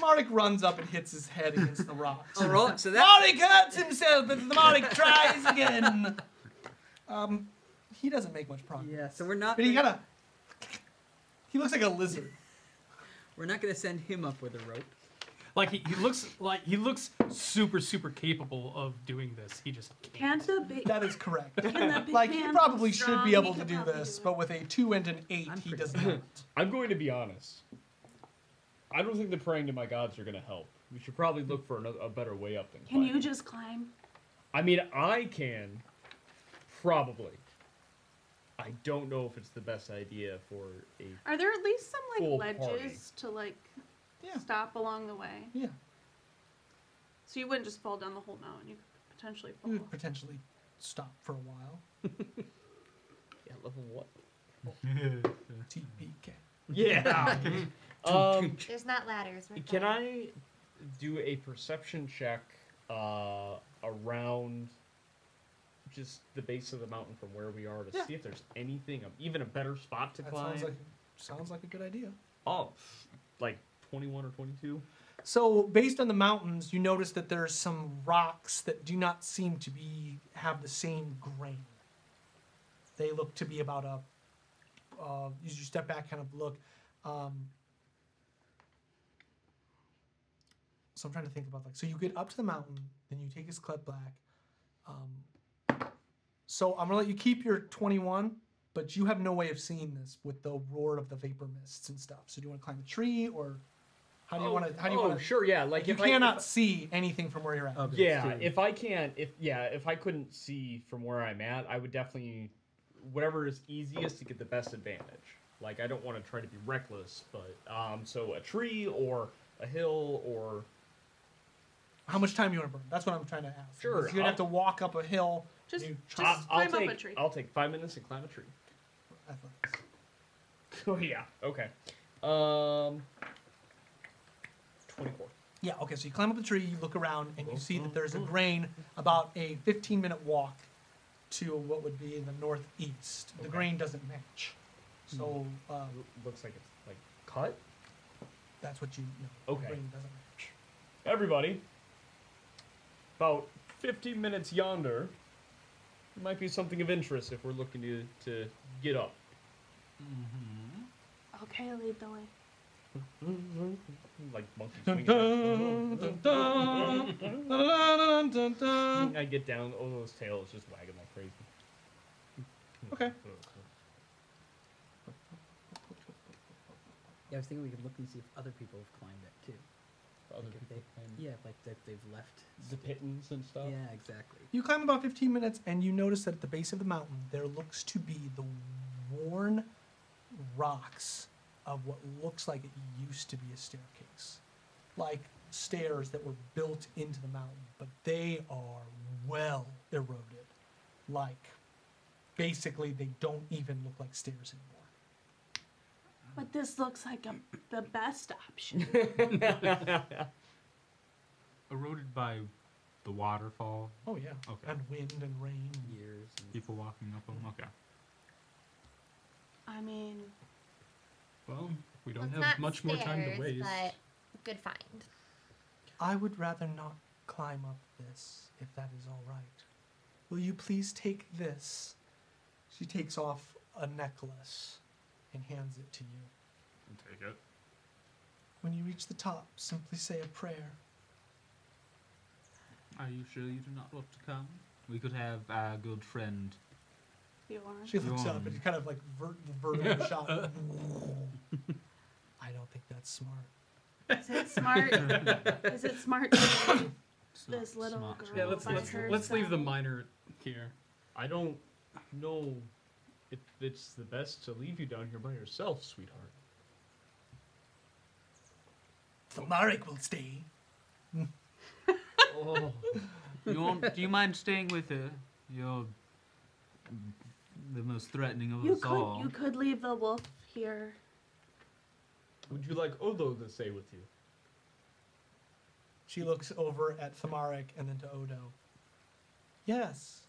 A: Marek runs up and hits his head against the rocks.
M: All right, so that-
A: Marek hurts himself, but the Marek tries again. Um, he doesn't make much progress.
E: Yeah, so we're not.
A: But he got a. He looks like a lizard.
E: We're not going to send him up with a rope.
G: Like he, he looks like he looks super super capable of doing this. He just can't.
D: Can't the big
A: That is correct.
D: Can that big
A: like he
D: man
A: probably
D: be
A: should
D: strong?
A: be
D: He
A: able
D: can
A: to do
D: probably
A: this, but with a two and an 8 he does not.
H: I'm going to be honest. I don't think the praying to my gods are going to help. We should probably look for another, a better way up than.
D: Can
H: climbing.
D: you just climb?
H: I mean, I can, probably. I don't know if it's the best idea for a.
J: Are there at least some like
H: Full
J: ledges
H: party.
J: to like stop along the way?
A: Yeah.
J: So you wouldn't just fall down the whole mountain. You could potentially fall.
A: He would potentially stop for a while.
H: Yeah, level what?
A: TPK.
H: Yeah. um,
I: There's not ladders. we're
H: Can
I: fine.
H: I do a perception check uh, around just the base of the mountain from where we are to
A: Yeah.
H: see if there's anything, a- even a better spot to
A: That
H: climb?
A: sounds like sounds like a good idea.
H: oh, like 21 or 22?
A: So, based on the mountains, you notice that there's some rocks that do not seem to be have the same grain. They look to be about a. Uh, as you step back, kind of look. Um, so I'm trying to think about like. So you get up to the mountain, then you take his clip back. Um, so I'm gonna let you keep your 21, but you have no way of seeing this with the roar of the vapor mists and stuff. So do you want to climb a tree or? How do you
H: Oh,
A: want to? How do you
H: oh,
A: want to?
H: sure, yeah. Like
A: you
H: if I- if
A: cannot
H: I-
A: see anything from where you're at.
H: yeah, if I can't, if yeah, if I couldn't see from where I'm at, I would definitely whatever is easiest to get the best advantage. Like I don't want to try to be reckless, but um, so a tree or a hill or
A: How much time you want to burn? That's what I'm trying to ask.
H: Sure,
A: Because You're gonna have to
H: I'll-
A: walk up a hill.
J: Just,
A: you
J: just
H: I- I'll
J: climb
H: take,
J: up a tree.
H: I'll take five minutes and climb a tree.
A: athletics.
H: Oh yeah, okay. Um, twenty-four. Mm-hmm.
A: Yeah. Okay. So you climb up a tree, you look around, and you see that there's a grain about a 15 minute walk to what would be in the northeast. The grain doesn't match. So uh,
H: Mm. Looks like it's like cut.
A: that's what you know.
H: Okay.
A: The grain doesn't match.
H: Everybody, about 50 minutes yonder might be something of interest if we're looking to, to get up.
J: Okay, lead the way.
A: Mm-hmm.
H: Like monkeys.
A: Dun,
H: swinging. I get down, all those tails just wagging like crazy.
A: Okay.
K: Yeah, I was thinking we could look and see if other people have climbed it too.
H: Other
K: Like, if
H: people
K: they-
H: claim
K: Yeah, like that they've left.
H: the pittance and stuff.
K: Yeah, exactly.
A: You climb about 15 minutes, and you notice that at the base of the mountain, there looks to be the worn rocks of what looks like it used to be a staircase. Like stairs that were built into the mountain, but they are well eroded. Like, basically, they don't even look like stairs anymore.
D: But this looks like a, the best option.
B: Eroded by the waterfall.
A: Oh, yeah.
B: Okay.
A: And wind and rain.
K: Years. and-
B: People walking up them. Okay.
J: I mean,
G: Well, we
I: Well,
G: don't
I: it's
G: have
I: not
G: much more time to
I: stairs,
G: waste.
I: But good
J: um,
I: find.
A: I would rather not climb up this, if that is all right. Will you please take this? She takes off a necklace and hands it to you.
B: Take it.
A: When you reach the top, simply say a prayer.
B: Are you sure you do not want to come? We could have our good friend.
J: you are.
A: She looks
B: Yawn.
A: up and kind of like vert, vertical shot. I don't think that's smart.
J: Is it smart? is it smart? to leave
B: It's not
J: This little
B: smart to
J: girl
G: Yeah, let's
J: by
G: let's, let's leave the
J: herself?
G: minor here.
H: I don't. No, it, it's the best to leave you down here by yourself, sweetheart.
A: Thamaric will stay.
B: Oh. You won't, do you mind staying with her? You're the most threatening of
D: You
B: us
D: could
B: all.
D: you could leave the wolf here.
H: Would you like Odo to stay with you?
A: She looks over at Thamaric and then to Odo. Yes.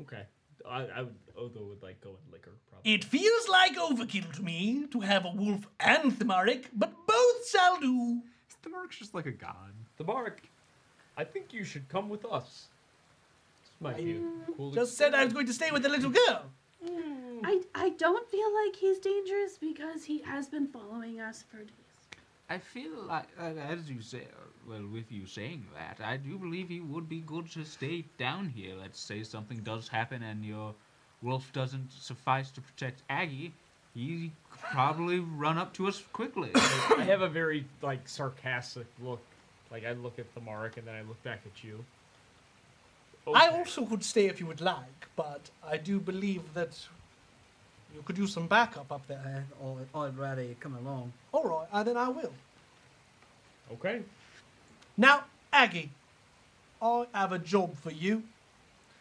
H: Okay. I, I would Odo would like go and lick her probably.
M: It feels like overkill to me to have a wolf and Thamaric, but both shall do.
H: Thamaric's just like a god. Thamaric, I think you should come with us. This might be a cool
M: Just said I was going to stay with the little girl.
D: Mm. I I don't feel like he's dangerous because he has been following us for days.
B: I feel like, uh, as you say, well, with you saying that, I do believe he would be good to stay down here. Let's say something does happen and your wolf doesn't suffice to protect Aggie, he could probably run up to us quickly.
H: I have a very like sarcastic look. Like I look at Thamaric and then I look back at you.
A: I also could stay if you would like, but I do believe that you could use some backup up there.
K: I'd, I'd rather you come along.
A: All right, uh, then I will.
H: Okay.
A: Now, Aggie, I have a job for you.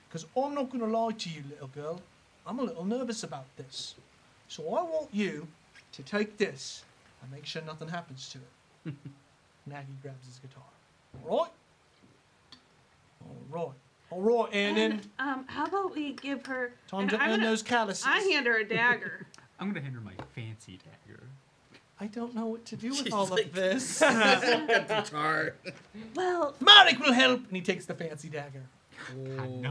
A: Because I'm not going to lie to you, little girl. I'm a little nervous about this. So I want you to take this and make sure nothing happens to it. and Aggie grabs his guitar. All right? All right. All right, Annan.
J: And, um, how about we give her
A: Time
J: and
A: to
J: I'm
A: earn
J: gonna-
A: those calluses.
J: I hand her a dagger.
B: I'm gonna hand her my fancy dagger.
A: I don't know what to do with
B: She's
A: all
B: like-
A: of this.
B: Guitar.
D: Well,
A: Marek will help, and he takes the fancy dagger.
K: Oh.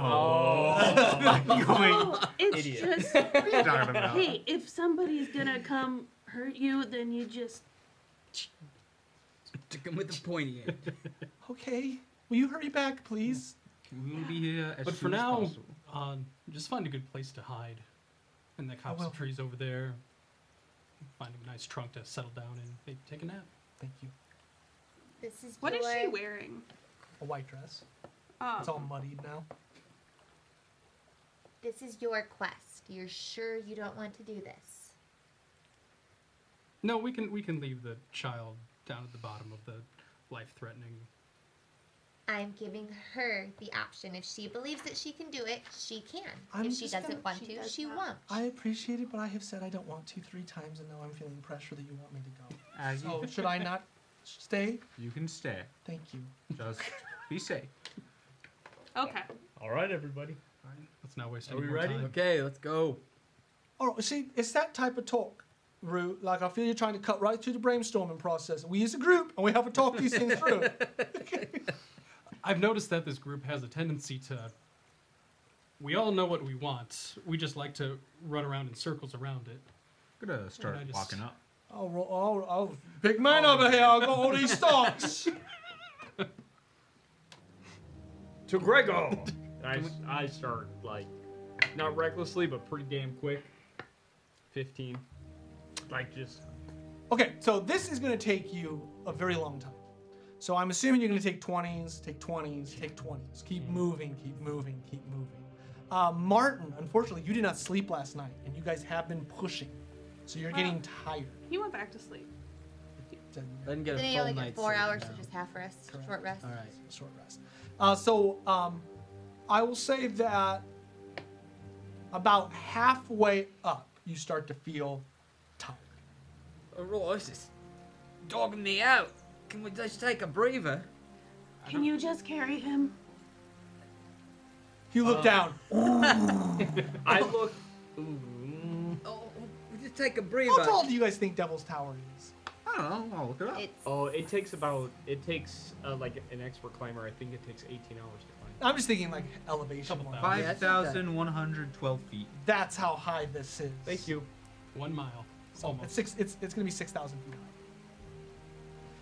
D: No, it's just
A: Talking about.
D: hey, if somebody's gonna come hurt you, then you just
E: Stick him with the pointy end.
A: Okay. Will you hurry back, please?
B: We'll be here as
G: But for
B: soon as
G: now,
B: possible.
G: um, just find a good place to hide. And that copse
A: will.
G: of trees over there. Find a nice trunk to settle down in. Maybe take a nap.
A: Thank you.
I: This is
J: What is she
I: your-
J: wearing?
A: A white dress.
J: Um,
A: It's all muddied now.
I: This is your quest. You're sure you don't want to do this?
G: No, we can we can leave the child down at the bottom of the life-threatening.
I: I'm giving her the option. If she believes that she can do it, she can.
A: I'm
I: if she
A: just
I: doesn't
A: gonna-
I: want
A: she
I: to,
A: does
I: she
A: not.
I: won't.
A: I appreciate it, but I have said I don't want to three times, and now I'm feeling pressure that you want me
B: Aggie.
A: to go. So Oh, should I not stay?
B: You can stay.
A: Thank you.
B: Just be safe.
J: Okay.
H: All right, everybody.
G: Let's not waste
H: Are
G: any
H: we
G: more
H: ready?
G: time.
K: Okay, let's go.
A: All right, see, it's that type of talk, Rue. Like, I feel you're trying to cut right through the brainstorming process. We as a group, and we have to talk these things through.
G: I've noticed that this group has a tendency to. We all know what we want. We just like to run around in circles around it.
B: Gonna start
G: I just-
B: walking up.
A: I'll, roll, I'll, I'll big man over here. I've got all these stocks.
H: To Gregor. I, s- I start like not recklessly but pretty damn quick. Fifteen. Like just
A: Okay, so this is going to take you a very long time. So I'm assuming you're going to take 20s, take 20s, take 20s. Keep
K: Mm-hmm.
A: moving, keep moving, keep moving. Uh, Martin, unfortunately, you did not sleep last night, and you guys have been pushing. So you're getting tired.
J: He went back to sleep.
K: Didn't get a
I: Then you
K: full
I: only get
K: night's
I: four
K: sleep,
I: hours,
K: no.
I: so just half rest, short rest.
K: All right.
A: Short rest. Uh, so um, I will say that about halfway up, you start to feel tired.
E: Alright, this is dogging me out. Can we just take a breather?
D: can you just carry him?
A: You look down.
H: I look
E: Oh,
K: Uh,
E: we just take a breather.
A: How tall do you guys think Devil's Tower is?
B: I don't know. I'll look it up.
I: It's
H: Oh, it takes about it takes uh, like an expert climber. I think it takes 18 hours to climb.
A: I'm just thinking like elevation. wise.
K: Yeah, I
B: Five
K: think that-
B: thousand one hundred twelve feet.
A: That's how high this is. Oh,
H: Thank you.
G: One mile.
A: It's
G: Almost.
A: six. It's it's gonna be six thousand feet high.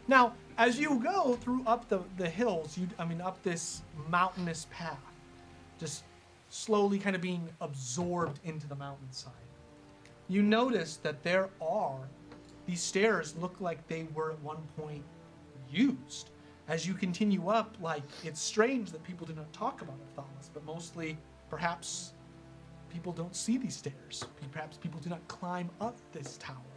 A: Now, as you go through up the the hills, you I mean up this mountainous path, just slowly kind of being absorbed into the mountainside. You notice that there are these stairs look like they were at one point used. as you continue up, like it's strange that people do not talk about Athalas, but mostly perhaps people don't see these stairs. Perhaps people do not climb up this tower.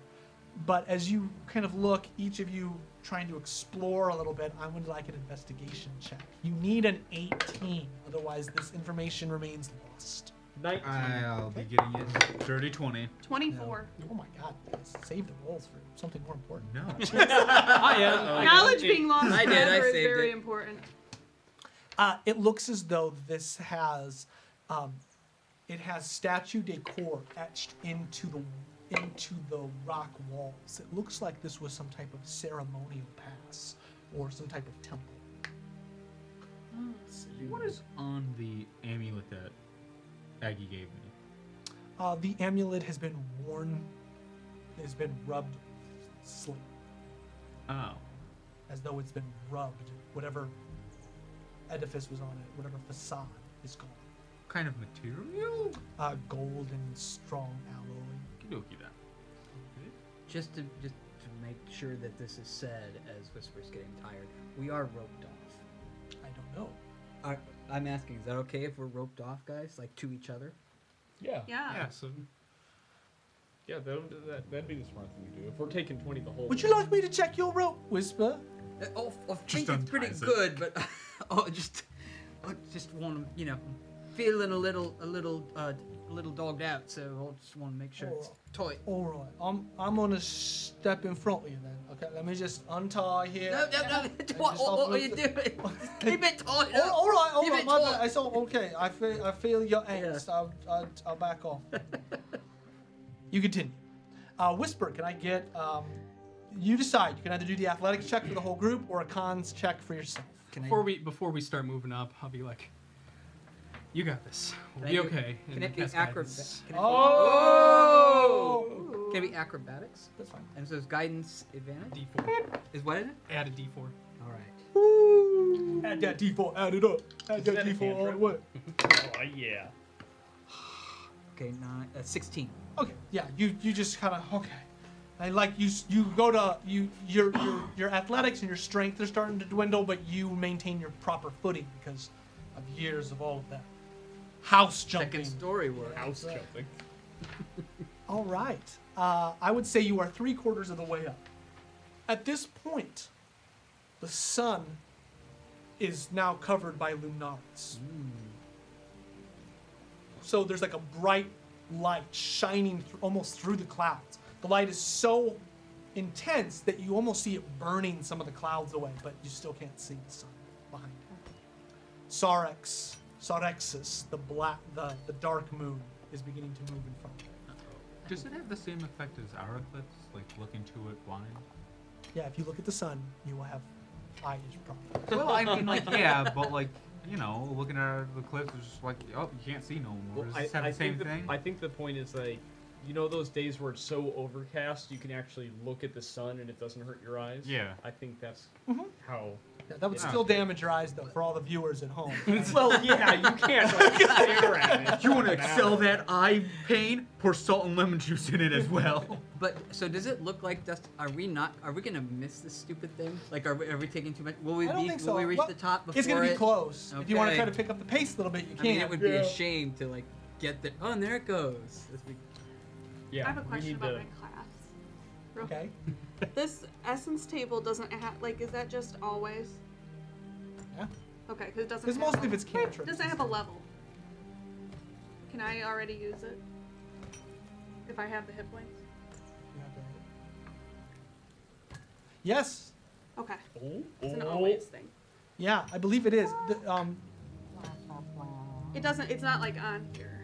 A: But as you kind of look, each of you trying to explore a little bit, I would like an investigation check. You need an 18, otherwise this information remains lost.
B: I'll be getting it. Dirty 20.
J: 24.
A: Oh my god, guys, save the rolls for something more important.
B: No.
J: I am. Knowledge being lost
A: I
J: forever
A: did, I
J: is
A: saved
J: very
A: it.
J: important.
A: Uh, it looks as though this has, um, it has statue decor etched into the into the rock walls. It looks like this was some type of ceremonial pass or some type of temple.
B: What is on the amulet that Aggie gave me?
A: Uh, the amulet has been worn, has been rubbed, slightly,
B: Oh.
A: as though it's been rubbed. Whatever edifice was on it, whatever facade is gone.
B: Kind of material?
A: Uh, gold and strong alloy.
B: Kidoki that.
K: Just to just to make sure that this is said as Whisper's getting tired, we are roped off.
A: I don't know.
K: Are, I'm asking, is that okay if we're roped off, guys? Like to each other?
F: Yeah.
H: Ah.
J: Yeah.
F: Yeah, so. Yeah, that, that, that'd be the smart thing to do. If we're taking 20 the whole
A: Would you like me to check your rope, Whisper?
E: Oh, I
F: Just
E: think it's pretty
F: unties it.
E: good, but
K: Oh,
E: I just, I just want to, you know, feeling a little, a little, uh, a little dogged out. So I just want to make sure it's
A: Oh.
E: tight.
A: All right, I'm I'm gonna step in front of you then. Okay, let me just untie here.
E: No, no, no. What, what, what are you doing? Keep it tight.
A: All, all right, all
E: Keep
A: right,
E: it
A: my
E: tight.
A: bad. It's all okay. I feel I feel your angst. I'll, I'll I'll back off. you continue. Uh, Whisper, can I get? Um, you decide. You can either do the athletics check for the whole group or a cons check for yourself.
G: Before we before we start moving up, I'll be like, "You got this. We'll
K: Can
G: be
K: I do-
G: okay."
K: can
G: and
K: it be
G: cast
K: acrobat-
G: guidance.
K: can it be-
A: Oh!
K: Can it be acrobatics?
A: That's fine.
K: And so it's guidance advantage?
G: D4.
K: Is what is it?
G: Add a D4.
K: All right.
A: Add that D4, add it up. Add that, D4 all the way.
H: Oh, yeah.
K: Okay, nine, uh, 16.
A: Okay, yeah, you you just kind of okay. And like you s- you go to you your your your athletics and your strength are starting to dwindle, but you maintain your proper footing because of years of all of that house jumping.
K: story work.
H: House jumping.
A: All right, uh, I would say you are three quarters of the way up. At this point, the sun is now covered by luminaris. So there's like a bright light shining thr- almost through the clouds. The light is so intense that you almost see it burning some of the clouds away, but you still can't see the sun behind it. Sarex, Sarexus, the black, the, the dark moon is beginning to move in front of you.
B: Does it have the same effect as our eclipse? Like look into it blind?
A: Yeah, if you look at the sun, you will have eye ish problems.
B: Well, I mean, like, yeah, but like, you know, looking at the cliff is just like, oh, you can't see no more. Does this have the same
H: think
B: thing?
H: The, I think the point is like, you know, those days where it's so overcast, you can actually look at the sun and it doesn't hurt your eyes.
B: Yeah.
H: I think that's how.
A: Yeah, that would
H: Yeah.
A: still damage your eyes, though, for all the viewers at home.
H: well, yeah, you can't like, stare at it.
B: you want to
H: for an
B: excel
H: hour.
B: that eye pain? Pour salt and lemon juice in it as well.
K: But so does it look like dust? Are we not? Are we gonna miss this stupid thing? Like, are we, are we taking too much? Will we
A: I don't
K: be,
A: think
K: Will
A: so.
K: we reach
A: Well,
K: the top before
A: it's gonna be
K: it?
A: close. If you want to
K: Okay.
A: try to pick up the pace a little bit, you
K: I
A: can.
K: mean, it would be a shame to like get the. Oh, and there it goes. This be-
H: Yeah,
J: I have a
H: we
J: question
H: need
J: about
H: to-
J: my class. Real
A: Okay.
J: quick. This essence table doesn't have like is that just always?
A: Yeah.
J: Okay, because it doesn't.
A: Because
J: have
A: mostly
J: level-
A: if it's cantrips,
J: Doesn't
A: it's
J: have a level. Can I already use it? If I have the hit points.
A: Yes.
J: Okay.
H: Oh,
J: It's an always thing.
A: Yeah, I believe it is. The- um,
J: It doesn't. It's not like on here.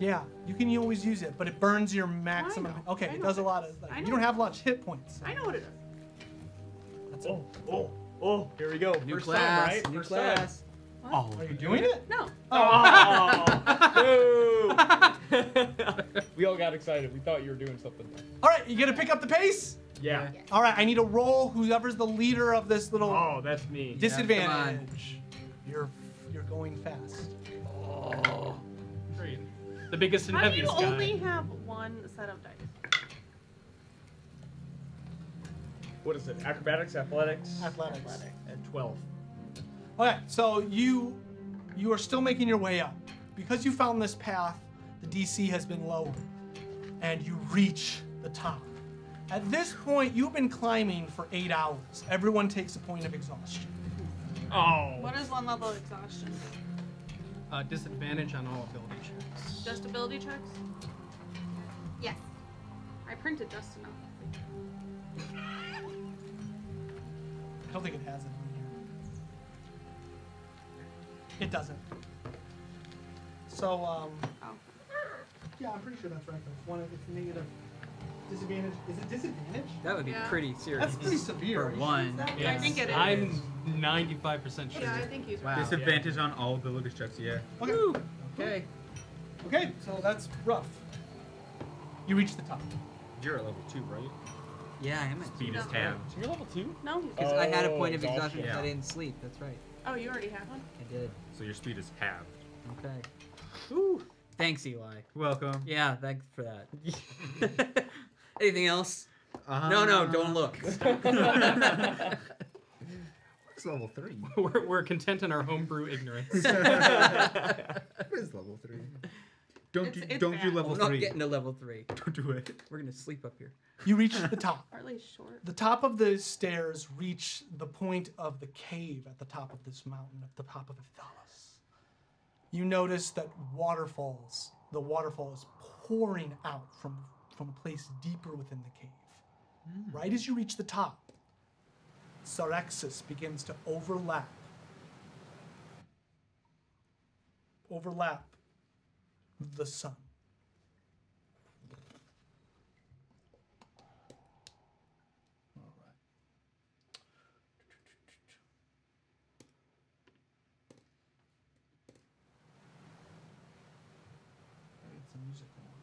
A: yeah, you can always use it, but it burns your maximum.
J: know,
A: Okay,
J: I
A: it
J: know
A: does a
J: it.
A: lot of. Like,
J: I
A: you
J: know
A: don't
J: it.
A: have much hit points.
J: I know what it is.
A: That's
H: oh, oh, oh, here we go.
K: New
H: First
K: class,
H: time, right?
K: new
H: First
K: class.
B: Oh,
A: Are you doing it?
J: No.
H: Oh, no. we all got excited. We thought you were doing something.
A: All right, you gonna pick up the pace?
H: Yeah.
A: All right, I need to roll whoever's the leader of this little
H: Oh, that's me.
A: disadvantage. You're you're going fast.
H: Oh.
G: Great. The biggest and
J: How do you
G: heaviest guy.
J: only have one set of dice?
H: What is it? Acrobatics, athletics.
A: Athletics.
H: At twelve.
A: Okay, so you you are still making your way up. Because you found this path, the DC has been lowered, and you reach the top. At this point, you've been climbing for eight hours. Everyone takes a point of exhaustion.
J: Oh. What is one level exhaustion?
G: Uh, disadvantage on all ability checks.
J: Just ability checks? Yes. I printed just enough.
A: I don't think it has it in here. It doesn't. So, um. Yeah, I'm pretty sure that's right. though. One of it's negative. Disadvantage. Is it disadvantage?
K: That would be
J: Yeah.
K: pretty serious.
A: That's pretty severe. Are
K: For
A: you
K: one.
A: sure it's that?
J: Yeah. I think it
G: I'm
J: is.
G: 95% sure.
J: Yeah, I think he's
K: Wow.
J: right.
B: Disadvantage on all ability checks, yeah.
A: Okay.
K: Okay.
A: Okay, so that's rough. You reach the top.
B: You're at level 2, right?
K: Yeah, I am. at
B: Speed
K: two.
B: is tabbed.
H: You're level two.
J: No, he's
K: Because I had a
H: Oh,
K: point of
H: exhaustion.
K: exhaustion because I
B: Yeah.
K: didn't sleep. That's right.
J: Oh, you already have one?
K: I did.
B: So your speed is halved.
K: Okay. Ooh. Thanks, Eli.
B: Welcome.
K: Yeah, thanks for that. Anything else? no, no, don't look.
B: It's level 3.
G: we're, we're content in our homebrew ignorance.
B: What is level 3? Don't
J: It's-
B: you,
J: it's
B: don't you
J: bad.
B: level
K: We're not
B: 3.
K: getting to level three.
B: Don't do it.
K: We're gonna sleep up here.
A: You reach the top.
J: Or at least short.
A: The top of the stairs reach the point of the cave at the top of this mountain, at the top of Ithalas. You notice that waterfalls, the waterfall is pouring out from, from a place deeper within the cave.
G: Hmm.
A: Right as you reach the top, Sarexis begins to overlap. Overlap the sun. It's a music one.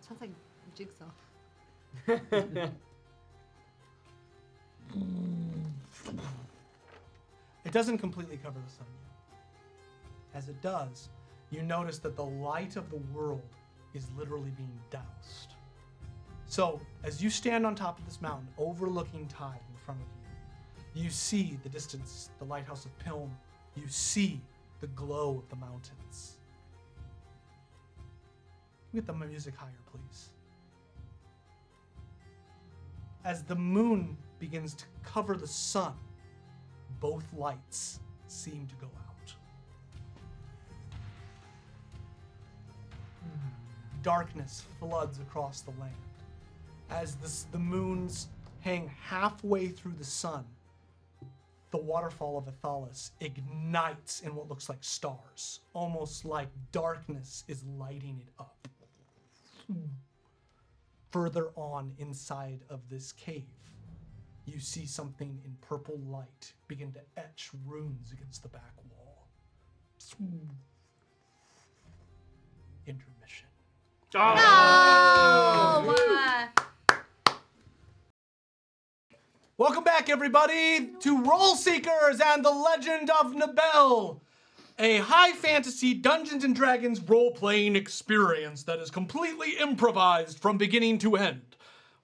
I: Sounds like jigsaw.
A: It doesn't completely cover the sun yet. As it does, you notice that the light of the world is literally being doused. So, as you stand on top of this mountain, overlooking Tide in front of you, you see the distance, the lighthouse of Pilm. You see the glow of the mountains. Can we Get the music higher, please. As the moon begins to cover the sun, both lights seem to go out. Darkness floods across the land. As this, the moons hang halfway through the sun, the waterfall of Athalas ignites in what looks like stars, almost like darkness is lighting it up. Further on inside of this cave, you see something in purple light begin to etch runes against the back wall. Swoon. Intermission.
I: Oh, uh,
A: Welcome back, everybody, to Roll Seekers and the Legend of Nibel, a high fantasy Dungeons and Dragons role playing experience that is completely improvised from beginning to end.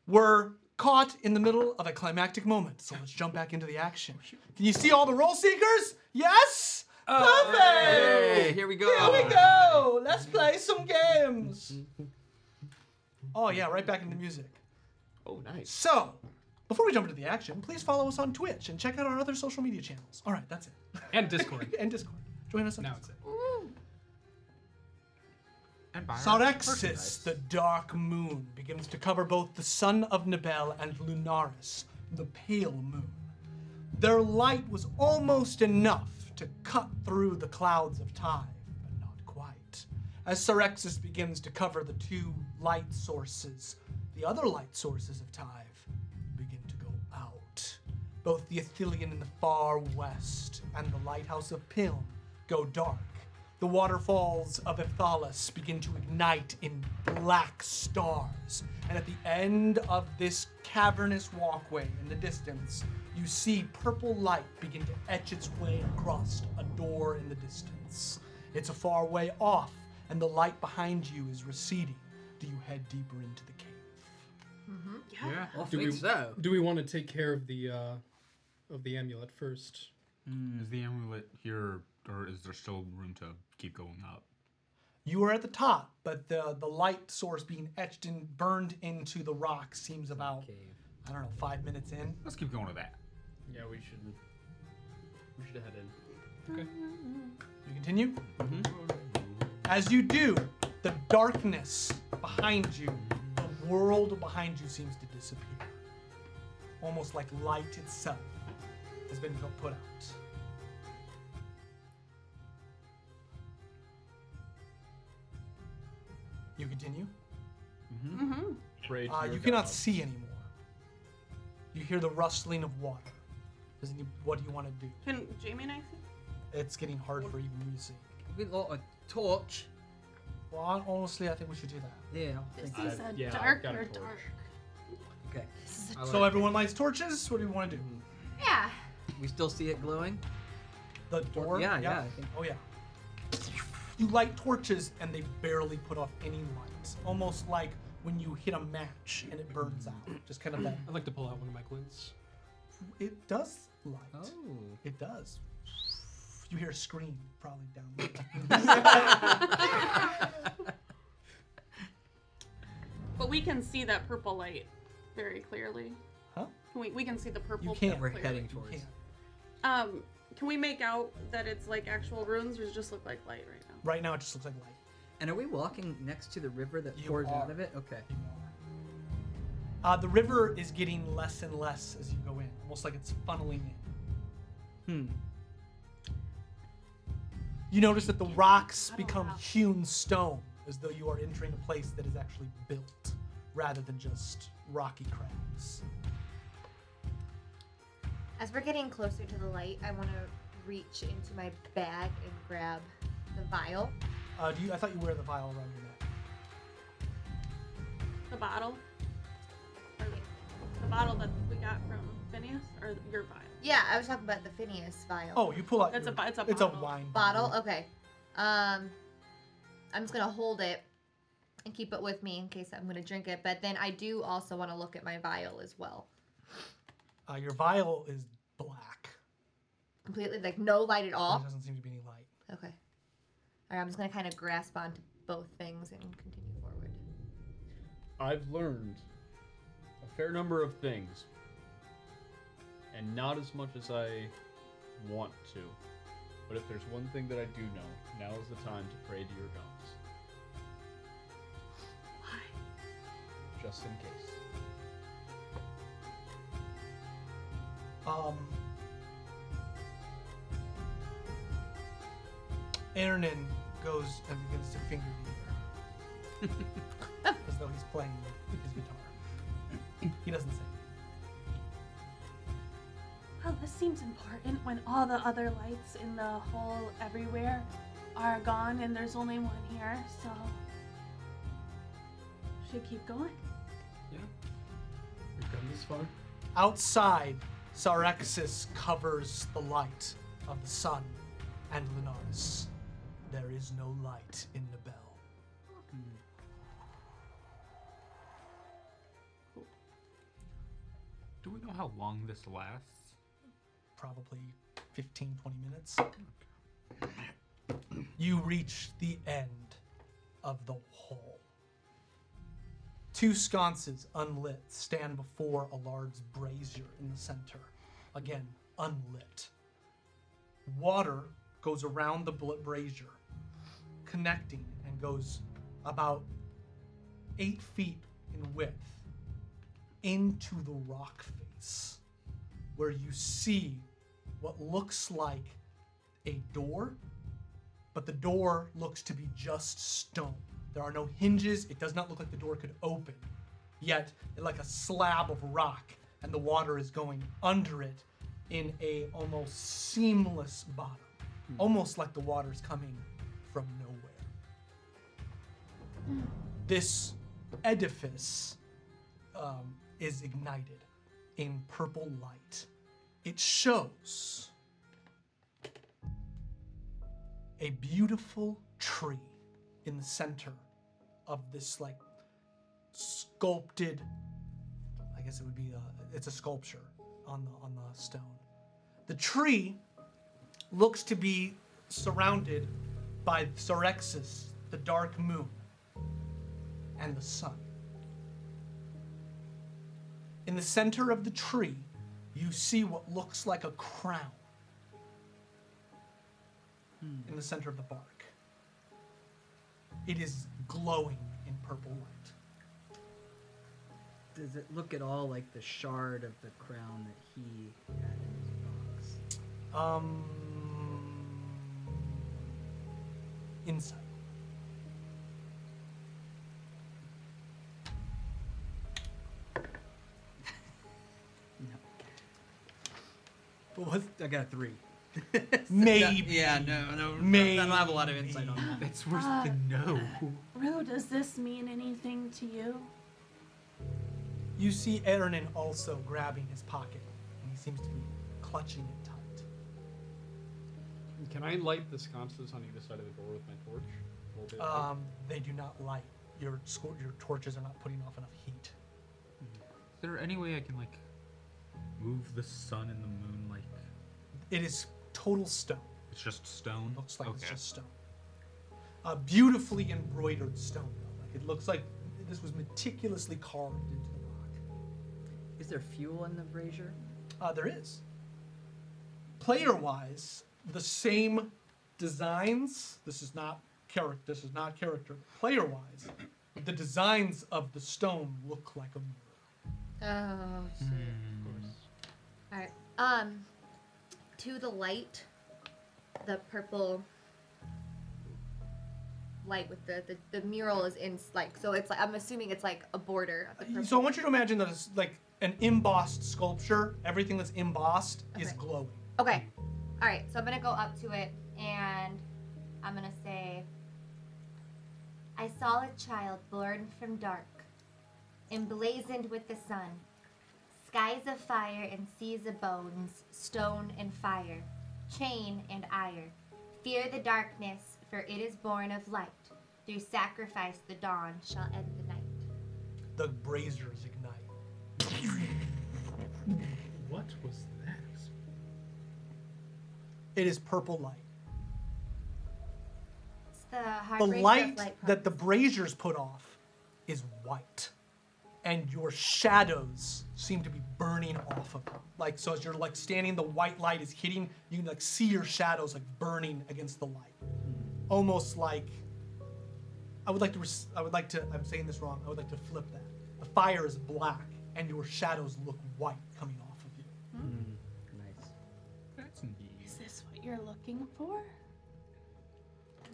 A: We're caught in the middle of a climactic moment, so let's jump back into the action. Can you see all the Roll Seekers? Yes? Perfect!
K: Oh, Hey, here we go.
A: Here we go. Let's play some games. Oh yeah, right back into music.
B: Oh, nice.
A: So, before we jump into the action, please follow us on Twitch and check out our other social media channels. All right, that's it.
G: and Discord.
A: and Discord. Join us on
G: Now
A: Discord.
G: it's it.
B: And by
A: Sarexis, the dark moon, begins to cover both the sun of Nibel and Lunaris, the pale moon. Their light was almost enough to cut through the clouds of Tive, but not quite. As Sarexis begins to cover the two light sources, the other light sources of Tive begin to go out. Both the Athelion in the far west and the lighthouse of Pilm go dark. The waterfalls of Ephthalus begin to ignite in black stars. And at the end of this cavernous walkway in the distance, you see purple light begin to etch its way across a door in the distance. It's a far way off, and the light behind you is receding. Do you head deeper into the cave?
J: Mm-hmm.
G: Yeah.
J: Yeah.
G: do we, Do we want to take care of the uh, of the amulet first?
B: Mm. Is the amulet here, or is there still room to keep going up?
A: You are at the top, but the the light source being etched and burned into the rock seems about I don't know five minutes in.
B: Let's keep going with that.
H: Yeah, we shouldn't. We should head in.
G: Okay.
J: Mm-hmm.
A: You continue.
H: Mm-hmm.
A: As you do, the darkness behind you, the world behind you seems to disappear, almost like light itself has been put out. You continue.
J: Mm-hmm.
H: Pray to
A: Uh,
H: your
A: you cannot
H: God.
A: see anymore. You hear the rustling of water. Does any, what do you want to do?
J: Can Jamie and I see?
A: It's getting hard for even you to see.
E: We got a torch.
A: Well, hon- honestly, I think we should do that.
E: Yeah.
J: This
A: I-
J: is a
A: yeah, I've got a
J: darker
A: torch.
J: dark.
E: Okay.
A: so everyone lights torches. What do you want to do?
G: Mm-hmm.
I: Yeah.
E: We still see it glowing.
A: The door.
E: Yeah, yeah, I think-
A: Oh yeah. You light torches and they barely put off any light. Almost like when you hit a match and it
E: Mm.
A: burns out. Just kind of that.
G: I'd like to pull out one of my glints.
A: It does light.
E: Oh.
A: It does. You hear a scream probably down there.
J: But we can see that purple light very clearly.
A: Huh?
J: Can we, we can see the purple.
A: You can't.
J: pit
A: We're
J: clearly.
A: heading towards.
J: Um, can we make out that it's like actual runes, or does it just look like light right now?
A: Right now, it just looks like light.
E: And are we walking next to the river that pours out of it? Okay.
A: Uh, the river is getting less and less as you go in, almost like it's funneling in.
E: Hmm.
A: You notice that the rocks become hewn stone, as though you are entering a place that is actually built, rather than just rocky cracks.
I: As we're getting closer to the light, I want to reach into my bag and grab the vial.
A: Uh, do you? I thought you wear the vial around your neck.
J: The bottle. Or the bottle that we got from Phineas, or your vial.
I: Yeah, I was talking about the Phineas vial.
A: Oh, you pull out.
J: It's a
A: your-
J: bo- it's a
A: It's a
J: bottle.
A: wine
I: bottle. Okay. Um, I'm just gonna hold it and keep it with me in case I'm gonna drink it. But then I do also want to look at my vial as well.
A: Uh, your vial is black.
I: Completely like no light at all.
A: There doesn't seem to be any light.
I: Okay. All right, I'm just gonna kind of grasp onto both things and continue forward.
H: I've learned a fair number of things, and not as much as I want to. But if there's one thing that I do know, now is the time to pray to your gods. Why? Just in case.
A: Um, Ernan goes and begins to finger the air, as though he's playing with his guitar. He doesn't say.
D: Well, this seems important when all the other lights in the whole everywhere are gone and there's only one here, so. Should keep going.
G: We've come this far.
A: Outside, Sarexis covers the light of the sun and Linares. There is no light in the bell.
B: Do we know how long this lasts?
A: Probably 15, 20 minutes. You reach the end of the hall. Two sconces, unlit, stand before a large brazier in the center. Again, unlit. Water goes around the bl- brazier, connecting and goes about eight feet in width into the rock face, where you see what looks like a door, but the door looks to be just stone. There are no hinges. It does not look like the door could open. Yet, like a slab of rock, and the water is going under it in a almost seamless bottom, almost like the water's coming from nowhere. This edifice um, is ignited in purple light. It shows a beautiful tree in the center of this like sculpted I guess it would be a, it's a sculpture on the on the stone. The tree looks to be surrounded by Sorexus, the dark moon, and the sun. In the center of the tree, you see what looks like a crown
B: Hmm.
A: in the center of the bark. It is glowing in purple light.
K: Does it look at all like the shard of the crown that he had in his box?
A: Um, insight. But what?
E: I got a three.
A: Maybe.
E: Yeah, no, no.
A: Maybe.
E: I don't have a lot of insight on that. Hmm.
B: That's
D: worse than
B: no.
D: Rue, does this mean anything to you?
A: You see Ernan also grabbing his pocket, and he seems to be clutching it tight.
G: Can I light the sconces on either side of the door with my torch? Will they light?
A: Um, they do not light. Your scor- your torches are not putting off enough heat.
B: Is there any way I can like move the sun and the moon? Like
A: It is total stone.
B: it's just stone.
A: Looks like it's
B: Okay.
A: just stone. A beautifully embroidered stone. though. Like it looks like this was meticulously carved into the rock.
K: Is there fuel in the brazier?
A: Uh, there is. Player-wise, the same designs. This is not character. This is not character. Player-wise, the designs of the stone look like a mirror.
I: Oh
K: Hmm,
I: shit.
A: Mm-hmm.
I: All right. Um, to the light, the purple light with the the, the mural is in like so it's like I'm assuming it's like a border of the purple.
A: So I want you to imagine that it's like an embossed sculpture. Everything that's embossed is glowing.
I: Okay. All right. So I'm gonna go up to it and I'm gonna say, I saw a child born from dark, emblazoned with the sun, skies of fire and seas of bones, stone and fire, chain and ire. Fear the darkness, for it is born of light. Through sacrifice, the dawn shall end the night.
A: The braziers ignite.
G: What was that?
A: It is purple light.
I: It's the hard
A: The
I: ranger of
A: light
I: promise.
A: that the braziers put off is white. And your shadows seem to be burning off of them. Like so as you're like standing, the white light is hitting, you can like see your shadows like burning against the light. Almost like I would like to res- I would like to I'm saying this wrong. I would like to flip that. The fire is black and your shadows look white coming off of you.
G: Hmm.
J: Hmm.
K: Nice.
B: That's neat.
D: Is this what you're looking for?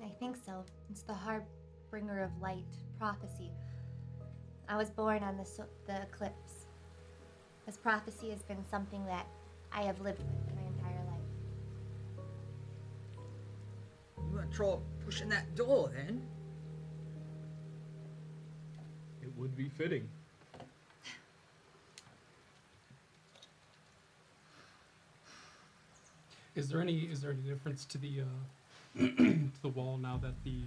I: I think so. It's the harbinger of light, prophecy. I was born on the, so- the eclipse. This prophecy has been something that I have lived with my entire life.
E: You want to try pushing that door then?
F: It would be fitting.
G: Is there any is there any difference to the uh, to the wall now that the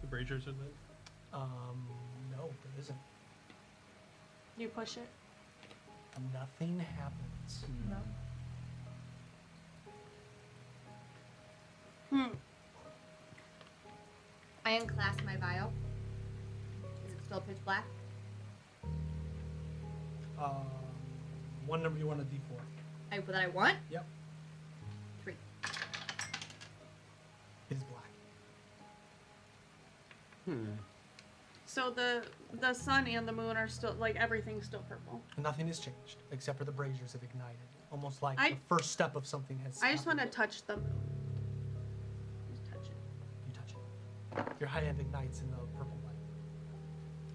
G: the braziers are lit?
A: Um, no, there isn't.
J: You push it.
A: Nothing happens.
J: Hmm.
I: I unclasp my vial. Is it still pitch black?
A: Um, one number you want a D4.
I: I, that I want?
A: Yep.
I: Three.
A: It is black.
J: So the the sun and the moon are still like everything's still purple.
A: Nothing has changed except for the braziers have ignited, almost like
J: I-
A: the first step of something has.
J: I just want
A: happened.
J: to touch the moon. Just touch it.
A: You touch it. Your high end ignites in the purple light.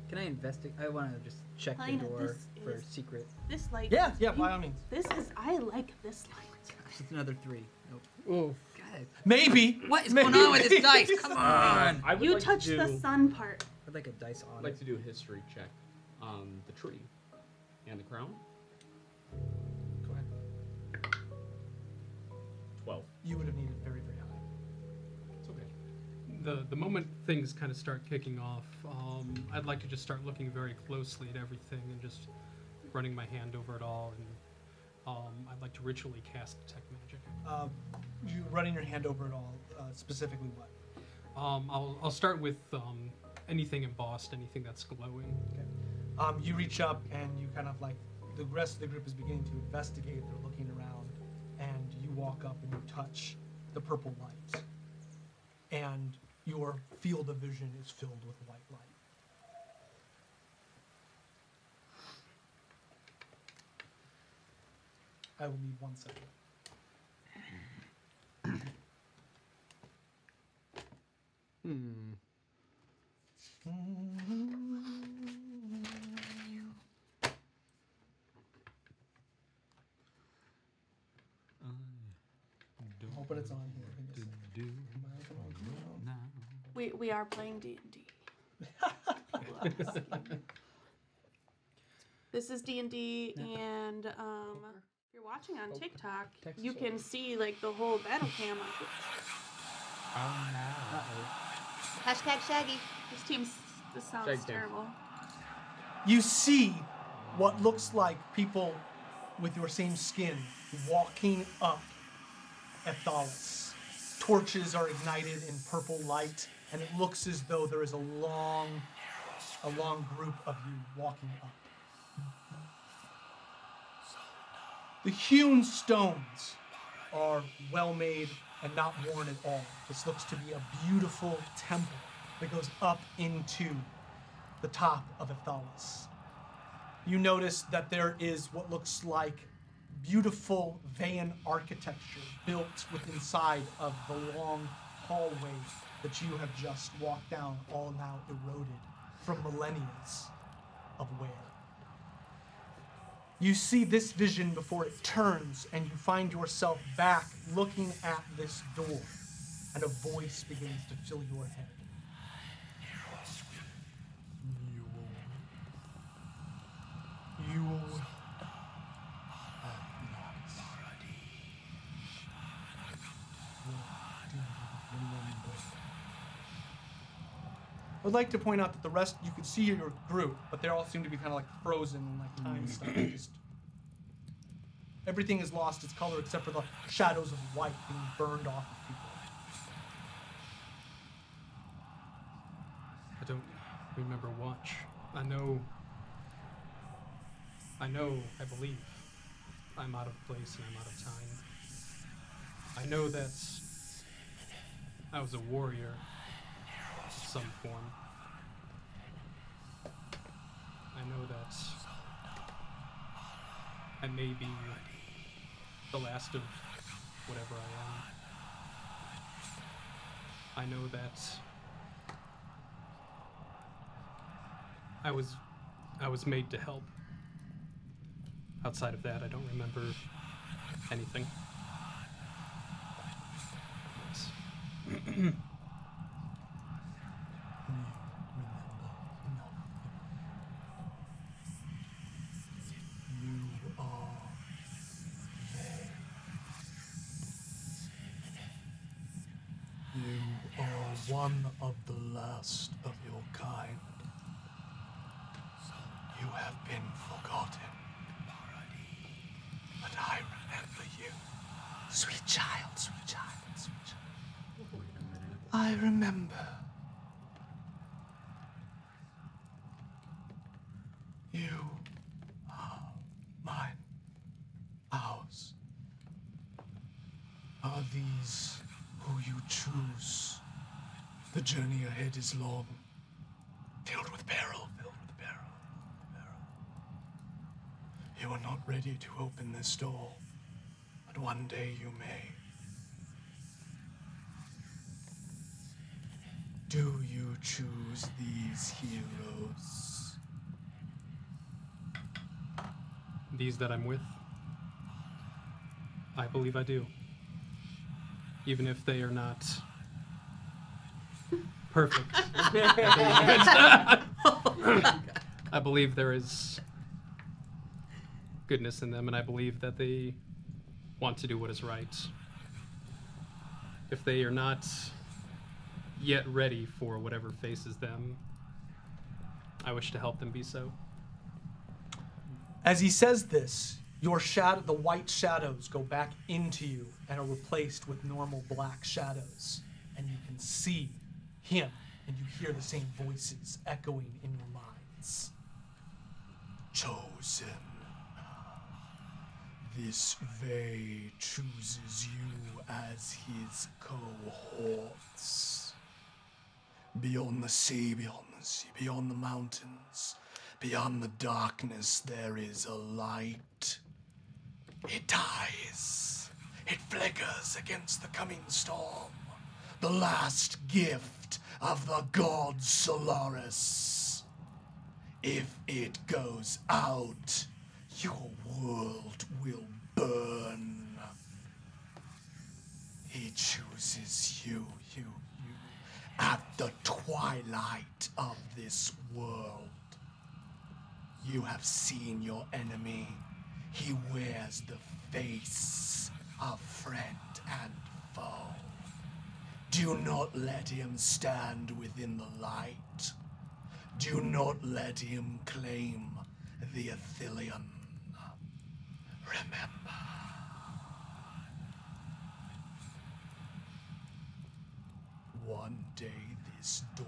K: Can I investigate? I want to just check the
D: Fine,
K: door
D: this
K: for
D: is-
K: secret.
D: This light.
A: Yeah, yeah, by all means.
D: This is. I like this light.
K: It's another three. Nope.
F: Oh,
K: God,
A: Maybe.
E: What is going on with this dice? Come on!
F: I would
D: You
F: like
D: touched
F: to do,
D: the sun part.
K: I'd like a dice on
F: I'd
K: it.
F: like to do a history check on the tree and the crown.
A: Go ahead.
F: Twelve.
A: You would have needed very, very high.
F: It's okay.
G: the the moment things kind of start kicking off, um, I'd like to just start looking very closely at everything and just running my hand over it all, and um, I'd like to ritually cast detect magic.
A: Uh, you running your hand over it all, uh, specifically what?
G: Um, I'll I'll start with um, anything embossed, anything that's glowing.
A: Um, you reach up and you kind of like the rest of the group is beginning to investigate. They're looking around, and you walk up and you touch the purple light, and your field of vision is filled with white light. I will need one second.
F: Hmm.
A: I'm hoping it's on here. Hang on a second. Am I open on here?
D: We we are playing D and D. This is D and D, and um, if you're watching
A: Oh,
D: on TikTok,
B: Texas
D: you can
B: Hold'em.
D: see like the whole battle cam. on Twitch.
B: Oh no.
I: Hashtag Shaggy.
D: This team's. This sounds
A: Shag team.
D: terrible.
A: you see what looks like people with your same skin walking up Ephthalus. Torches are ignited in purple light, and it looks as though there is a long, a long group of you walking up. The hewn stones are well made and not worn at all. This looks to be a beautiful temple that goes up into the top of Ephthalus. You notice that there is what looks like beautiful van architecture built with inside of the long hallway that you have just walked down, all now eroded from millennia of where. You see this vision before it turns, and you find yourself back looking at this door, and a voice begins to fill your head. You will. I would like to point out that the rest you could see your group, but they all seem to be kind of like frozen and like
G: Mm.
A: time stuff. Just everything has lost its color except for the shadows of white being burned off of people.
G: I don't remember watch. I know. I know, I believe. I'm out of place and I'm out of time. I know that I was a warrior of some form. I know that I may be the last of whatever I am. I know that I was I was made to help. Outside of that, I don't remember anything. Yes.
A: You are. You are one of the last of your kind. You have been forgotten. But I remember you. Sweet child, sweet child, sweet child. I remember. You are mine, ours. Are these who you choose? The journey ahead is long, filled with peril, filled with peril, filled with peril. You are not ready to open this door, but one day you may. Do you choose these heroes?
G: These that I'm with, I believe I do. Even if they are not perfect. I believe- I believe there is goodness in them, and I believe that they want to do what is right. If they are not yet ready for whatever faces them. I wish to help them be so.
P: As he says this, your shadow, the white shadows go back into you and are replaced with normal black shadows. And you can see him and you hear the same voices echoing in your minds. Chosen. This Vey chooses you as his cohorts. Beyond the sea, beyond the sea, beyond the mountains, beyond the darkness, there is a light. It dies. It flickers against the coming storm. The last gift of the god Solaris. If it goes out, your world will burn. He chooses you, you, you, at the twilight of this world. You have seen your enemy. He wears the face of friend and foe. Do not let him stand within the light. Do not let him claim the Athelion. Remember. One day this door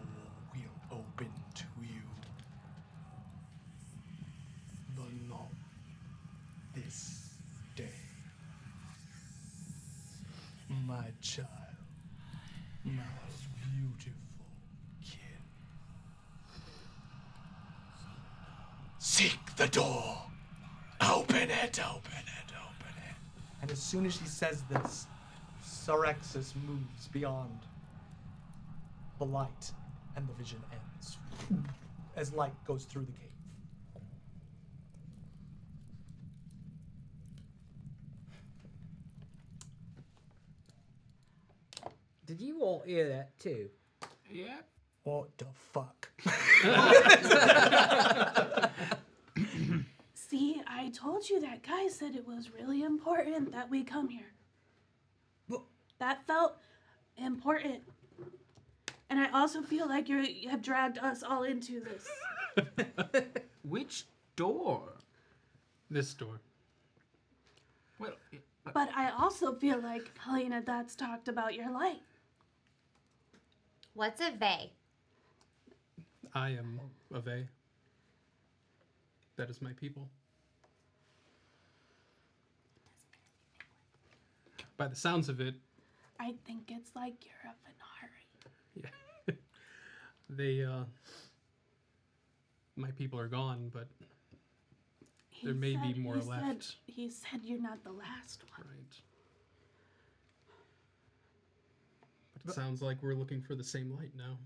P: will open to you. But not this day. My child. My beautiful kid. Seek the door. Open it, open it, open it. And as soon as she says this, Sarexus moves beyond the light, and the vision ends as light goes through the cave.
E: Did you all hear that too?
B: Yeah.
P: What the fuck?
D: See, I told you that guy said it was really important that we come here. That felt important. And I also feel like you're, you have dragged us all into this.
B: Which door?
G: This door.
B: Well, i-
D: But I also feel like, Helena, that's talked about your light.
I: What's a vey?
G: I am of A. That is my people. By the sounds of it,
D: I think it's like you're a Venari.
G: they uh my people are gone, but
D: He
G: there may
D: said-
G: be more
D: he
G: left.
D: Said, he said you're not the last one.
G: Right. But it sounds like we're looking for the same light now.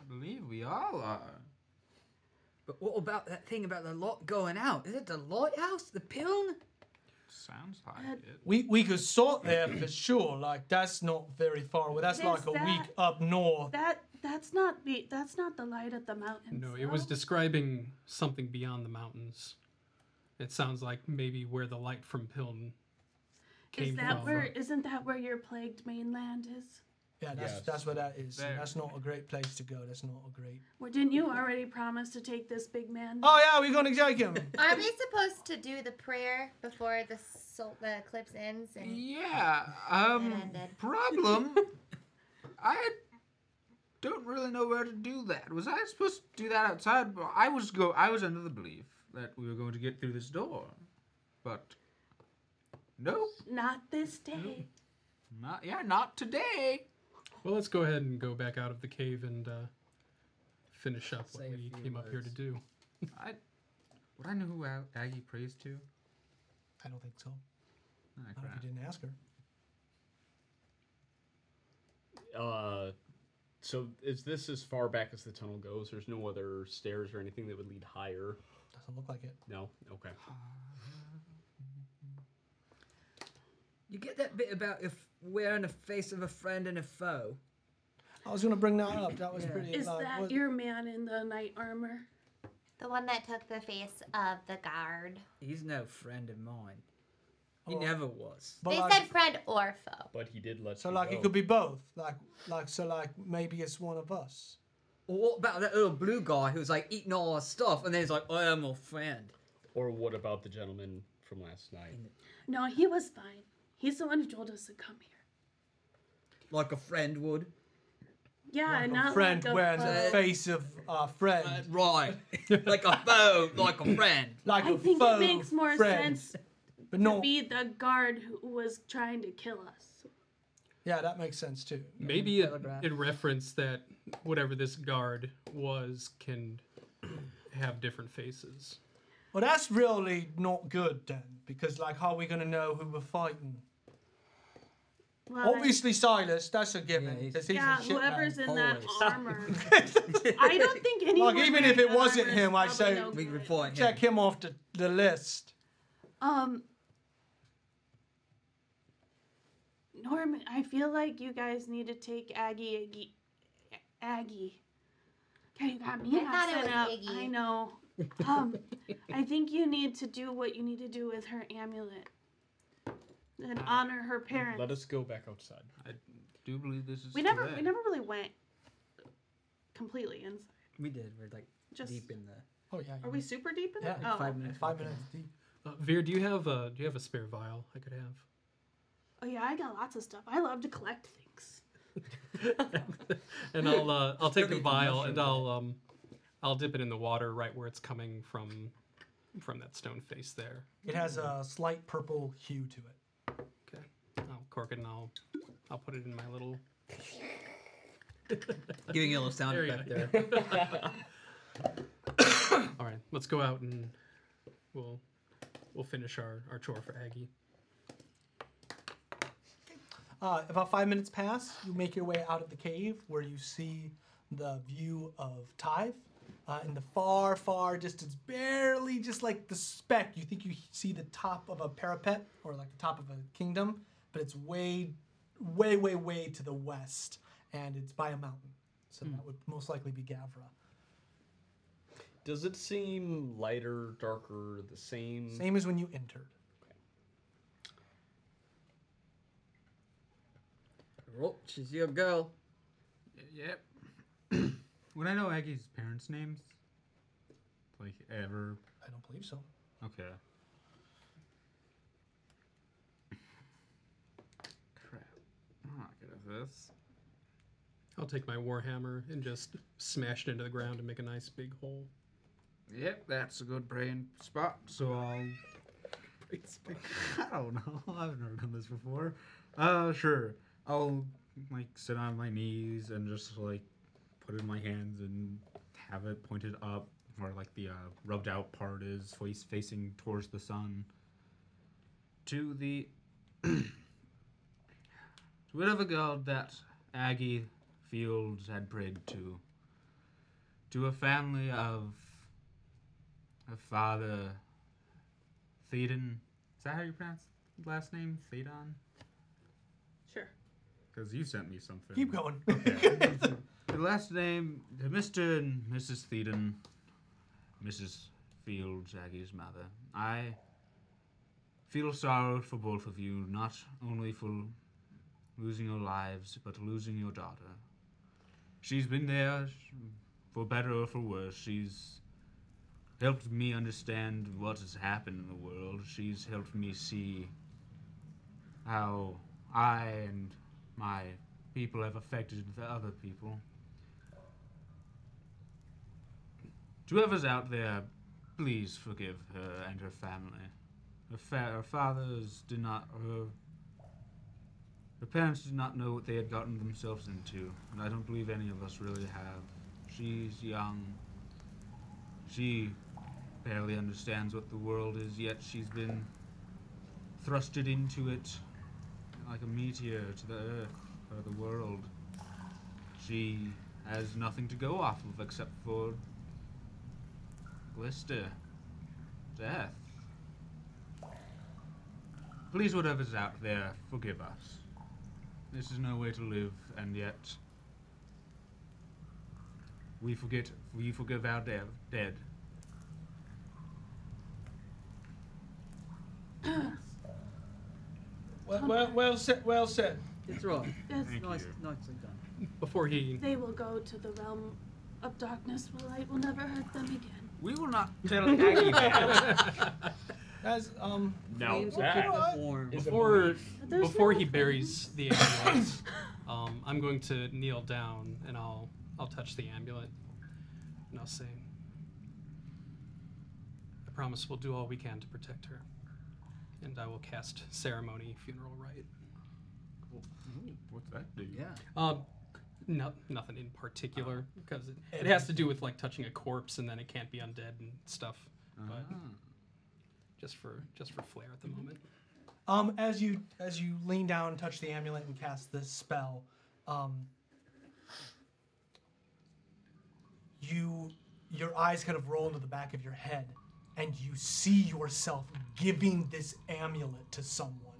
B: I believe we all are.
Q: But what about that thing about the lot going out? Is it the lighthouse? The piln?
B: Sounds like it.
P: We we could sort there for sure. Like that's not very far away. That's like
D: There's
P: a week
D: that.
P: up north.
D: That that's not the that's not the light at the mountains.
G: No, it was describing something beyond the mountains. It sounds like maybe where the light from Piln
D: Is
G: came
D: that
G: from.
D: where isn't that where your plagued mainland is?
P: Yeah, that's
G: Yes.
P: that's where that is.
G: There.
P: That's not a great place to go. That's not a great.
D: Or didn't you already promise to take this big man?
P: Oh yeah, we're gonna take him.
I: Are we supposed to do the prayer before the sol- the eclipse ends? And
B: Yeah. Um.
I: ended.
B: Problem. I don't really know where to do that. Was I supposed to do that outside? Well, I was go. I was under the belief that we were going to get through this door, but nope.
D: Not this day.
B: Not yeah. Not today.
G: Well, let's go ahead and go back out of the cave and uh, finish up what we came up here to do.
B: I would I know who Ag- Aggie prays to?
P: I don't think so.
B: Ah,
P: I hope
B: crap.
P: you didn't ask her.
H: Uh, so is this as far back as the tunnel goes? There's no other stairs or anything that would lead higher.
P: Doesn't look like it.
H: No. Okay.
E: You get that bit about if we're in the face of a friend and a foe.
P: I was gonna bring that up. That was
E: Yeah.
P: pretty.
D: Is
P: like,
D: that
P: was-
D: your man in the knight armor?
I: the one that took the face of the guard.
E: He's no friend of mine. He
P: Oh.
E: never was.
I: They said friend or foe.
H: But he did let
A: So
H: you
A: like
H: go.
A: it could be both. Like like so like maybe it's one of us.
E: Or what about that little blue guy who's like eating all our stuff and then he's like, I am your Oh, friend.
H: Or what about the gentleman from last night?
D: No, he was fine. He's the one who told us to come here.
E: Like a friend would.
D: Yeah, and not
A: friend
D: like a
A: wearing
D: foe.
A: the face of a friend.
E: Uh, right. like a foe, like a friend.
A: Like
D: I
A: a
D: think
A: foe
D: it makes more
A: friend.
D: sense
A: But no.
D: to be the guard who was trying to kill us.
A: Yeah, that makes sense too.
G: Maybe it, in reference that whatever this guard was can have different faces.
A: Well, that's really not good then, because like, how are we gonna know who we're fighting?
D: Well,
A: Obviously, Silas. That's a given, because he's
D: yeah,
A: a shit
D: whoever's
A: man.
D: in that armor. I don't think anyone.
A: Like, even if it wasn't him, I say
E: We report him.
A: check him off the, the list.
D: Um, Norman, I feel like you guys need to take Aggie, Aggie, Aggie. Okay, you got me
I: I thought it
D: messing
I: was
D: up.
I: Iggy.
D: I know. Um, I think you need to do what you need to do with her amulet and honor her parents.
H: Let us go back outside.
B: I do believe this is
D: We never,
B: correct.
D: we never really went completely inside.
K: We did. We're like
D: Just-
K: deep in the.
A: Oh yeah.
D: Are we super deep in it?
K: like five
D: oh.
K: minutes.
A: Five minutes deep.
G: Uh, Veer, do you have a do you have a spare vial I could have?
D: oh yeah, I got lots of stuff. I love to collect things.
G: and I'll uh, I'll take the
D: Dirty
G: vial
D: mushroom.
G: and I'll um I'll dip it in the water right where it's coming from from that stone face there.
A: It has a slight purple hue to it.
G: Okay. I'll Oh, cork it and I'll I'll put it in my little
E: Giving you a little sound
G: you
E: effect
G: go. All right, let's go out and we'll we'll finish our, our chore for Aggie.
A: Uh, about five minutes pass, you make your way out of the cave where you see the view of Tive. Uh, in the far, far distance, barely just like the speck, you think you see the top of a parapet or like the top of a kingdom, but it's way, way, way, way to the west, and it's by a mountain. So that would most likely be Gavra.
H: Does it seem lighter, darker, the same?
A: Same as when you entered.
E: Oh, she's your girl.
B: Yep. Would I know Aggie's parents' names? Like ever?
A: I don't believe so.
B: Okay. Crap. I'm not good at this.
G: I'll take my warhammer and just smash it into the ground and make a nice big hole.
B: Yep, that's a good brain spot. So I'll. I don't know. I've never done this before. Uh, sure. I'll like sit on my knees and just like put it in my hands and have it pointed up where like the uh, rubbed out part is face facing towards the sun. To the to whatever god that Aggie Fields had prayed to. To a family of a father Theoden. Is that how you pronounce the last name? Theodon?
D: Sure.
B: Because you sent me something.
A: Keep going.
B: Okay. the last name, to Mr. and Mrs. Theoden, Mrs. Fields, Aggie's mother. I feel sorrow for both of you, not only for losing your lives, but losing your daughter. She's been there for better or for worse. She's helped me understand what has happened in the world. She's helped me see how I and my people have affected the other people. To whoever's out there, please forgive her and her family. Her, fa- her fathers did not. Her, her parents did not know what they had gotten themselves into, and I don't believe any of us really have. She's young. She barely understands what the world is, yet she's been thrusted into it like a meteor to the earth or the world. She has nothing to go off of except for blister, death. Please, whatever's out there, forgive us. This is no way to live, and yet we forget. We forgive our dev, dead.
M: Well, well, well said. Well said.
K: It's wrong.
D: Yes.
K: Nice, nicely done.
G: Before he.
D: They will go to the realm of darkness where light will never hurt them again.
B: We will not tell Aggie that.
A: Guys, um.
G: Now
D: Flames
G: that-
D: will keep the
G: before
D: form.
G: before,
D: There's no
G: he
D: flames.
G: buries the amulet, um, I'm going to kneel down and I'll I'll touch the amulet and I'll say, I promise we'll do all we can to protect her, and I will cast ceremony funeral rite.
B: What's that do?
G: Yeah. Um, no, nothing in particular
D: Oh.
G: because it, it has to do with like touching a corpse and then it can't be undead and stuff. But
D: Ah.
G: just for just for flair at the moment.
A: Um, as you as you lean down, and touch the amulet, and cast this spell, um, you your eyes kind of roll into the back of your head, and you see yourself giving this amulet to someone,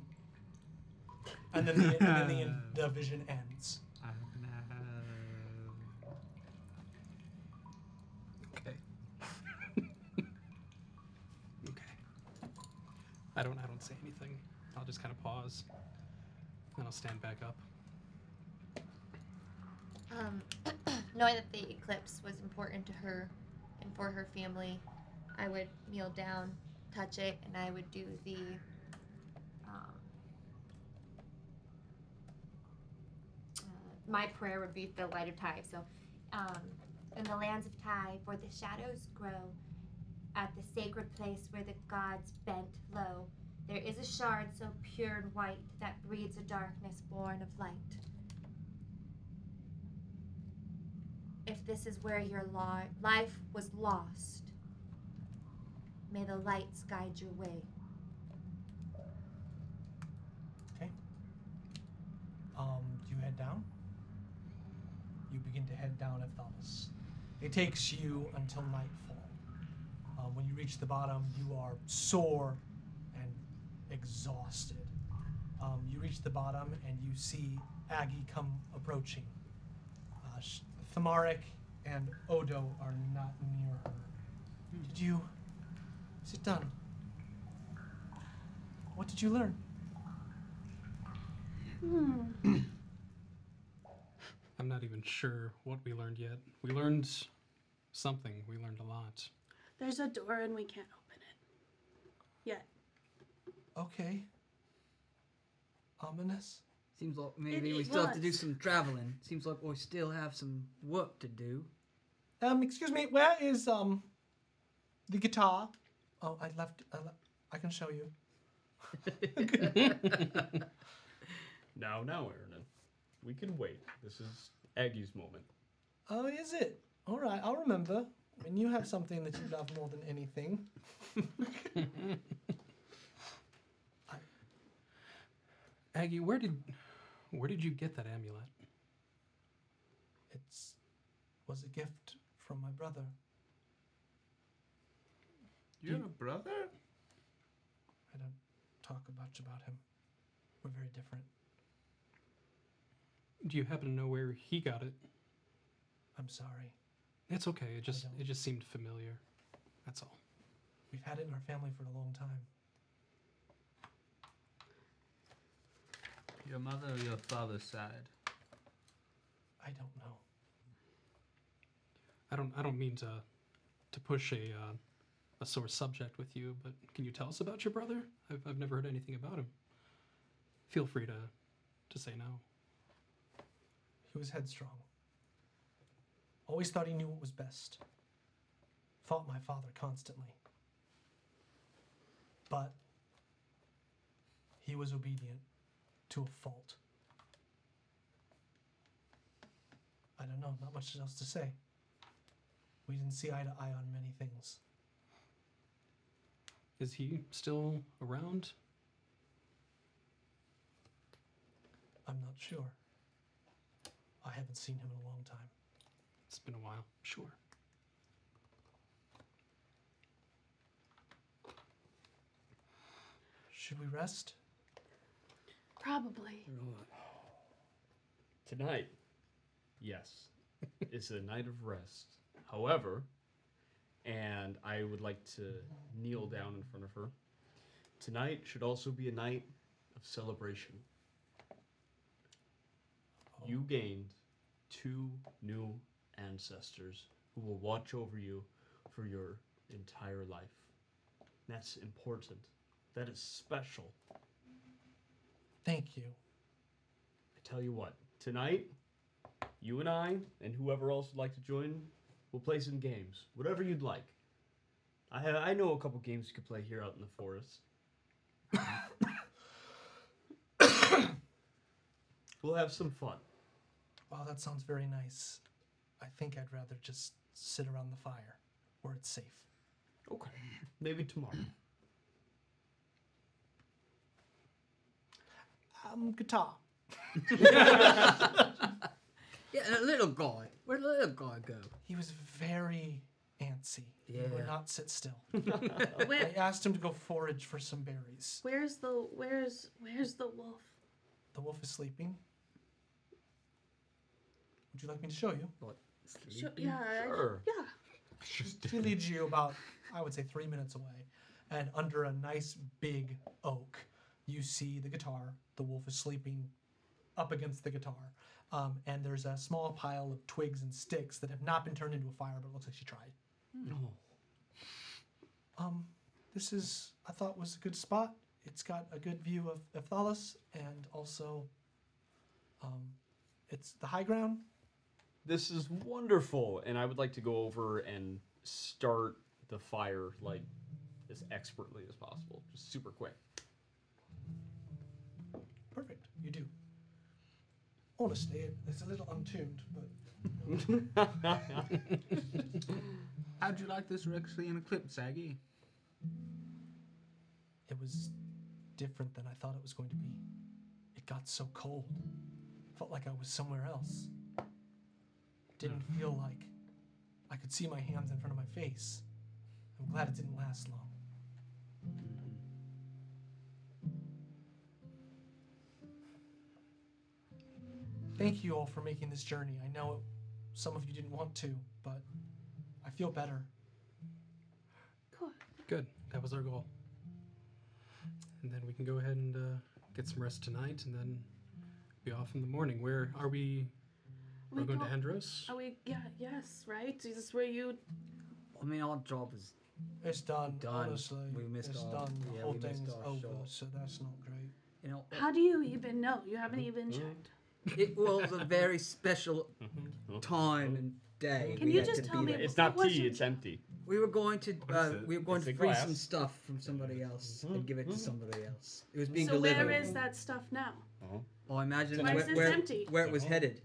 A: and then the, and then the, the vision ends.
G: Okay. okay. I don't. I don't say anything. I'll just kind of pause, then I'll stand back up.
I: Um, knowing that the eclipse was important to her and for her family, I would kneel down, touch it, and I would do the. Um, uh, my prayer would be the light of Ty. So, um, in the lands of Ty, where the shadows grow, at the sacred place where the gods bent low, there is a shard so pure and white that breeds a darkness born of light. if this is where your lo- life was lost, may the lights guide your way.
A: Um, do you head down? You begin to head down Ephthalmus. It takes you until nightfall. Um, when you reach the bottom, you are sore and exhausted. Um, you reach the bottom and you see Aggie come approaching. Uh, sh- Thamaric and Odo are not near her. Did you sit down? What did you learn?
D: Hmm.
G: I'm not even sure what we learned yet. We learned something. We learned a lot.
D: There's a door and we can't open it. Yet.
A: Okay. Ominous.
E: Seems like
D: It-
E: maybe we
D: it
E: still have to do
D: was.
E: some traveling. Seems like we still have some work to do.
A: Um, excuse me, where is um the guitar? Oh, I left. I, le- I can show you.
H: Now, now, Aaron, we can wait. This is Aggie's moment.
A: Oh, is it? All right, I'll remember. When you have something that you love more than anything.
G: Aggie, where did where did you get that amulet?
A: It's was a gift from my brother.
B: You have a brother?
A: I don't talk much about him. We're very different.
G: Do you happen to know where he got it?
A: I'm sorry.
G: It's okay. It just it just seemed familiar. That's all.
A: We've had it in our family for a long time.
B: Your mother or your father's side?
A: I don't know.
G: I don't I don't mean to to push a uh, a sore subject with you, but can you tell us about your brother? I've I've never heard anything about him. Feel free to to say no.
A: He was headstrong. Always thought he knew what was best. Fought my father constantly. But he was obedient to a fault. I don't know, not much else to say. We didn't see eye to eye on many things.
G: Is he still around?
A: I'm not sure. I haven't seen him in a long time.
G: It's been a while. Sure.
A: Should we rest?
D: Probably.
H: Tonight, yes, is a night of rest. However, and I would like to kneel down in front of her. Tonight should also be a night of celebration. You gained two new ancestors who will watch over you for your entire life. That's important. That is special.
A: Thank you.
H: I tell you what, tonight, you and I, and whoever else would like to join, we'll play some games. Whatever you'd like. I ha- I know a couple games you could play here out in the forest. we'll have some fun.
A: Wow, that sounds very nice. I think I'd rather just sit around the fire where it's safe.
H: Okay. Maybe tomorrow.
A: Um, guitar.
E: Yeah, and a little guy. Where'd the little guy go?
A: He was very antsy. He
E: Yeah.
A: would not sit still. I asked him to go forage for some berries.
D: Where's the where's where's the wolf?
A: The wolf is sleeping. Would you like me to show you?
E: What?
D: Sure, yeah, I- yeah.
A: She leads you about, I would say, three minutes away, and under a nice big oak, you see the guitar. The wolf is sleeping up against the guitar, um, and there's a small pile of twigs and sticks that have not been turned into a fire, but it looks like she tried.
H: No.
A: Um, this is I thought was a good spot. It's got a good view of Ephthalus, and also, um, it's the high ground.
H: This is wonderful, and I would like to go over and start the fire like as expertly as possible, just super quick.
A: Perfect. You do. Honestly, it- it's a little untuned, but
B: How'd you like this Rexian clip, Saggy?
A: it was different than I thought it was going to be. It got so cold. Felt like I was somewhere else. Didn't
B: Hmm.
A: feel like I could see my hands in front of my face. I'm glad it didn't last long. Thank you all for making this journey. I know it, some of you didn't want to, but I feel better.
G: Good. That was our goal. And then we can go ahead and uh, get some rest tonight, and then be off in the morning. Where are we? We're
D: We
G: going to
D: don't-
G: Andros.
D: Are we? Yeah. Yes. Right. Is this where you?
E: I mean, our job is
A: It's done.
E: Done.
A: Honestly,
E: We missed
A: it's
E: our-
A: done. The
E: yeah,
A: whole
E: we missed
A: thing's
E: our
A: over,
E: shot.
A: so that's not great.
E: you know.
D: How do you even know? You haven't even checked.
E: It was a very special time and day.
D: Can
E: we
D: you
E: had
D: just
E: to
D: tell
E: be
D: me
E: there.
D: It's not What was tea, your-
H: Mm-hmm. it's empty.
E: We were going to uh, we were going
H: It's
E: to
H: a
E: free
H: glass. Mm-hmm.
E: some stuff from somebody else and give it to somebody else. It was being
D: so
E: delivered.
D: where is that stuff now?
H: Uh-huh.
E: Well, I imagine
D: Why
E: where,
D: is this
E: where-
D: empty?
E: where it was headed.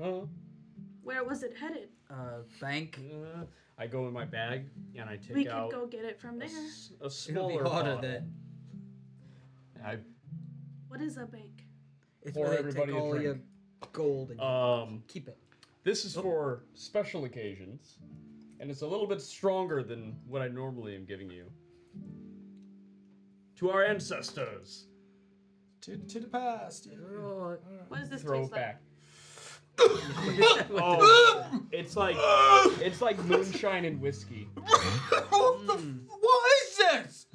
D: Where was it headed?
E: Uh, bank.
H: I go in my bag and I take
D: we
H: out
D: could go get it from there.
H: a smaller
E: harder
H: bottle.
E: then.
H: I
D: What is a bank?
E: It's
H: Pour
E: where they take
H: everybody a
E: all your
H: drink.
E: gold and
H: um
E: keep it. Oh.
H: This is for special occasions, and it's a little bit stronger than what I normally am giving you. To our ancestors.
A: To, to the past. yeah.
E: Oh,
D: What does this
H: Throw
D: taste
H: it back.
D: like?
H: oh, it's like it's like moonshine and whiskey.
M: what, the f-
D: Mm.
M: what is this?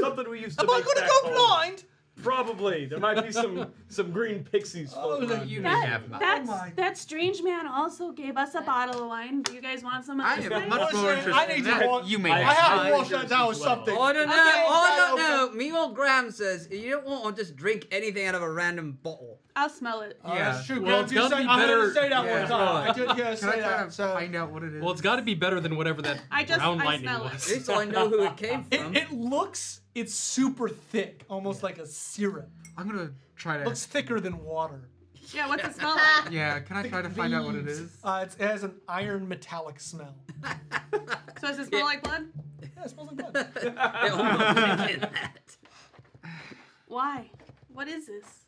H: Something we used to.
M: Am I
H: make
M: gonna
H: back
M: go
H: home.
M: blind?
H: Probably there might be some some green pixies.
A: Oh,
H: floating around here.
D: That,
E: Oh
D: that's, that strange man also gave us a bottle of wine. Do you guys want some of
E: I
D: this
E: am
D: wine?
E: much more
M: Listen,
E: interested.
M: I need
E: in
M: to
E: that.
M: walk-
B: You may
M: I
B: have
M: have
B: time.
M: to wash that down with
H: as well.
M: something.
E: I don't know.
D: Okay,
E: I don't know. Me or Graham says you don't want to just drink anything out of a random bottle.
D: I'll smell it.
M: Uh,
G: Yeah.
A: Shoot,
G: Well,
A: well,
G: it's
A: you
G: gotta
A: say,
G: be
A: I heard
G: better-
A: you say that
E: Yeah.
A: one time. I did hear you
M: Can I
A: say
M: try
A: that.
M: to
A: So it,
M: find out what it is?
G: Well, it's got to be better than whatever that
J: I just-
G: brown
J: I
G: lightning
J: smell it.
E: At
G: was.
E: least I know who it came from.
A: it looks it's super thick, almost like a syrup.
M: I'm gonna try to.
A: Looks thicker than water.
J: Yeah, what's it smell like?
M: yeah, can I try to find out what it
A: Leaves.
M: is?
A: Uh, it's, it has an iron metallic smell.
J: So does it smell like blood?
A: Yeah, it smells like blood.
E: Yeah, I'm not drinking that.
D: Why? What is this?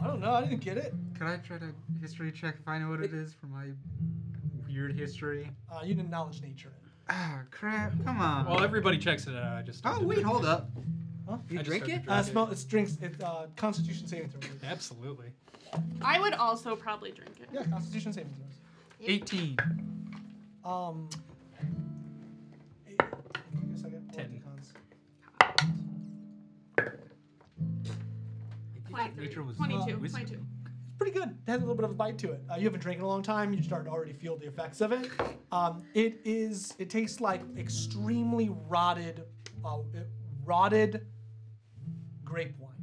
A: I don't know. I didn't get it.
M: Can I try to history check if I know what it is for my weird history?
A: Uh, you didn't knowledge nature. it.
M: Ah, crap! Come on.
G: Well, everybody checks it out. I just.
M: oh wait, hold up.
E: You
G: I just
E: drink
G: had
E: it?
G: to
A: Uh,
G: drink it.
A: smell. It's drinks. It uh, Constitution saving throws.
G: Absolutely.
J: I would also probably drink it.
A: Yeah, Constitution saving throws.
M: 18.
A: Um. I guess I got
G: Ten.
A: cons.
J: 23. 22. 22.
A: pretty good. It has a little bit of a bite to it. Uh, you haven't drank in a long time. You start to already feel the effects of it. Um, it is. It tastes like extremely rotted, uh, rotted grape wine.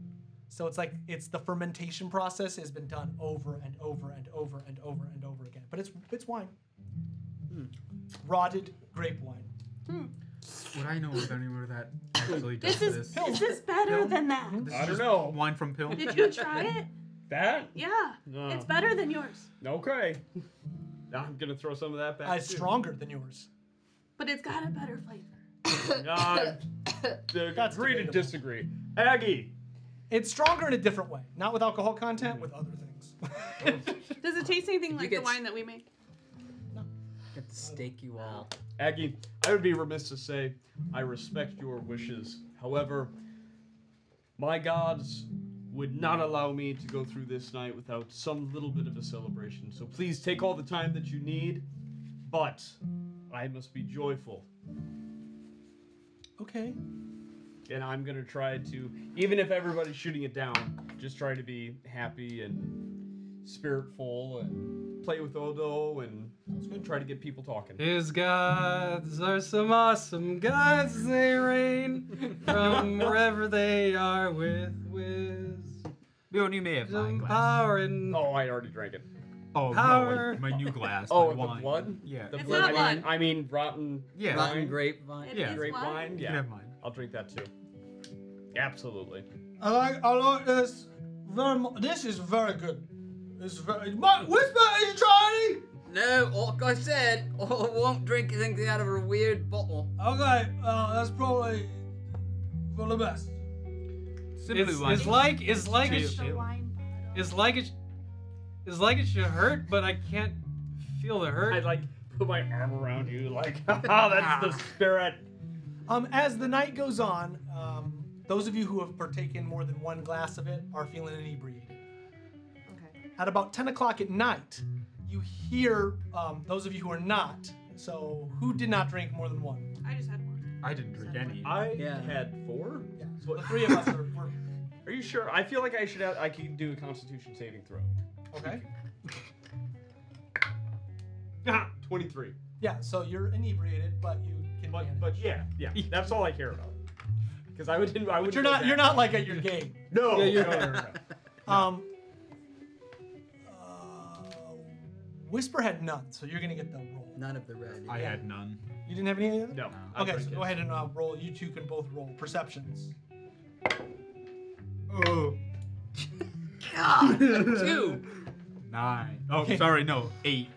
A: So it's like it's the fermentation process has been done over and over and over and over and over again. But it's it's wine. Rotted grape wine.
R: Would I know if anyone of that actually does
D: This is
R: this?
D: this is better than that.
R: This is just Wine from Pill.
D: Did you try it?
H: That?
D: Yeah,
H: No.
A: Um,
D: it's better than yours,
H: Okay. Now I'm gonna throw some of that back.
A: Uh, it's
H: too.
A: stronger than yours.
D: but it's got a better flavor.
H: Uh, That's agree to disagree. Aggie.
A: It's stronger in a different way, not with alcohol content, with other things.
J: Does it taste anything like the
H: get
J: wine that we make?
H: Get to stake you all. Aggie, I would be remiss to say I respect your wishes. However, my gods would not allow me to go through this night without some little bit of a celebration. So please take all the time that you need, but I must be joyful.
A: Okay.
H: And I'm going to try to, even if everybody's shooting it down, just try to be happy and spiritful and play with Odo and try to get people talking.
G: His gods are some awesome gods. They reign from wherever they are with whiz.
B: Leon, you may have
G: some power and
H: oh, I already drank it.
R: Oh,
G: power.
R: my new glass.
H: Oh,
R: my
H: the
R: wine.
H: blood?
R: Yeah.
H: The
R: It's
H: blood.
R: not
H: I mean,
R: blood.
H: I mean rotten.
R: Yeah.
H: wine.
R: Rotten grapevine. It
H: Yeah.
R: is
H: Grape
R: wine.
H: wine.
R: You
H: Yeah.
R: can have mine.
H: I'll drink that too. Absolutely.
M: I like I like this very much. This is very good. It's very. My, whisper, are you trying?
E: No, like I said, I won't drink anything out of a weird bottle.
M: Okay, uh, that's probably for the best.
G: It's, it's like it's like it
J: Just
G: sh-
J: the wine.
G: it's like it sh- it's like it should hurt, but I can't feel the hurt. I
H: like put my arm around you, like ah, that's the spirit.
A: Um, as the night goes on, um, those of you who have partaken more than one glass of it are feeling inebriated. Okay. At about 10 o'clock at night, you hear um, those of you who are not. So, who did not drink more than one?
J: I just had one.
R: I didn't drink any.
H: I had four.
A: Yeah. So the three of us are. Were...
H: Are you sure? I feel like I should. Have, I can do a Constitution saving throw.
A: Okay.
H: Ah, Twenty-three.
A: Yeah. So you're inebriated, but you can.
H: But but yeah yeah, that's all I care about. Because I would. I would.
A: But you're not. You're not like at your game.
H: No.
A: Yeah, you're-
H: no, no, no, no.
A: Um. uh, Whisper had none, so you're gonna get the roll.
K: None of the red.
R: I had none.
A: You didn't have any of the
H: No.
A: Okay, so go ahead and uh, roll. You two can both roll perceptions.
R: Oh.
A: God,
R: two. Nine. Oh, sorry, no, eight.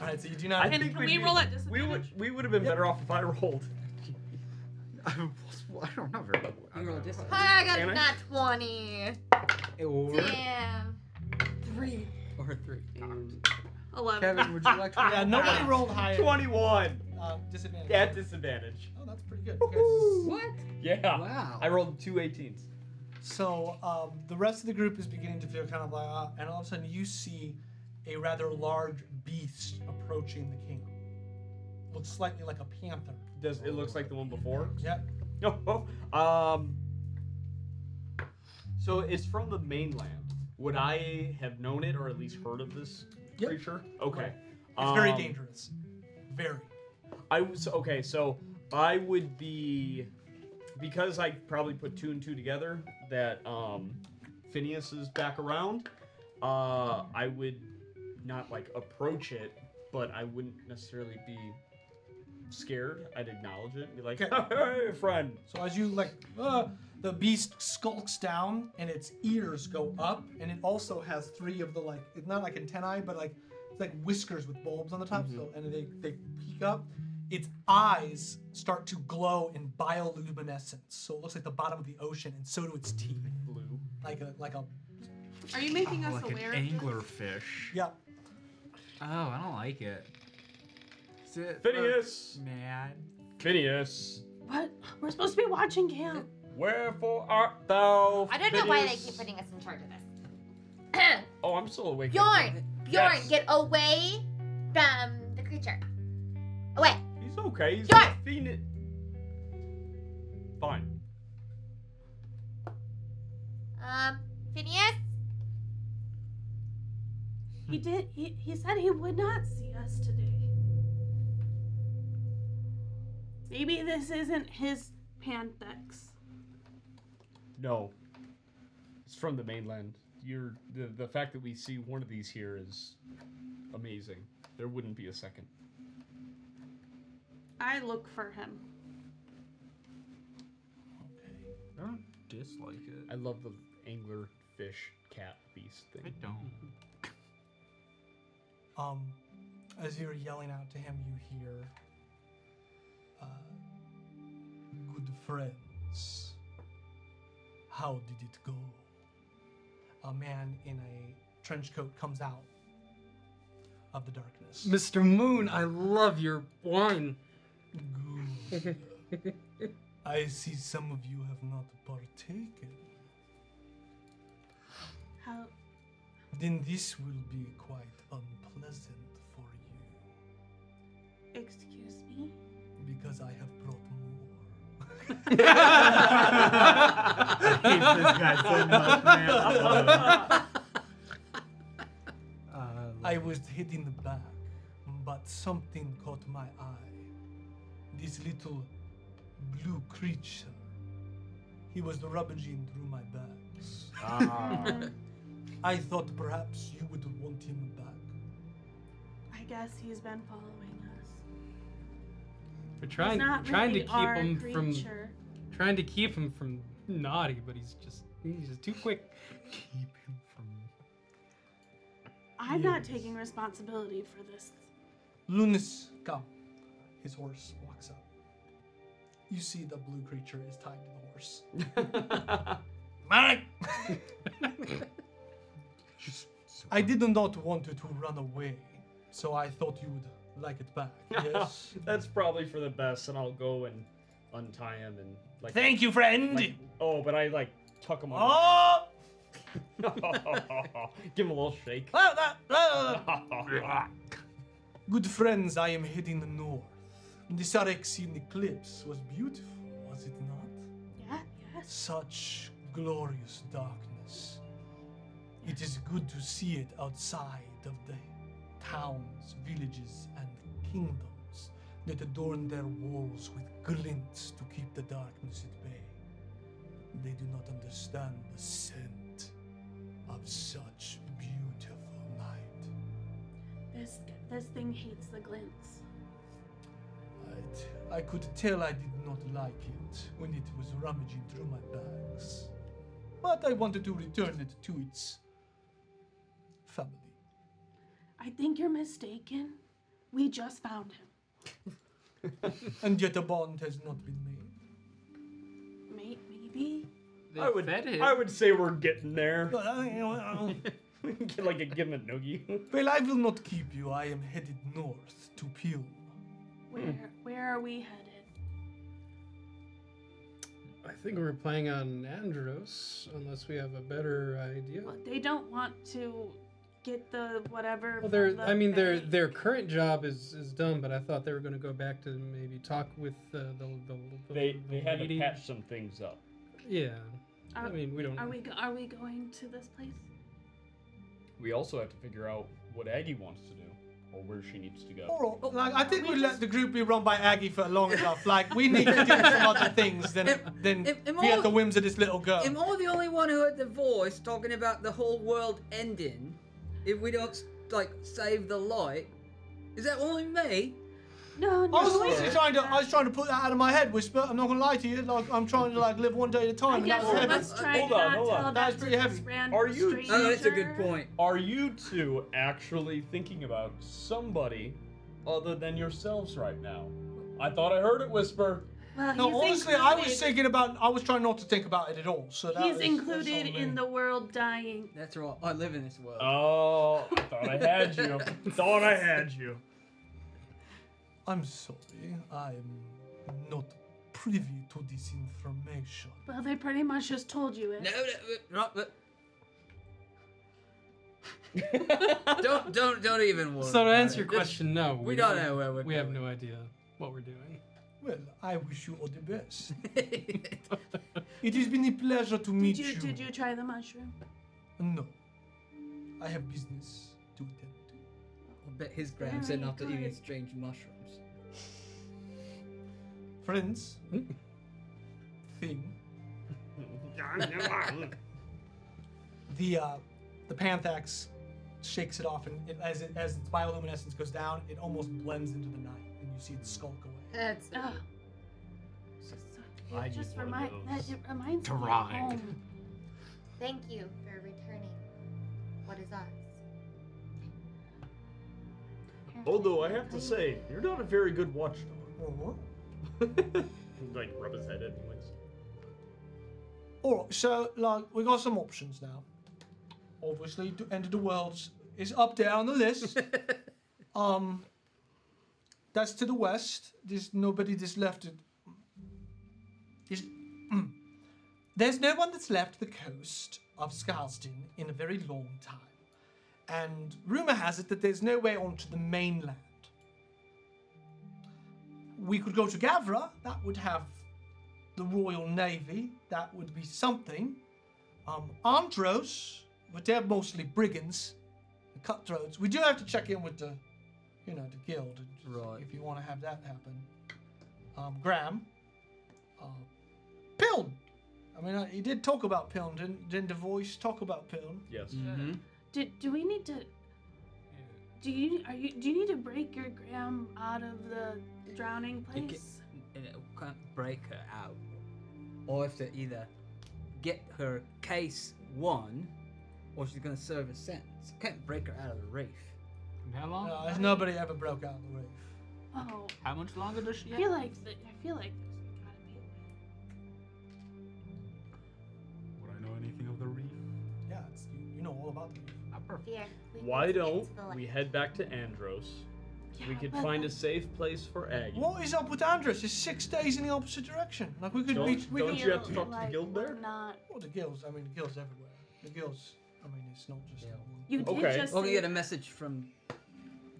A: All right, so you do not.
H: I think
J: Can
H: we'd
J: we
H: be-
J: roll at
H: We would. We would have been better off if I rolled.
R: I don't know very well.
K: You roll dis-
I: I got
K: Can I?
I: a nat 20.
K: Or,
I: Damn. Three.
K: or three.
J: 11.
K: Kevin, would you like to?
A: Yeah, nobody rolled higher.
H: Twenty-one.
A: Uh, disadvantage.
H: At disadvantage.
A: Oh, that's pretty good. Okay.
K: What?
H: Yeah.
K: Wow.
H: I rolled two 18s.
A: So um, the rest of the group is beginning to feel kind of like, uh, and all of a sudden you see a rather large beast approaching the camp. Looks slightly like a panther.
H: Does it looks like the one before?
A: Yep.
H: No. um. So it's from the mainland. Would I have known it or at least heard of this creature? Okay.
A: It's very
H: Um,
A: dangerous. Very.
H: I was okay. So I would be because I probably put two and two together that um, Phineas is back around. Uh, I would not like approach it, but I wouldn't necessarily be scared. I'd acknowledge it and be like, "Hey, friend."
A: So as you like, uh, the beast skulks down and its ears go up, and it also has three of the like, it's not like antennae, but like it's like whiskers with bulbs on the top. So and they they peek up. Its eyes start to glow in bioluminescence, so it looks like the bottom of the ocean, and so do its teeth.
H: Blue. Oh,
A: Like a like a
J: Are you making us
R: like an
J: aware?
R: anglerfish.
A: yeah.
R: Oh, I don't like it. Is it
H: Phineas.
R: Mad.
H: Phineas,
D: What? We're supposed to be watching camp.
H: wherefore art thou?
I: I don't know why they
H: Phineas?
I: keep putting us in charge of this.
H: Oh, I'm still awake.
I: Bjorn! Bjorn,
H: Yes.
I: get away from the creature. Away.
H: He's okay. He's
I: Bjorn!
H: Phoenix. Fine.
I: Um, Phineas?
D: He did. He, he said he would not see us today. Maybe this isn't his Panthex.
H: No. It's from the mainland. You're the, the fact that we see one of these here is amazing. There wouldn't be a second.
J: I look for him.
S: I don't dislike it.
H: I love the angler, fish, cat, beast thing. I
S: don't.
K: Um, as you're yelling out to him, you hear, uh, "Good friends, how did it go?" A man in a trench coat comes out of the darkness.
G: Mr. Moon, I love your wine.
K: I see some of you have not partaken.
D: How
K: Then this will be quite unpleasant for you
D: Excuse me?
K: because I have brought more. I was hit in the back, but something caught my eye. This little blue creature. He was rummaging through my bags.
D: Ah.
K: I thought perhaps you would want him back.
D: I guess he's been following us.
G: We're trying,
D: not
G: trying
D: really
G: to keep
D: our
G: him
D: creature.
G: from, trying to keep him from naughty, but he's just, he's just too quick. Keep him from.
D: I'm not taking responsibility for this.
K: Lunas, come. His horse walks up. You see the blue creature is tied to the horse. Mike! I did not want you to run away, so I thought you would like it back. Yes.
H: That's probably for the best, and I'll go and untie him and like.
K: Thank you, friend.
H: like- oh, but I like tuck him.
K: Oh!
H: Give him a little shake.
A: uh,
K: Good friends, I am heading north. This Arexian eclipse was beautiful, was it not?
D: Yeah, yes.
K: Such glorious darkness. It is good to see it outside of the towns, villages, and kingdoms that adorn their walls with glints to keep the darkness at bay. They do not understand the scent of such beautiful night.
D: This this thing hates the glints.
K: Right. I could tell I did not like it when it was rummaging through my bags. But I wanted to return it to its family.
D: I think you're mistaken. We just found him.
K: And yet a bond has not been made.
D: May- Maybe.
H: I would. I would say we're getting there.
K: We
H: can get, like a give him a noogie.
K: Well, I will not keep you. I am headed north to Peel.
G: Hmm.
D: Where where are we headed?
G: I think we're playing on Andros, unless we have a better idea.
D: They don't want to get the whatever.
G: Well, their,
D: from
E: uh,
D: the
G: I mean, their
D: bank.
G: their current job is, is done, but I thought they were going to go back to maybe talk with uh, the, the, the
H: They
G: the
H: they had to
G: lady.
H: patch some things up.
G: Yeah,
D: Are,
G: I mean, we don't.
D: Are we go- are we going to this place?
H: We also have to figure out what Aggie wants to do or where she needs to go.
K: Or, like, I think we let the group be run by Aggie for long enough. Like, we need to do some other things than, than
E: Am- am
K: be
E: I-
K: at the whims of this little girl.
E: Am I the only one who heard the voice talking about the whole world ending if we don't like save the light? Is that only me?
D: No,
K: I was literally trying to, I was trying to put that out of my head, Whisper. I'm not gonna lie to you. Like, I'm trying to like live one day at a
D: I
K: time. and
D: guess
K: that was
D: we
K: heavy.
D: must try to not tell
K: That
D: about
K: was pretty heavy.
D: this random
H: Are you?
E: Oh,
D: stranger.
H: point. Are you two actually thinking about somebody other than yourselves right now? I thought I heard it whisper.
D: Well,
K: No,
D: he's
K: honestly, I was
D: included-
K: thinking about. I was trying not to think about it at all. So that
D: He's
K: was-
D: included
K: that's on
D: in
K: me.
D: the world dying.
E: That's right. I live in this world.
H: Oh, thought I had you. thought I had you.
K: I'm sorry, I'm not privy to this information.
D: Well, they pretty much just told you it.
E: No, no, no, no. don't don't don't e- even worry.
G: So to
E: about
G: answer your
E: it.
G: question, no,
E: we don't know where we're
G: we have no idea what we're doing.
K: Well, I wish you all the best. it has been a pleasure to meet
D: Did you,
K: you.
D: did you try the mushroom?
K: No, I have business to do that too. I'll bet his gram said
D: Very
K: not to eat any
D: good.
K: strange mushrooms.
A: Friends. Thing. the uh, the panthax shakes it off, and it, as it, as its bioluminescence goes down, it almost blends into the night, and you see it skulk away.
I: That's
D: oh. Just,
A: I
D: it just
A: need one of
D: remind that
A: those.
D: it reminds
A: To
D: me of
A: ride.
D: home.
I: Thank you for returning what is ours.
H: Although I have to say, you're not a very good watchdog.
A: Or,
H: Uh-huh. like rub his head anyways.
A: All right, so like we got some options now. Obviously, do- End of the Worlds is up there on the list. um, that's to the west. There's nobody that's left it. There's, mm. There's no one that's left the coast of Scarsden in a very long time, and rumor has it that there's no way onto the mainland. We could go to Gavra. That would have the Royal Navy. That would be something. Um, Andros, but they're mostly brigands, the cutthroats. We do have to check in with the, you know, the guild and just see if you want to have that happen. Um, Graham, uh, Piln. I mean, I, he did talk about Piln, didn't, didn't the voice talk about Piln?
H: Yes.
D: Do, do we need to? Do you are you do you need to break your gram out of the drowning
K: You ca-
D: place?
E: eh,
K: uh, can't break her out. Or have to either get her case won, or she's gonna serve a sentence. Can't break her out of the reef.
B: How long?
A: No, there's nobody ever broke out the reef.
D: Oh,
B: How much longer does she
D: I
B: have?
D: feel like th- I feel like there's gotta be.
B: Would I know anything of the reef?
A: Yeah, it's, you, you know all about the reef.
I: Yeah. we
H: Why
I: need to get
H: don't
I: to the
H: we
I: light.
H: head back to Andros? we could
A: but-
H: find a safe place for Aggie.
A: What is up with Andros? It's six days in the opposite direction. Like we could
H: Don't-
A: reach. We
H: don't
A: could
H: you have to talk to the Like, guild
D: there? Not.
A: Well, the guilds. I mean, the guilds everywhere. The guilds. I mean, it's not just that one.
D: You did Okay. just
K: Oh,
D: say-
K: we get a message from.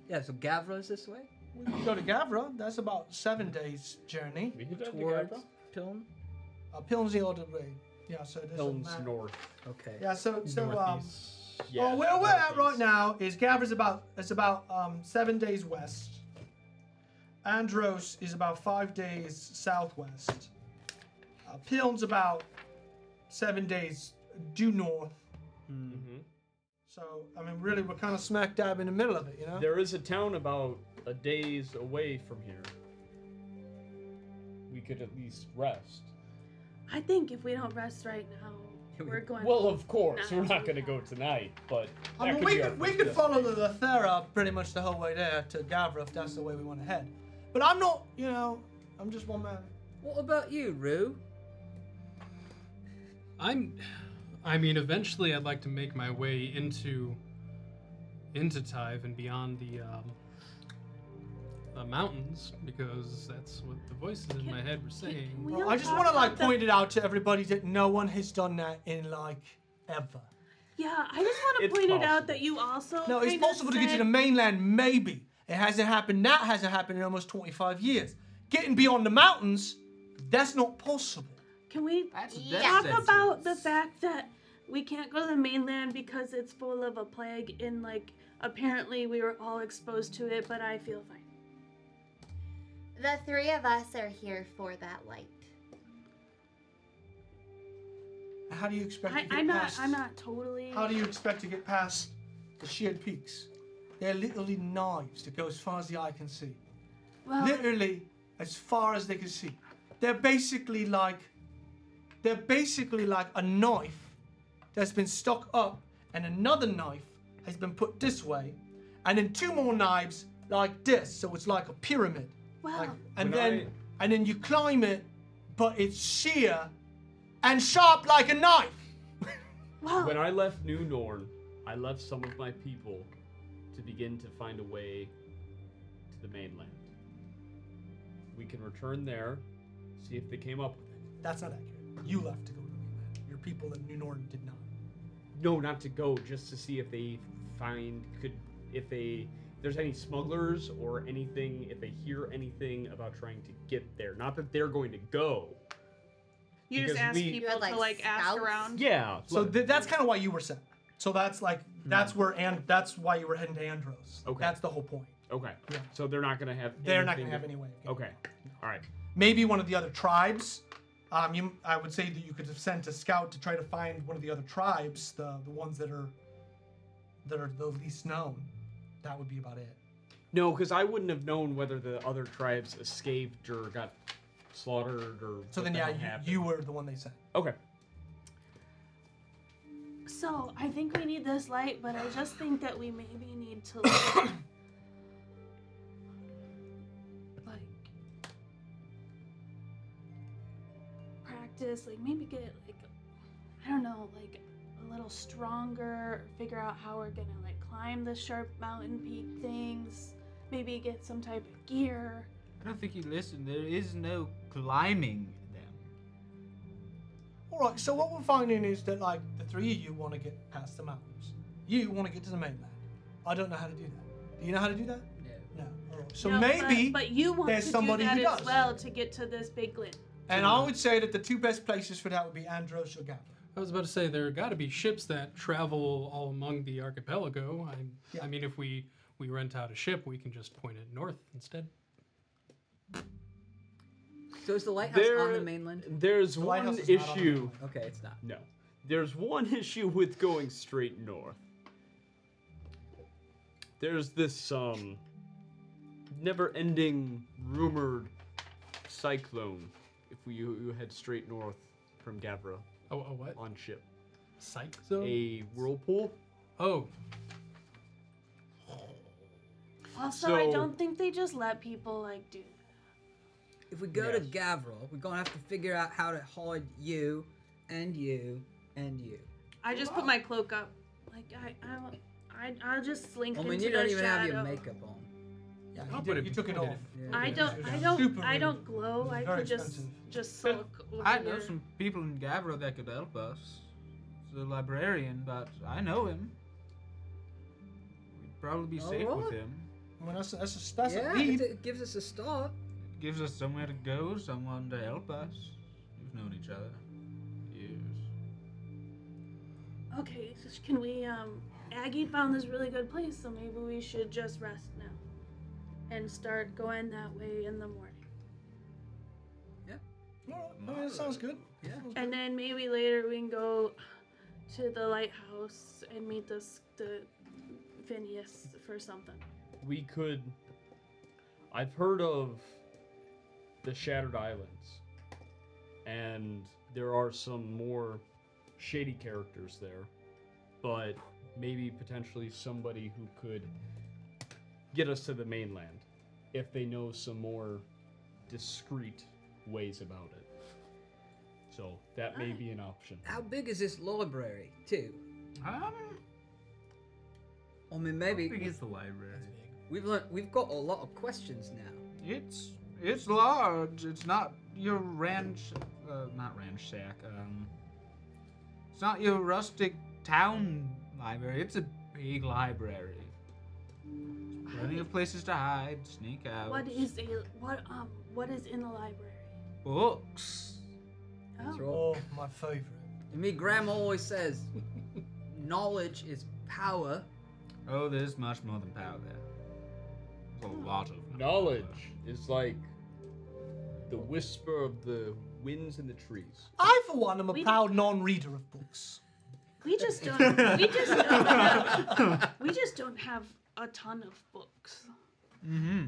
K: Yeah, so Gavro's this way.
A: We can go to Gavra. That's about seven days journey. We
H: can
K: go to Towards Gavra. Piln.
A: Uh, Piln's the other way. Yeah. So there's a
H: Elms
A: map.
H: North.
K: Okay.
A: Yeah. So so um.
H: Yeah,
A: well, where we're at right now is Gavra's about it's about um seven days west. Andros is about five days southwest. Uh, Piln's about seven days due north.
H: Mm-hmm.
A: So I mean, really, we're kind of smack dab in the middle of it, you know.
H: There is a town about a day's away from here. We could at least rest.
D: I think if we don't rest right now, we're going.
H: Well, of course,
D: Nah,
H: we're not going to go tonight, but that
A: I mean,
H: could
A: we
H: be our
A: could, we
H: first
A: could
H: guess.
A: follow the Lothera pretty much the whole way there to Gavra if that's the way we want to head. But I'm not, you know, I'm just one man.
K: What about you, Rue?
G: I'm. I mean, eventually, I'd like to make my way into into Tive and beyond the um, the mountains because that's what the voices in my head were saying.
A: Well, I just want to like point it out to everybody that no one has done that in like ever.
D: Yeah, I just want to
A: It's
D: point it out that you also.
A: No, it's
D: kinda
A: possible to get to
D: said-
A: the mainland, maybe. It hasn't happened. That hasn't happened in almost 25 years. Getting beyond the mountains, that's not possible.
D: Can we
A: death
D: talk
A: sentence.
D: about the fact that we can't go to the mainland because it's full of a plague and like apparently we were all exposed to it, but I feel fine.
I: The three of us are here for that light.
A: How do you expect
D: I,
A: to get
D: I'm not.
A: past?
D: I'm not totally.
A: How do you expect to get past the sheared peaks? They're literally knives that go as far as the eye can see.
D: Well-
A: literally as far as they can see. They're basically like they're basically like a knife that's been stuck up and another knife has been put this way and then two more knives like this so it's like a pyramid.
D: Wow.
A: Like,
H: When
A: and then and then you climb it but it's sheer and sharp like a knife.
H: When I left New Norn, I left some of my people to begin to find a way to the mainland. We can return there, see if they came up with it.
A: That's not accurate. You left to go to the mainland. Your people in New Norton did not.
H: No, not to go, just to see if they find could if they if there's any smugglers or anything if they hear anything about trying to get there. Not that they're going to go.
J: You just
H: because
J: ask
H: we-
J: people to like ask around.
H: Yeah.
A: So th- that's kind of why you were sent. So that's like that's where and that's why you were heading to Andros.
H: Hmm. Okay.
A: That's the whole point.
H: Okay. So they're not gonna have.
A: They're not
H: anything
A: gonna have
H: to-
A: any way of
H: Okay. All right.
A: Maybe one of the other tribes. Um, you, I would say that you could have sent a scout to try to find one of the other tribes, the the ones that are that are the least known. That would be about it.
H: No, because I wouldn't have known whether the other tribes escaped or got slaughtered or.
A: So
H: what
A: then,
H: the
A: yeah,
H: hell
A: you,
H: happened.
A: you were the one they sent.
H: Okay.
D: So I think we need this light, but I just think that we maybe need to like, like practice, like maybe get like I don't know, like a little stronger, or figure out how we're gonna like climb the sharp mountain peak things, maybe get some type of gear.
B: I don't think you listen. There is no climbing them.
A: All right. So what we're finding is that like the three of you want to get past the mountains. You want to get to the mainland. I don't know how to do that. Do you know how to do that? No. No. All right. So
D: No, but-
A: maybe
D: but, you want
A: there's
D: to
A: somebody
D: do that
A: who
D: as
A: does.
D: well to get to this big glint.
A: And I would say that the two best places for that would be Andros or Gavin.
G: I was about to say there got to be ships that travel all among the archipelago. I, I mean, if we we rent out a ship, we can just point it north instead.
E: So is the lighthouse on the mainland?
H: There's
E: The
H: one
E: lighthouse is not on the
H: issue.
E: mainland. Okay, it's not.
H: No. There's one issue with going straight north. There's this um never-ending rumored cyclone if we you head straight north from Gavra.
G: Oh, a what?
H: On ship.
G: Psych zone.
H: A whirlpool.
G: Oh.
D: Also, I
H: So-
D: don't think they just let people like do.
E: If we go to Gavril, we're gonna have to figure out how to hide you and you and you.
T: I just put my cloak up. Like I, I, I I'll just slink
E: I
T: into
E: mean, you don't
T: the
E: even have
T: shadow.
E: your makeup on.
A: Yeah,
E: you,
A: did- you took it off.
T: I don't, I don't, I don't glow. I
B: very
T: can just, just sulk. Over
B: I know
T: here.
B: some people in Gavro that could help us. The librarian, but I know him. We'd probably be safe with
E: Alright.
B: him.
A: I mean, that's, that's, just,
E: That's yeah, it, it gives us a start.
B: Gives us somewhere to go, someone to help us. We've known each other. Years.
D: Okay, so can we? Um, Aggie found this really good place, so maybe we should just rest now, and start going that way in the morning.
A: All right. I mean, it sounds good. Yeah.
D: And then maybe later we can go to the lighthouse and meet this the Phineas for something.
H: We could I've heard of the Shattered Islands. And there are some more shady characters there. But maybe potentially somebody who could get us to the mainland if they know some more discreet ways about it. So that may be an option.
E: How big is this library, too? Um. I mean, maybe.
B: big is the library?
E: We've learned, we've got a lot of questions now.
B: It's it's large. It's not your ranch, uh, not ranch shack. Um, it's not your rustic town library. It's a big library. There's plenty of places to hide, sneak out.
D: What is a what um what is in the library?
B: Oh, books?
E: That's
D: Oh.
E: right.
A: Oh, my favorite.
E: And me grandma always says, knowledge is power.
B: Oh, there's much more than power there. There's a lot of
H: Knowledge is like the whisper of the winds in the trees.
A: I, for one, am a proud non-reader of books.
D: We just don't. we just don't. Have, we just don't have a ton of books.
B: Mm-hmm.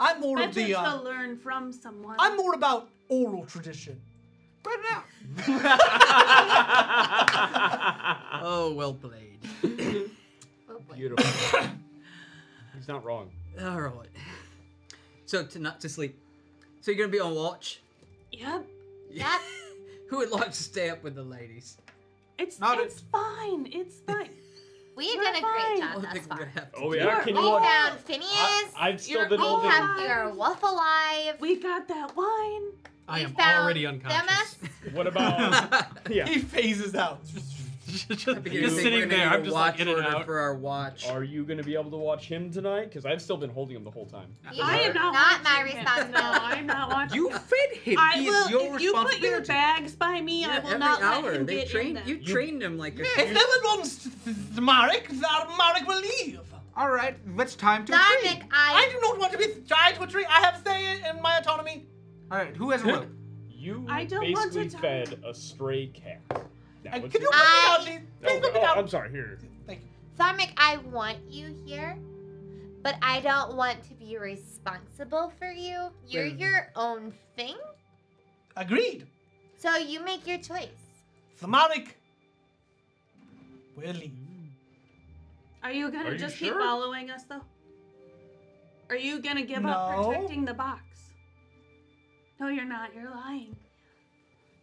A: I'm more
D: Better
A: of the.
D: to
A: Uh,
D: learn from someone.
A: I'm more about oral tradition.
D: But now.
E: Oh, well played.
H: Beautiful. He's not wrong.
E: All right. So to not to sleep. So you're gonna be on watch.
D: Yep.
E: Yep. Who would like to stay up with the ladies?
D: It's
E: Not
D: it's fine. It's fine.
I: We have
D: We're
I: done a great
D: fine.
I: job
E: I don't
I: thus
E: think we're gonna have to.
H: Oh
E: do
H: yeah,
E: it.
H: can you
I: We
H: watch?
I: found Phineas.
H: I've still
I: You're-
H: been
I: we
H: holding-
I: have your wolf alive.
D: We got that wine.
G: I
I: We
G: am
I: found
G: already unconscious.
I: Themis.
H: What about? yeah.
A: He phases out.
G: just,
H: beginning
G: just
H: to think we're
G: sitting
H: gonna
G: there.
H: need a
G: I'm just like
H: watch
G: in and
H: order
G: out.
E: for our watch.
H: Are you going to be able to watch him tonight? Because I've still been holding him the whole time.
D: I am not,
I: Not my
D: watching him. No,
I: responsibility.
D: I'm not watching.
H: You fed him.
D: I
H: He is
D: will.
H: your
D: if you put your
H: responsibility.
D: bags by me, I
E: Yeah,
D: will
E: every
D: not
E: hour,
D: let him
E: they
D: get
E: train-
D: in them.
E: you You- trained him like a
M: If no one wants Marek, Marek will leave.
B: All right, it's time to
M: Marek,
B: tree.
M: I... do not want to be tied to a tree. I have say in my autonomy.
B: All right, who has a rope?
H: you
M: I don't
H: basically
M: want to die.
H: fed a stray cat. That was
M: Could you
H: it.
M: put me down, please?
H: Oh,
M: Please put me
H: oh,
M: down.
H: I'm sorry. Here.
I: Tharmic, I want you here, but I don't want to be responsible for you. You're
M: Well-
I: your own thing,
M: Agreed.
I: so you make your choice.
M: Marek will leave.
D: Are you gonna
M: Are you
D: just keep
M: sure?
D: following us though? Are you gonna give up
M: No.
D: protecting the box? No, you're not. You're lying.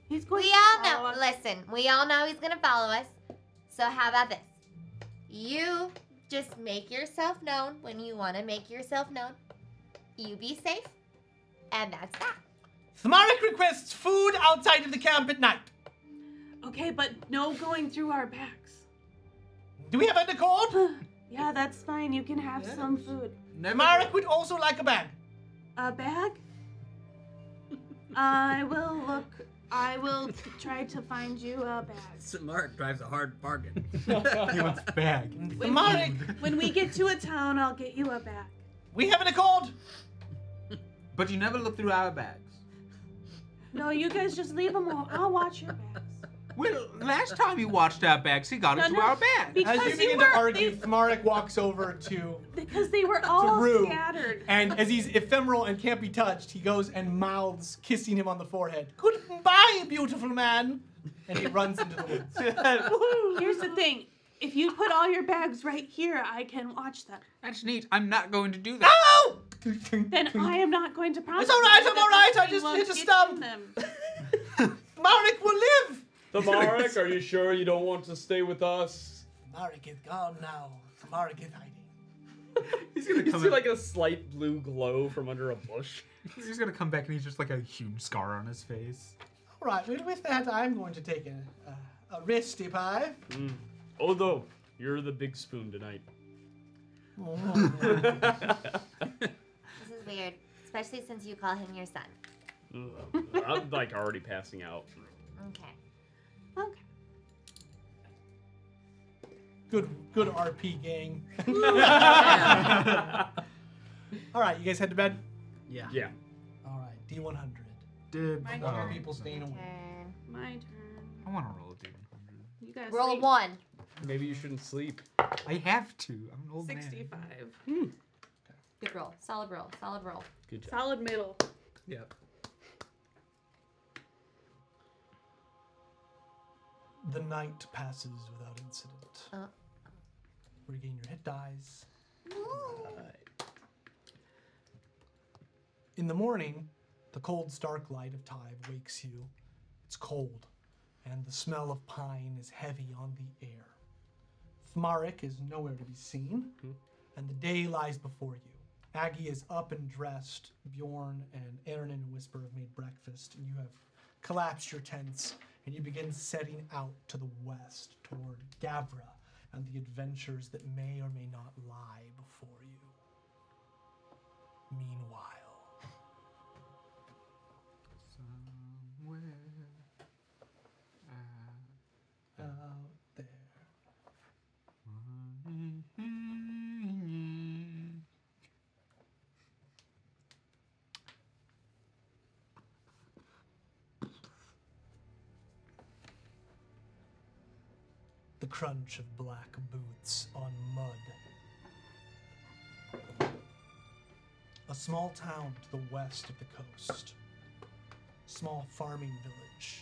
D: He's going
I: we
D: to
I: all
D: follow
I: know.
D: us.
I: Listen, we all know he's gonna follow us. So how about this? You just make yourself known when you want to make yourself known. You be safe, and that's that.
M: Marek requests food outside of the camp at night.
D: Okay, but no going through our backs.
M: Do we have an accord?
D: Yeah, that's fine. You can have some food.
M: Marek would also like a bag.
D: A bag? I will look. I will try to find you a bag.
U: Mark drives a hard bargain.
M: Bag.
D: When
M: Marek,
D: we, when we get to a town, I'll get you a bag.
M: we have an accord.
B: But you never look through our bags.
D: No, you guys just leave them. All. I'll watch your bags.
B: Well, last time he watched our bags, he got
D: No,
B: into
D: no,
B: our bags.
D: because
A: As you
D: you
A: begin
D: were-
A: to argue, Marek walks over to
D: Because they were all
A: Rue.
D: scattered.
A: and as he's ephemeral and can't be touched, he goes and mouths kissing him on the forehead. Goodbye, beautiful man. And he runs into the woods.
D: Here's the thing. If you put all your bags right here, I can watch them.
B: That's neat. I'm not going to do that.
M: No!
D: Then I am not going to promise.
M: It's all right,
D: you
M: I'm
D: that
M: all right, I
D: nothing
M: just
D: will
M: hit a
D: get in
M: stump.
D: them.
M: Marek will live.
H: The Marek, are you sure you don't want to stay with us?
M: Marek is gone now. Marek is hiding.
H: He's gonna you see like a slight blue glow from under a bush.
B: He's gonna come back and he's just like a huge scar on his face.
A: All right, well, with that, I'm going to take a, a, a resty pie.
H: Mm. Although you're the big spoon tonight.
I: This is weird, especially since you call him your son.
H: Ugh, I'm like already passing out.
I: Okay.
A: Good, good RP gang. All right, you guys head to bed.
U: Yeah.
H: Yeah.
A: All right, D100.
B: Did uh,
D: My
A: What are
D: turn.
A: people staying awake?
D: My turn.
B: I want to roll a d
D: You guys.
I: Roll
D: sleep.
I: one.
H: Maybe you shouldn't sleep.
B: I have to. I'm an old man.
D: Sixty-five.
I: Good roll. Solid roll. Solid roll.
H: Good job.
D: Solid middle.
B: Yep.
A: The night passes without incident.
I: Uh.
A: Regain your hit dies. In the morning, the cold, stark light of Tive wakes you. It's cold, and the smell of pine is heavy on the air. Thmarik is nowhere to be seen, and the day lies before you. Aggie is up and dressed. Bjorn and Aaron and Whisper have made breakfast, and you have collapsed your tents, and you begin setting out to the west toward Gavra and the adventures that may or may not lie before you. Meanwhile, the crunch of black boots on mud. A small town to the west of the coast. Small farming village.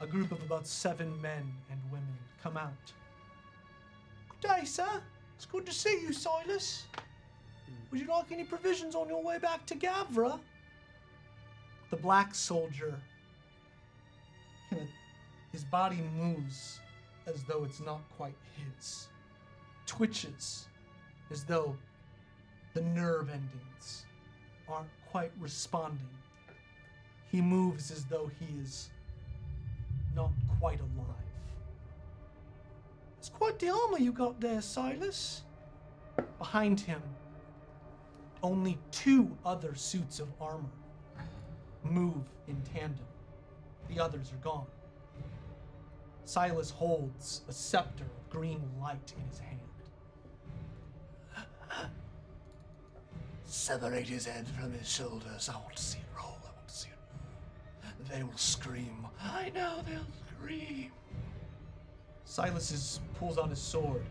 A: A group of about seven men and women come out. Good day, sir. It's good to see you, Silas. Would you like any provisions on your way back to Gavra? The black soldier his body moves as though it's not quite his, twitches as though the nerve endings aren't quite responding. He moves as though he is not quite alive. What the armor you got there, Silas? Behind him, only two other suits of armor move in tandem. The others are gone. Silas holds a scepter of green light in his hand.
M: Separate his head from his shoulders. I want to see it roll. I want to see it. They will scream. I know they'll scream.
A: Silas is, pulls out his sword.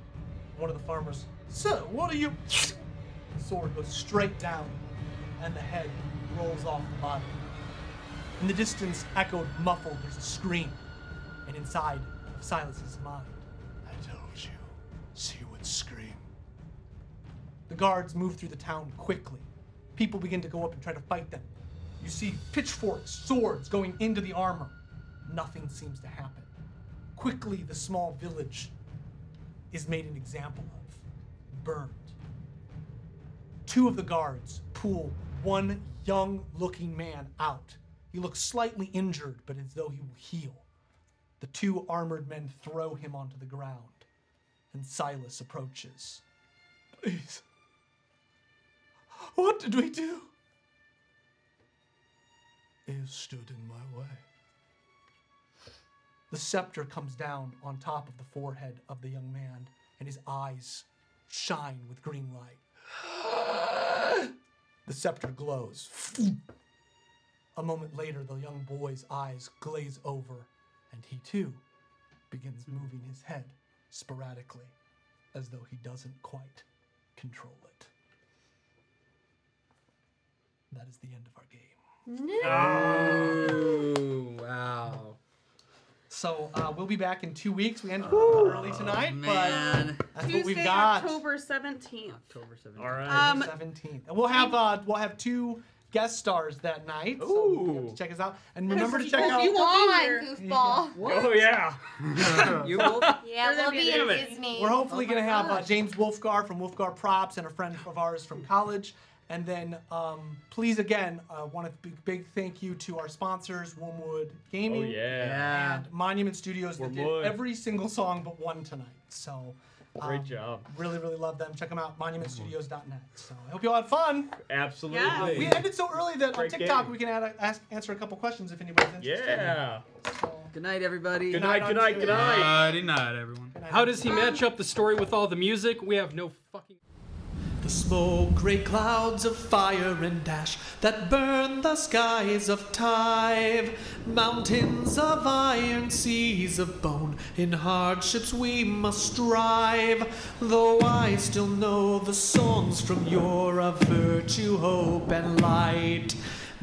A: One of the farmers, Sir, what are you? The sword goes straight down, and the head rolls off the body. In the distance, echoed muffled, there's a scream, and inside of Silas's mind,
M: I told you, she would scream.
A: the guards move through the town quickly. People begin to go up and try to fight them. You see pitchforks, swords going into the armor. Nothing seems to happen. Quickly, the small village is made an example of, burned. Two of the guards pull one young looking man out. He looks slightly injured, but as though he will heal. The two armored men throw him onto the ground, and Silas approaches. Please. What did we do?
M: You stood in my way.
A: The scepter comes down on top of the forehead of the young man, and his eyes shine with green light. The scepter glows. A moment later, the young boy's eyes glaze over, and he too begins moving his head sporadically, as though he doesn't quite control it. That is the end of our game.
K: No.
A: wow. So uh, we'll be back in two weeks. We ended early tonight,
K: man.
A: but that's
J: Tuesday,
A: what we've got.
J: October 17th.
K: October 17th.
A: All
J: right. Um,
A: seventeenth. We'll have uh, we'll have two guest stars that night. Ooh. So you have to check us out and remember to check out.
I: You
J: won't be here.
I: goofball.
A: Oh yeah.
K: you
A: will.
I: Yeah, we'll be in Disney.
A: We're hopefully
I: Oh
A: gonna
I: my
A: have uh,
I: gosh.
A: James Wolfgar from Wolfgar Props and a friend of ours from college. And then, um, please again, uh, want a big, big thank you to our sponsors, Wormwood Gaming,
H: Oh, yeah.
A: and Monument Studios that did
H: Wormwood.
A: every single song but one tonight. So, um,
H: Great job.
A: Really, really love them. Check them out, monumentstudios.net. So I hope you all had fun.
H: Absolutely.
A: We ended so early that
H: Great
A: on TikTok
H: game.
A: we can add a, ask, answer a couple questions if anybody's interested.
H: Yeah.
K: Good night, everybody.
H: Good night, good night, good night.
G: Good night, everyone. How does he match up the story with all the music? We have no fucking.
M: The smoke, gray clouds of fire and ash that burn the skies of Tive. Mountains of iron, seas of bone, in hardships we must strive. Though I still know the songs from your of virtue, hope, and light.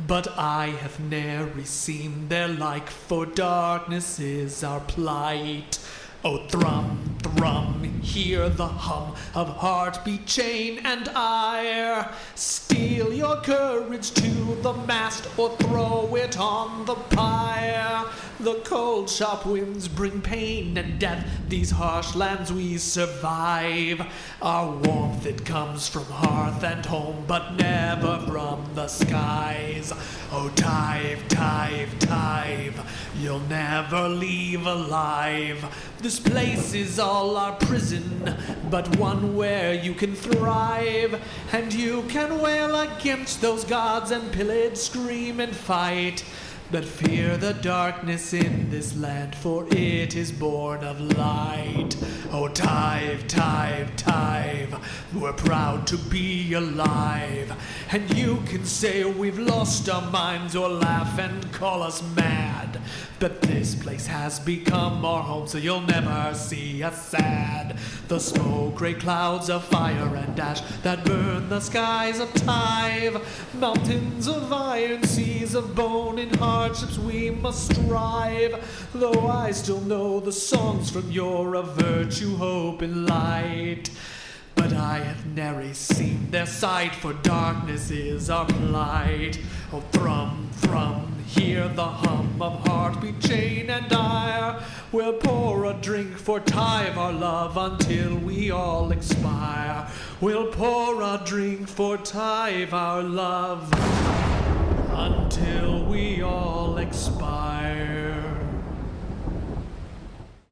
M: But I have ne'er seen their like, for darkness is our plight. Oh, thrum, thrum, hear the hum of heartbeat, chain, and ire. Steel your courage to the mast or throw it on the pyre. The cold, sharp winds bring pain and death. These harsh lands we survive. Our warmth it comes from hearth and home, but never from the skies. Oh, Tive, Tive, Tive, you'll never leave alive. This place is all our prison, but one where you can thrive. And you can wail against those gods and pillage, scream and fight. But fear the darkness in this land, for it is born of light. Oh, Tive, Tive, Tive, we're proud to be alive. And you can say we've lost our minds or laugh and call us mad. But this place has become our home, so you'll never see us sad. The smoke, gray clouds of fire and ash that burn the skies of Tive. Mountains of iron, seas of bone, in hardships we must strive. Though I still know the songs from your of virtue, hope, and light. But I have ne'er seen their sight, for darkness is our plight. Oh, thrum, thrum, hear the hum of heartbeat, chain and ire. We'll pour a drink for Tive, our love, until we all expire. We'll pour a drink for Tive, our love, until we all expire.